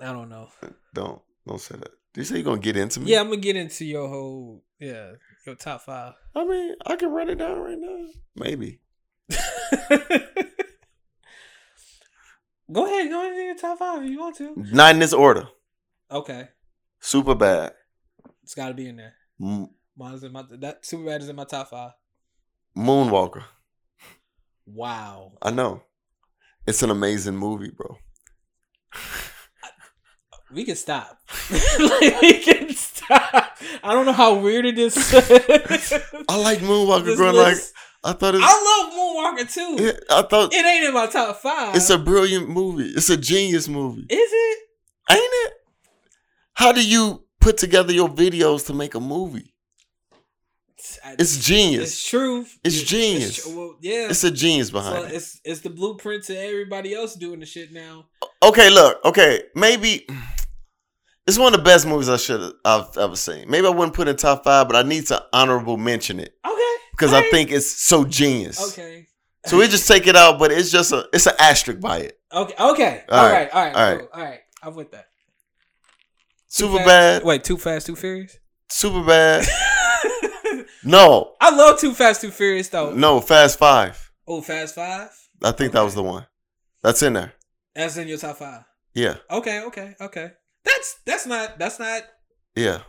S1: I don't know.
S2: don't don't say that. Did you say you're gonna get into me?
S1: Yeah, I'm gonna get into your whole yeah your top five.
S2: I mean, I can run it down right now. Maybe.
S1: go ahead, go into your top five if you want to.
S2: Not in this order.
S1: Okay,
S2: Super bad.
S1: it's got to be in there. Mine's in my that Superbad is in my top five.
S2: Moonwalker.
S1: Wow.
S2: I know. It's an amazing movie, bro.
S1: We can stop. like, we can stop. I don't know how weird it is.
S2: I like Moonwalker
S1: This
S2: growing like
S1: list-
S2: I thought it's
S1: I love Moonwalker too.
S2: yeah, I thought
S1: It ain't in my top five.
S2: it's a brilliant movie. It's a genius movie.
S1: Is it?
S2: Ain't it? How do you put together your videos to make a movie?
S1: It's, I-
S2: It's genius.
S1: it's true.
S2: It's genius.
S1: tr- well, yeah.
S2: It's a genius
S1: so
S2: behind it.
S1: it's it's the blueprint to everybody else doing the shit now.
S2: Okay, look. Okay, maybe it's one of the best movies I should I've ever seen. Maybe I wouldn't put it in top five, but I need to honorable mention it
S1: Okay.
S2: because I
S1: Alright.
S2: think it's so genius.
S1: Okay.
S2: So we just take it out, but it's just a it's an asterisk by it.
S1: Okay. Okay.
S2: All
S1: all
S2: right,
S1: right. All right.
S2: all right.
S1: cool, all right. I'm with that.
S2: Super bad,
S1: Wait, Too Fast, Too Furious?
S2: super bad. No,
S1: I love Too Fast, Too Furious though.
S2: no, Fast Five.
S1: Oh, Fast Five?
S2: I think that was the one. That's in there.
S1: That's in your top five.
S2: Yeah,
S1: Okay, okay, okay. That's that's not that's not
S2: yeah.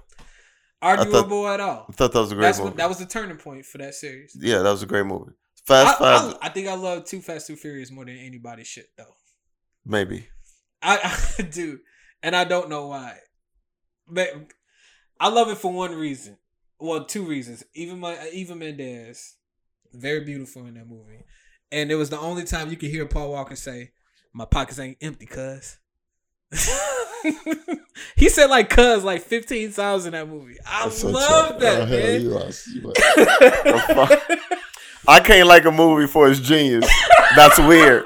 S1: arguable at all.
S2: I thought that was a great
S1: That's
S2: movie.
S1: what, that was the turning point for that series.
S2: yeah, that was a great movie. Fast
S1: I,
S2: Five,
S1: I, I think I love Too Fast, Too Furious more than anybody's shit though.
S2: maybe.
S1: I, I do, and I don't know why. But I love it for one reason. Well, two reasons. Even my even Mendez, very beautiful in that movie, and it was the only time you could hear Paul Walker say, "My pockets ain't empty, cuz." he said like "cuz" like fifteen times in that movie. I love
S2: Oh,
S1: that man.
S2: I can't like a movie for its genius. That's weird.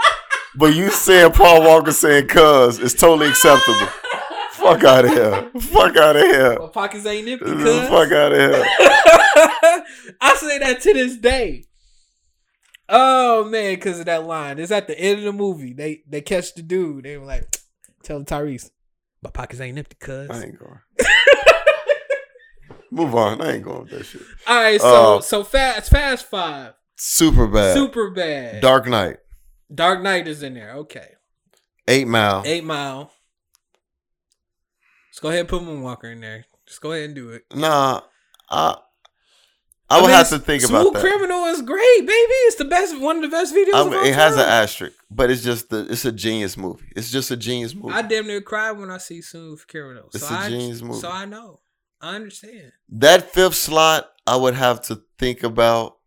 S2: But you saying Paul Walker saying "cuz" is totally acceptable. Fuck out of here. Fuck out of here.
S1: My pockets ain't empty, cuz.
S2: Fuck out of here.
S1: I say that to this day. Oh man, because of that line. It's at the end of the movie. They they catch the dude. They were like, tell Tyrese, my pockets ain't empty, cuz.
S2: I ain't going. Move on. I ain't going with that shit.
S1: Alright, so
S2: Uh,
S1: so fast fast five.
S2: Super bad.
S1: Super bad. Dark,
S2: Dark Knight.
S1: Knight is in there. Okay.
S2: Eight Mile.
S1: Eight mile. Let's go ahead and put Moonwalker in there. Just go ahead and do it.
S2: Nah. I I would
S1: mean,
S2: have to think about
S1: Smooth
S2: that.
S1: Criminal is great, baby. It's the best one of the best videos.
S2: I'm-
S1: of all
S2: it has an
S1: time.
S2: asterisk, but it's just the it's a genius movie. It's just a genius movie.
S1: I damn near cried when I see Smooth Criminal.
S2: It's
S1: so
S2: a
S1: I-
S2: genius movie.
S1: So I know. I understand.
S2: that fifth slot I would have to think about.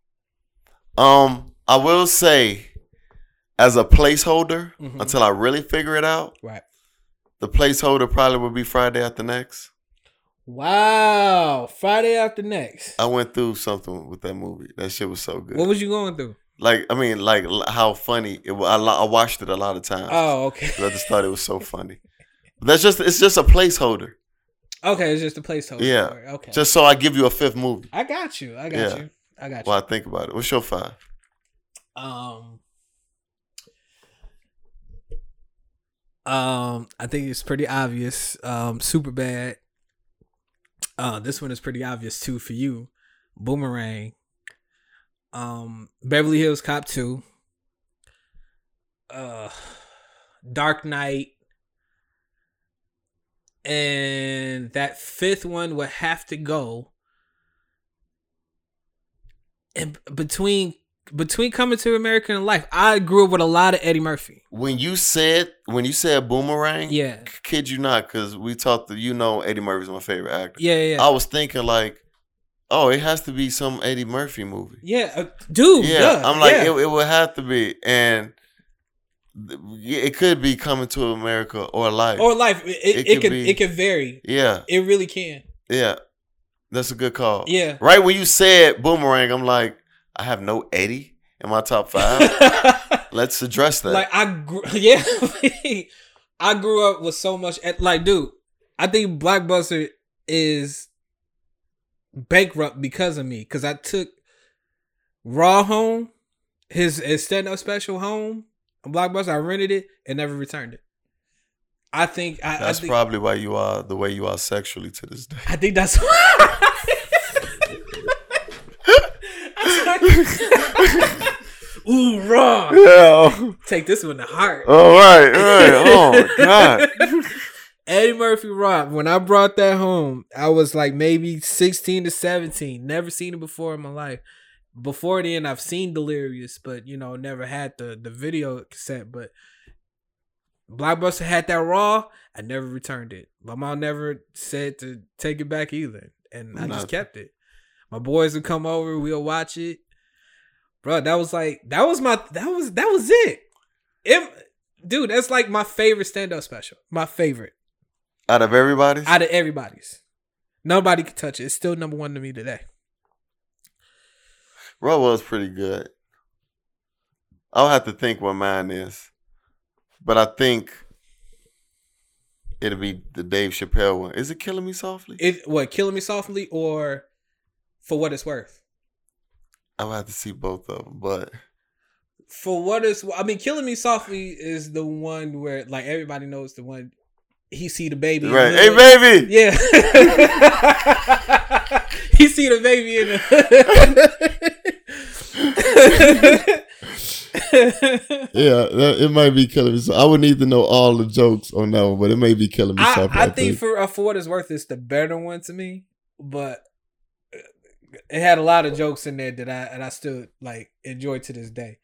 S2: Um, I will say as a placeholder
S1: Mhm.
S2: until I really figure it out,
S1: Right.
S2: the placeholder probably would be Friday after next.
S1: Wow. Friday after next.
S2: I went through something with that movie. That shit was so good.
S1: What was you going through?
S2: like I mean, like l- how funny it was. I, lo- I watched it a lot of times.
S1: Oh, okay.
S2: 'cause I just thought it was so funny. But that's just it's just a placeholder,
S1: Okay, it's just a placeholder.
S2: Yeah,
S1: for it. Okay.
S2: just so I give you a fifth movie
S1: I got you. I got
S2: Yeah.
S1: you. I got you.
S2: while I think about it. What's your five?
S1: Um. Um, I think it's pretty obvious. Um, super bad. Uh, this one is pretty obvious too for you. Boomerang. Um, Beverly Hills Cop Two. Uh, Dark Knight. And that fifth one would have to go. And between between coming to America and life, I grew up with a lot of Eddie Murphy.
S2: When you said when you said boomerang,
S1: Yeah.
S2: k- kid you not, because we talked. To, you know, Eddie Murphy's my favorite actor.
S1: Yeah, yeah.
S2: I was thinking like, oh, it has to be some Eddie Murphy movie.
S1: yeah, uh, dude.
S2: yeah,
S1: Yeah,
S2: I'm like
S1: yeah.
S2: It, it would have to be, and th- yeah, it could be coming to America or life.
S1: or life. It, it,
S2: It
S1: it,
S2: could
S1: can
S2: be-
S1: it can vary.
S2: yeah,
S1: It really can.
S2: yeah, that's a good call.
S1: Yeah.
S2: Right when you said boomerang, I'm like, I have no Eddie in my top five. Let's address that.
S1: like I, grew, yeah, I grew up with so much. Ed- Like, dude, I think Blockbuster is bankrupt because of me because I took Raw home, his, his stand up special home, Blockbuster. I rented it and never returned it. I think I,
S2: That's
S1: I think,
S2: probably why you are the way you are sexually to this day.
S1: I think that's. Ooh, raw.
S3: Yeah.
S1: Take this one to heart.
S3: All right. All right. Oh my god.
S1: Eddie Murphy Raw. When I brought that home, I was like maybe 16 to 17. Never seen it before in my life. Before then, I've seen Delirious, but you know, never had the, the video cassette. But Blockbuster had that Raw. I never returned it. My mom never said to take it back either. And I
S2: Nothing.
S1: just kept it. My boys would come over, we'll watch it. Bro, that was like that was my that was that was it. It dude, that's like my favorite stand-up special. My favorite
S2: Out of everybody's,
S1: out of everybody's. Nobody could touch it. It's still number one to me today.
S2: Raw was pretty good. I'll have to think what mine is, but I think it'll be the Dave Chappelle one. Is it killing me softly?
S1: It what killing me softly or for what it's worth.
S2: I'll have to see both of them, but
S1: For what is I mean, killing me softly is the one where like everybody knows the one he see the baby. in the
S2: right. Hey,
S1: hood.
S2: baby.
S1: Yeah. he see the baby in the.
S3: Yeah, that, it might be killing me. So I would need to know all the jokes on that one, but it may be killing me.
S1: I,
S3: softly,
S1: I think for uh, for what it's worth, it's the better one to me. But uh, it had a lot of jokes in there that I and I still like enjoy to this day.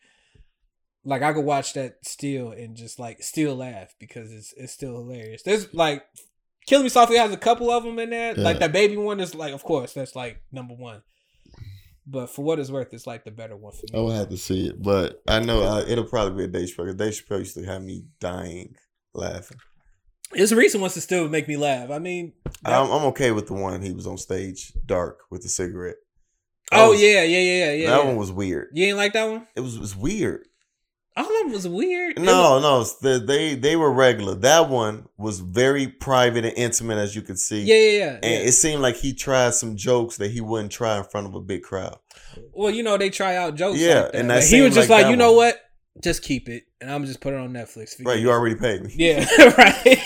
S1: Like I could watch that still and just like still laugh because it's it's still hilarious. There's like Kill Me Softly has a couple of them in there. Like
S3: Yeah.
S1: that baby one is like, of course, that's like number one. But for what it's worth, it's like the better one for
S3: I
S2: Oh,
S1: me.
S3: would have to see it, but
S2: But I know I, it'll probably be a Dave Chappelle. 'cause Dave Chappelle used to have me dying laughing.
S1: It's recent ones to still make me laugh. I mean, that-
S2: I'm, I'm okay with the one he was on stage, dark with the cigarette. That
S1: oh
S2: was-
S1: yeah, yeah, yeah, yeah, yeah.
S2: that one was weird.
S1: you ain't like that one?
S2: It was, it was weird.
S1: All of them was weird. It was-
S2: No, no, it's the- they they were regular. That one was very private and intimate, as you could see.
S1: Yeah, yeah, yeah.
S2: And
S1: yeah.
S2: it seemed like he tried some jokes that he wouldn't try in front of a big crowd.
S1: Well, you know, they try out jokes.
S2: Yeah,
S1: like that.
S2: and that
S1: Like, he was
S2: seemed
S1: just
S2: like
S1: like,
S2: that
S1: you know
S2: one.
S1: what? Just keep it, and I'm just put it on Netflix. Forget
S2: Right,
S1: it."
S2: you already paid me.
S1: Yeah, right.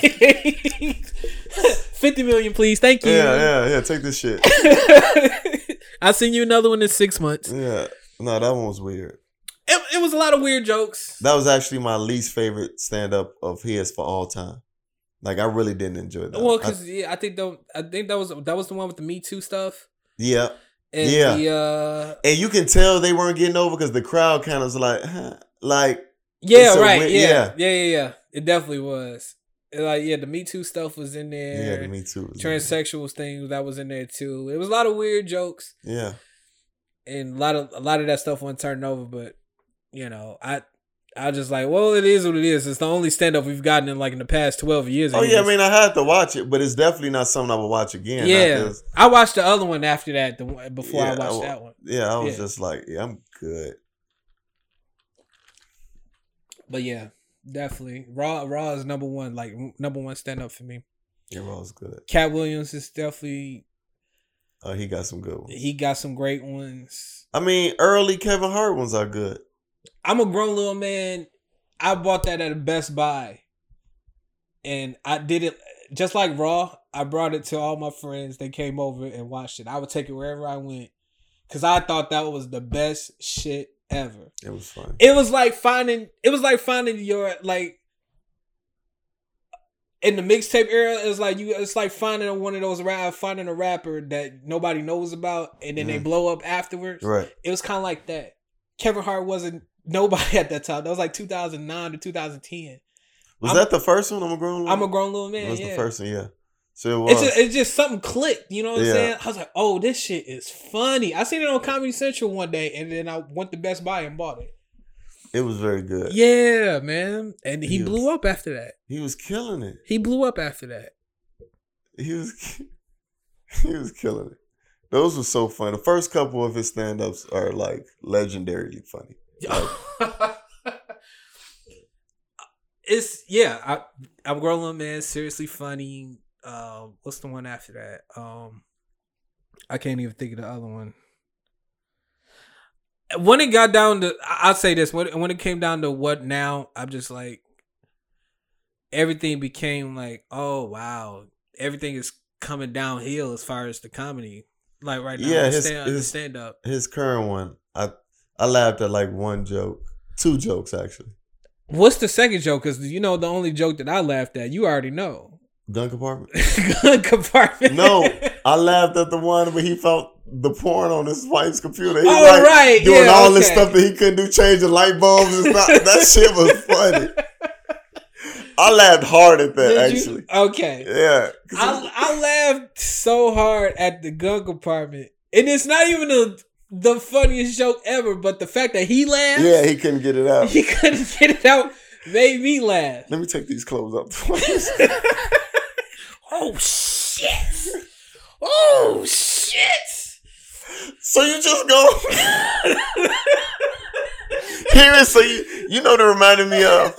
S1: Fifty million, please. Thank you.
S2: yeah, yeah, yeah, Take this shit.
S1: I'll send you another one in six months.
S2: yeah, no, that one was weird.
S1: It, it was a lot of weird jokes.
S2: That was actually my least favorite stand up of his for all time. Like I really didn't enjoy that.
S1: well,
S2: I-
S1: because yeah, I think that I think that was that was the one with the Me Too stuff.
S2: yeah,
S1: And
S2: Yeah.
S1: The, uh,
S2: and you can tell they weren't getting over because the crowd kind of was like, huh? like
S1: yeah.
S2: It's a
S1: Right.
S2: weird-
S1: yeah, yeah.
S2: yeah.
S1: Yeah. Yeah. It definitely was. Like yeah, the Me Too stuff was in there.
S2: yeah, me too.
S1: transsexuals thing that was in there too. It was a lot of weird jokes
S2: Yeah,
S1: and a lot of a lot of that stuff wasn't turned over, but you know, I I just like, well, it is what it is. It's the only stand up we've gotten in like in the past twelve years.
S2: Oh
S1: at
S2: yeah, I
S1: least.
S2: mean I had to watch it, but it's definitely not something I would watch again. I
S1: yeah.
S2: just-
S1: I watched the other one after that, the one before I
S2: Yeah, I
S1: watched
S2: wa-
S1: that one.
S2: yeah. I was
S1: Yeah.
S2: just like, yeah, I'm good.
S1: But yeah, definitely. Raw Raw is number one, like number one stand up for me.
S2: Yeah, Raw was good.
S1: Cat Williams is definitely
S2: Oh, he got some good ones.
S1: he got some great ones.
S2: I mean, early Kevin Hart ones are good.
S1: I'm a grown little man. I bought that at a Best Buy. And I did it just like Raw. I brought it to all my friends. They came over and watched it. I would take it wherever I went. Cause I thought that was the best shit ever.
S2: It was fun.
S1: It was like finding it was like finding your like in the mixtape era, it's like you it's like finding one of those rap finding a rapper that nobody knows about and then they
S2: Mhm.
S1: blow up afterwards
S2: Right.
S1: it was kind of like that. Kevin Hart wasn't nobody at that time. That was like 2009 to 2010.
S2: Was
S1: I'm-
S2: that the first one? I'm a grown.
S1: I'm a
S2: Woman?
S1: grown little
S2: It
S1: man.
S2: Mm. was
S1: yeah.
S2: the first one? Yeah. So it was.
S1: It's just, it's just something clicked, you know what I'm
S2: Yeah.
S1: saying? I was like, oh, this shit is funny. I seen it on Comedy Central one day, and then I went to Best Buy and bought it.
S2: it was very good.
S1: Yeah, man. And he
S2: Yes.
S1: blew up after that.
S2: He was killing it.
S1: He blew up after that.
S2: He was. ki- He was killing it. Those were so funny. The first couple of his stand-ups are like legendarily funny.
S1: it's yeah, I I'm a Uh, grown little man, seriously funny. Um, what's the one after that? Um I can't even think of the other one. When it got down to, I- I'll say this: when when it came down to what now, I'm just like, everything became like, oh wow, everything is coming downhill as far as the comedy, like right now,
S2: Yeah,
S1: the
S2: his-
S1: stand, the
S2: his-
S1: stand up.
S2: His current one, I I laughed at like one joke, two jokes actually.
S1: What's the second joke? Because you know the only joke that I laughed at, you already know.
S2: Gun compartment.
S1: Gun compartment.
S2: No, I laughed at the one where he felt the porn on his wife's computer. He
S1: Oh,
S2: was, like,
S1: right.
S2: doing
S1: Yeah,
S2: all this
S1: okay.
S2: stuff that he couldn't do, changing light bulbs and stuff. that shit was funny. I laughed hard at that
S1: Did you-
S2: actually.
S1: Okay.
S2: Yeah, 'Cause it-
S1: I, I laughed so hard at the gun compartment, and it's not even the the funniest joke ever. But the fact that he laughed,
S2: yeah, he couldn't get it out.
S1: he couldn't get it out, made me laugh.
S2: Let me take these clothes up.
S1: Oh shit! Oh shit!
S2: so you just go. hearing, so you, you know what it reminded me of?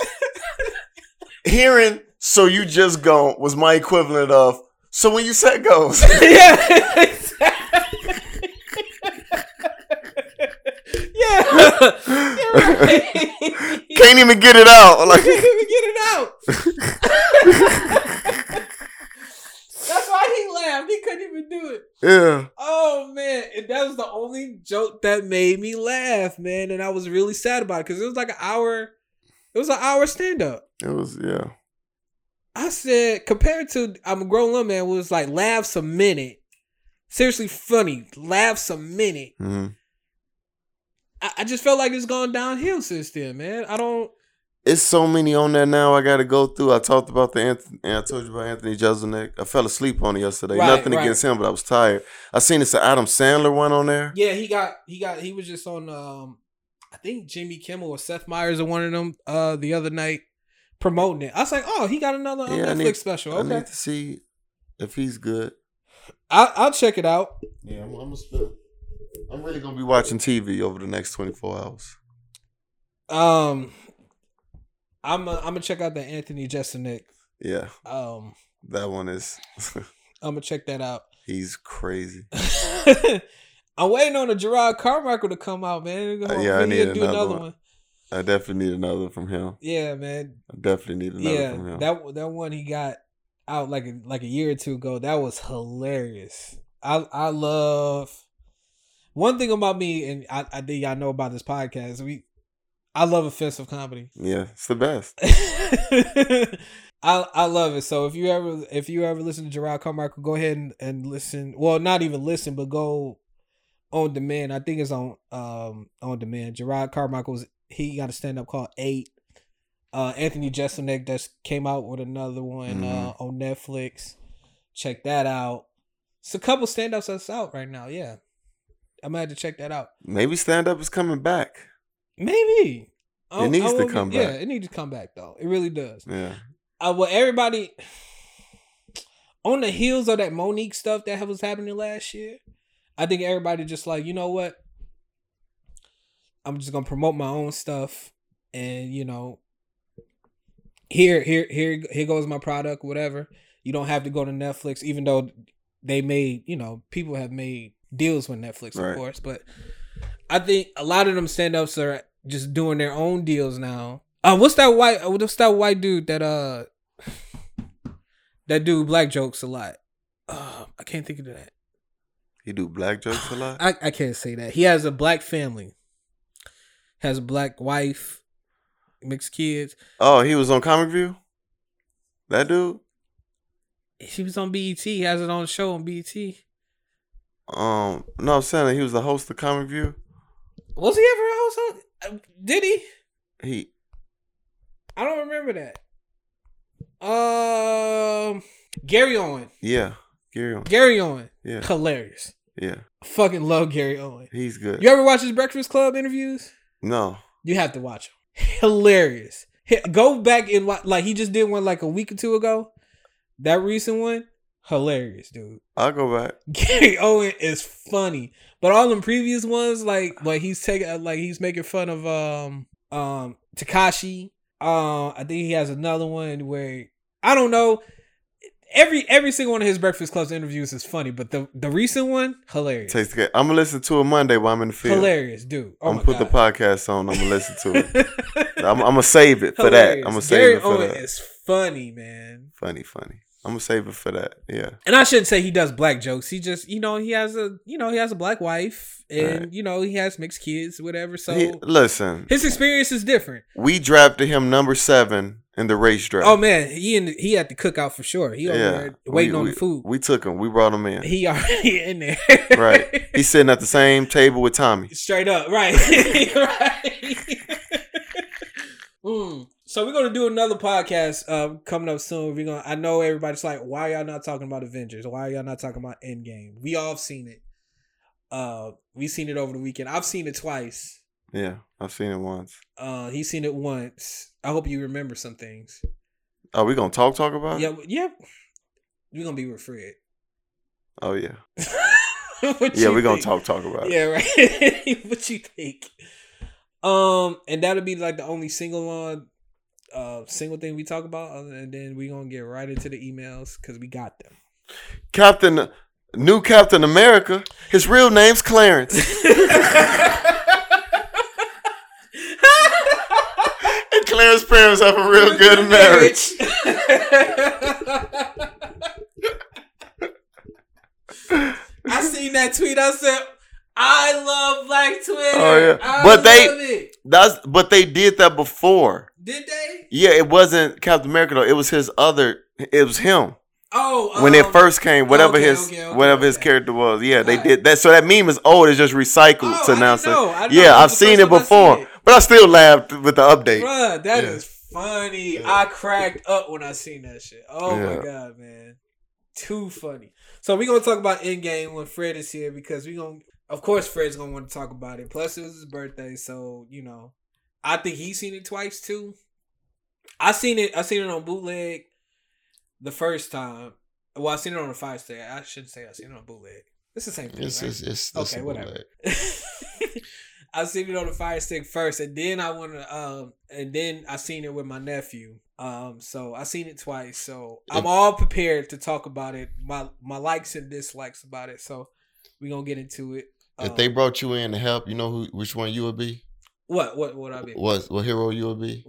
S2: Hearing, so you just go was my equivalent of, so when you set goes.
S1: yeah. exactly. yeah. You're right.
S2: Can't even get it out. Like,
S1: Get it out. That's why he laughed. He couldn't even do it.
S2: yeah.
S1: Oh man, and that was the only joke that made me laugh, man, and I was really sad about it because it was like an hour. It was an hour stand up.
S2: It was, yeah.
S1: I said compared to I'm a grown up man was like laughs a minute. Seriously funny, laughs a minute.
S2: Mhm.
S1: I, I just felt like it's gone downhill since then, man. I don't.
S2: It's so many on there now I got to go through. I talked about the Anthony, and I told you about Anthony Jeselnik. I fell asleep on it yesterday.
S1: Right,
S2: Nothing
S1: right.
S2: against him, but I was tired. I seen this Adam Sandler one on there.
S1: Yeah, he got he got he was just on um, I think Jimmy Kimmel or Seth Meyers or one of them uh the other night promoting it. I was like, oh, he got another uh,
S2: Yeah, I
S1: Netflix
S2: need-
S1: special.
S2: I
S1: Okay,
S2: need to see if he's good.
S1: I, I'll check it out.
S2: Yeah, I'm, I'm still. I'm really gonna be watching TV over the next 24 hours.
S1: Um, I'm i I'm gonna check out the Anthony Jeselnik.
S2: Yeah,
S1: Um,
S2: that one is.
S1: I'm gonna check that out.
S2: he's crazy.
S1: I'm waiting on the Gerard Carmichael to come out, man.
S2: Uh, yeah, I
S1: We need
S2: need
S1: do
S2: another
S1: another
S2: one.
S1: one.
S2: I definitely need another from him.
S1: Yeah, man.
S2: I definitely need another from
S1: Yeah,
S2: him.
S1: that that one he got out like a, like a year or two ago. That was hilarious. I I love one thing about me, and I, I think y'all know about this podcast. We I love offensive comedy.
S2: yeah, it's the best.
S1: I I love it. So if you ever if you ever listen to Gerard Carmichael, go ahead and, and listen. Well, not even listen, but go on demand. I think it's on um on demand. Gerard Carmichael's he got a stand up called Eight. Uh, Anthony Jeselnik just came out with another one
S2: Mhm.
S1: uh, on Netflix. Check that out. It's a couple stand ups that's out right now. Yeah, I'm gonna have to check that out.
S2: Maybe stand up is coming back.
S1: Maybe I-
S2: It needs
S1: I
S2: to
S1: won't be-
S2: come
S1: Yeah,
S2: back.
S1: it needs to come back though. It really does.
S2: Yeah.
S1: Uh, well, everybody on the heels of that Monique stuff that was happening last year, I think everybody just like, you know what? I'm just gonna promote my own stuff, and you know, here, here, here, here goes my product, whatever. You don't have to go to Netflix, even though they made, you know, people have made deals with Netflix,
S2: Right.
S1: of course. But I think a lot of them stand ups are just doing their own deals now. Uh, what's that white? What's that white dude that uh that do black jokes a lot? Uh, I can't think of that.
S2: He do black jokes a lot.
S1: I, I can't say that. He has a black family, has a black wife, mixed kids.
S2: Oh, he was on Comic View. That dude.
S1: She was on BET. He has it on show on E BET.
S2: Um, no, I'm saying that he was the host of Comic View.
S1: Was he ever also? uh, Did he?
S2: He
S1: I don't remember that. Um, Gary Owen.
S2: yeah, Gary. on-
S1: Gary Owen,
S2: Yeah,
S1: hilarious.
S2: yeah,
S1: Fucking love Gary Owen.
S2: he's good.
S1: You ever watch his Breakfast Club interviews?
S2: No,
S1: You have to watch him. Hilarious. He- Go back and watch. Like he just did one like a week or two ago. That recent one, hilarious, dude.
S2: I'll go back.
S1: Gary Owen is funny, but all them previous ones, like like he's taking, like he's making fun of um um Uh, Takashi. Um, I think he has another one where I don't know. every every single one of his Breakfast Club's interviews is funny, but the the recent one hilarious,
S2: Tastes good. I'm gonna listen to it Monday while I'm in the field.
S1: hilarious, dude. Oh
S2: I'm
S1: my
S2: gonna put the
S1: God.
S2: podcast on. I'm gonna listen to it. I'm, I'm gonna save it for that. I'm gonna
S1: Hilarious.
S2: save
S1: Gary
S2: it for
S1: Owen
S2: that.
S1: is funny, man.
S2: Funny, funny. I'm gonna save it for that. Yeah.
S1: and I shouldn't say he does black jokes. He just, you know, he has a, you know, he has a black wife, and
S2: Right.
S1: you know, he has mixed kids, whatever. So
S2: He- listen,
S1: his experience is different.
S2: we drafted him number seven in the race draft.
S1: Oh man, he in, he at the cookout for sure. He over there waiting
S2: we,
S1: on
S2: we,
S1: the food.
S2: We took him. We brought him in.
S1: he already in there,
S2: right. He's sitting at the same table with Tommy.
S1: Straight up, right, right. Mm. So we're gonna do another podcast um, coming up soon. We're gonna. I know everybody's like, why y'all not talking about Avengers? Why y'all not talking about Endgame? We all seen it. Uh, we seen it over the weekend. I've seen it twice.
S2: Yeah, I've seen it once.
S1: Uh, he's seen it once. I hope you remember some things.
S2: Oh, we gonna talk talk about
S1: Yeah,
S2: it?
S1: w- yeah. We're gonna be with Fred.
S2: Oh yeah.
S1: What
S2: Yeah,
S1: you
S2: we're gonna
S1: think?
S2: talk talk about it.
S1: Yeah, right. what you think? Um, and that'll be like the only single on, uh, single thing we talk about, other- and then we gonna get right into the emails because we got them.
S2: Captain New Captain America. His real name's Clarence. and Clarence parents have a real good marriage.
S1: I seen that tweet. I said, "I love Black Twitter."
S2: Oh, yeah.
S1: I
S2: But they-
S1: love it."
S2: That's but they did that before.
S1: did they?
S2: Yeah, it wasn't Captain America though. It was his other. It was him
S1: Oh,
S2: when it
S1: um,
S2: first came. Whatever
S1: okay,
S2: his
S1: okay, okay,
S2: whatever his
S1: okay.
S2: character was. Yeah, they
S1: Alright.
S2: did that. So that meme is old. It's just recycled
S1: Oh,
S2: to
S1: I
S2: now.
S1: didn't know. I didn't know.
S2: yeah,
S1: That
S2: I've
S1: was the
S2: seen
S1: first
S2: it
S1: time I
S2: before,
S1: seen it.
S2: but I still laughed with the update.
S1: Bruh, that is
S2: Yeah.
S1: funny.
S2: Yeah.
S1: I cracked up when I seen that shit. Oh
S2: Yeah.
S1: my god, man. Too funny. So we're gonna talk about Endgame when Fred is here because we gonna of course Fred's gonna want to talk about it. Plus it was his birthday, so you know. I think he's seen it twice too. I seen it I seen it on bootleg the first time. Well, I seen it on a fire stick. I shouldn't say I seen it on bootleg. It's the same thing.
S4: It's
S1: right?
S4: it's it's, it's
S1: Okay, whatever. I seen it on the fire stick first, and then I want to, um, and then I seen it with my nephew. Um, so I seen it twice. So I'm all prepared to talk about it. My my likes and dislikes about it. So we gonna get into it.
S4: If
S1: Um,
S4: they brought you in to help, you know who which one you would be?
S1: what what what I mean? What?
S4: What what hero you would be?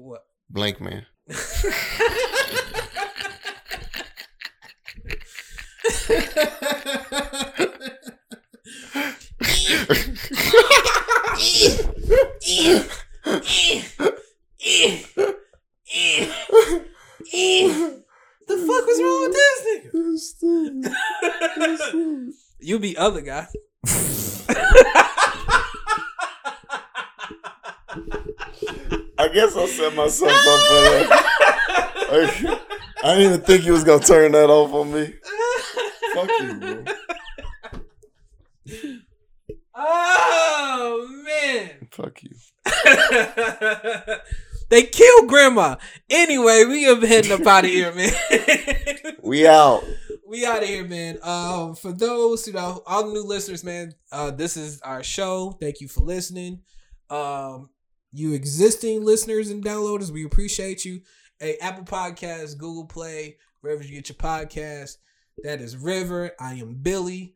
S4: Blank man.
S1: The fuck was wrong with this nigga? you be other guy.
S2: I guess I set myself up for that. I, I didn't even think you was gonna turn that off on me. Fuck you, bro.
S1: oh man.
S2: Fuck you.
S1: they killed grandma. Anyway, we are heading up out of here, man.
S2: We out.
S1: we out of here, man. Um, for those you know, all the new listeners, man, uh, this is our show. Thank you for listening. Um, you existing listeners and downloaders, we appreciate you. Hey, Apple Podcasts, Google Play, wherever you get your podcast. That is River. I am Billy.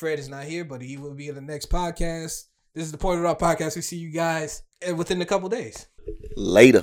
S1: Fred is not here, but he will be in the next eh, podcast. This is the Point of Rock Podcast. We see you guys uh, within a couple days.
S2: Later.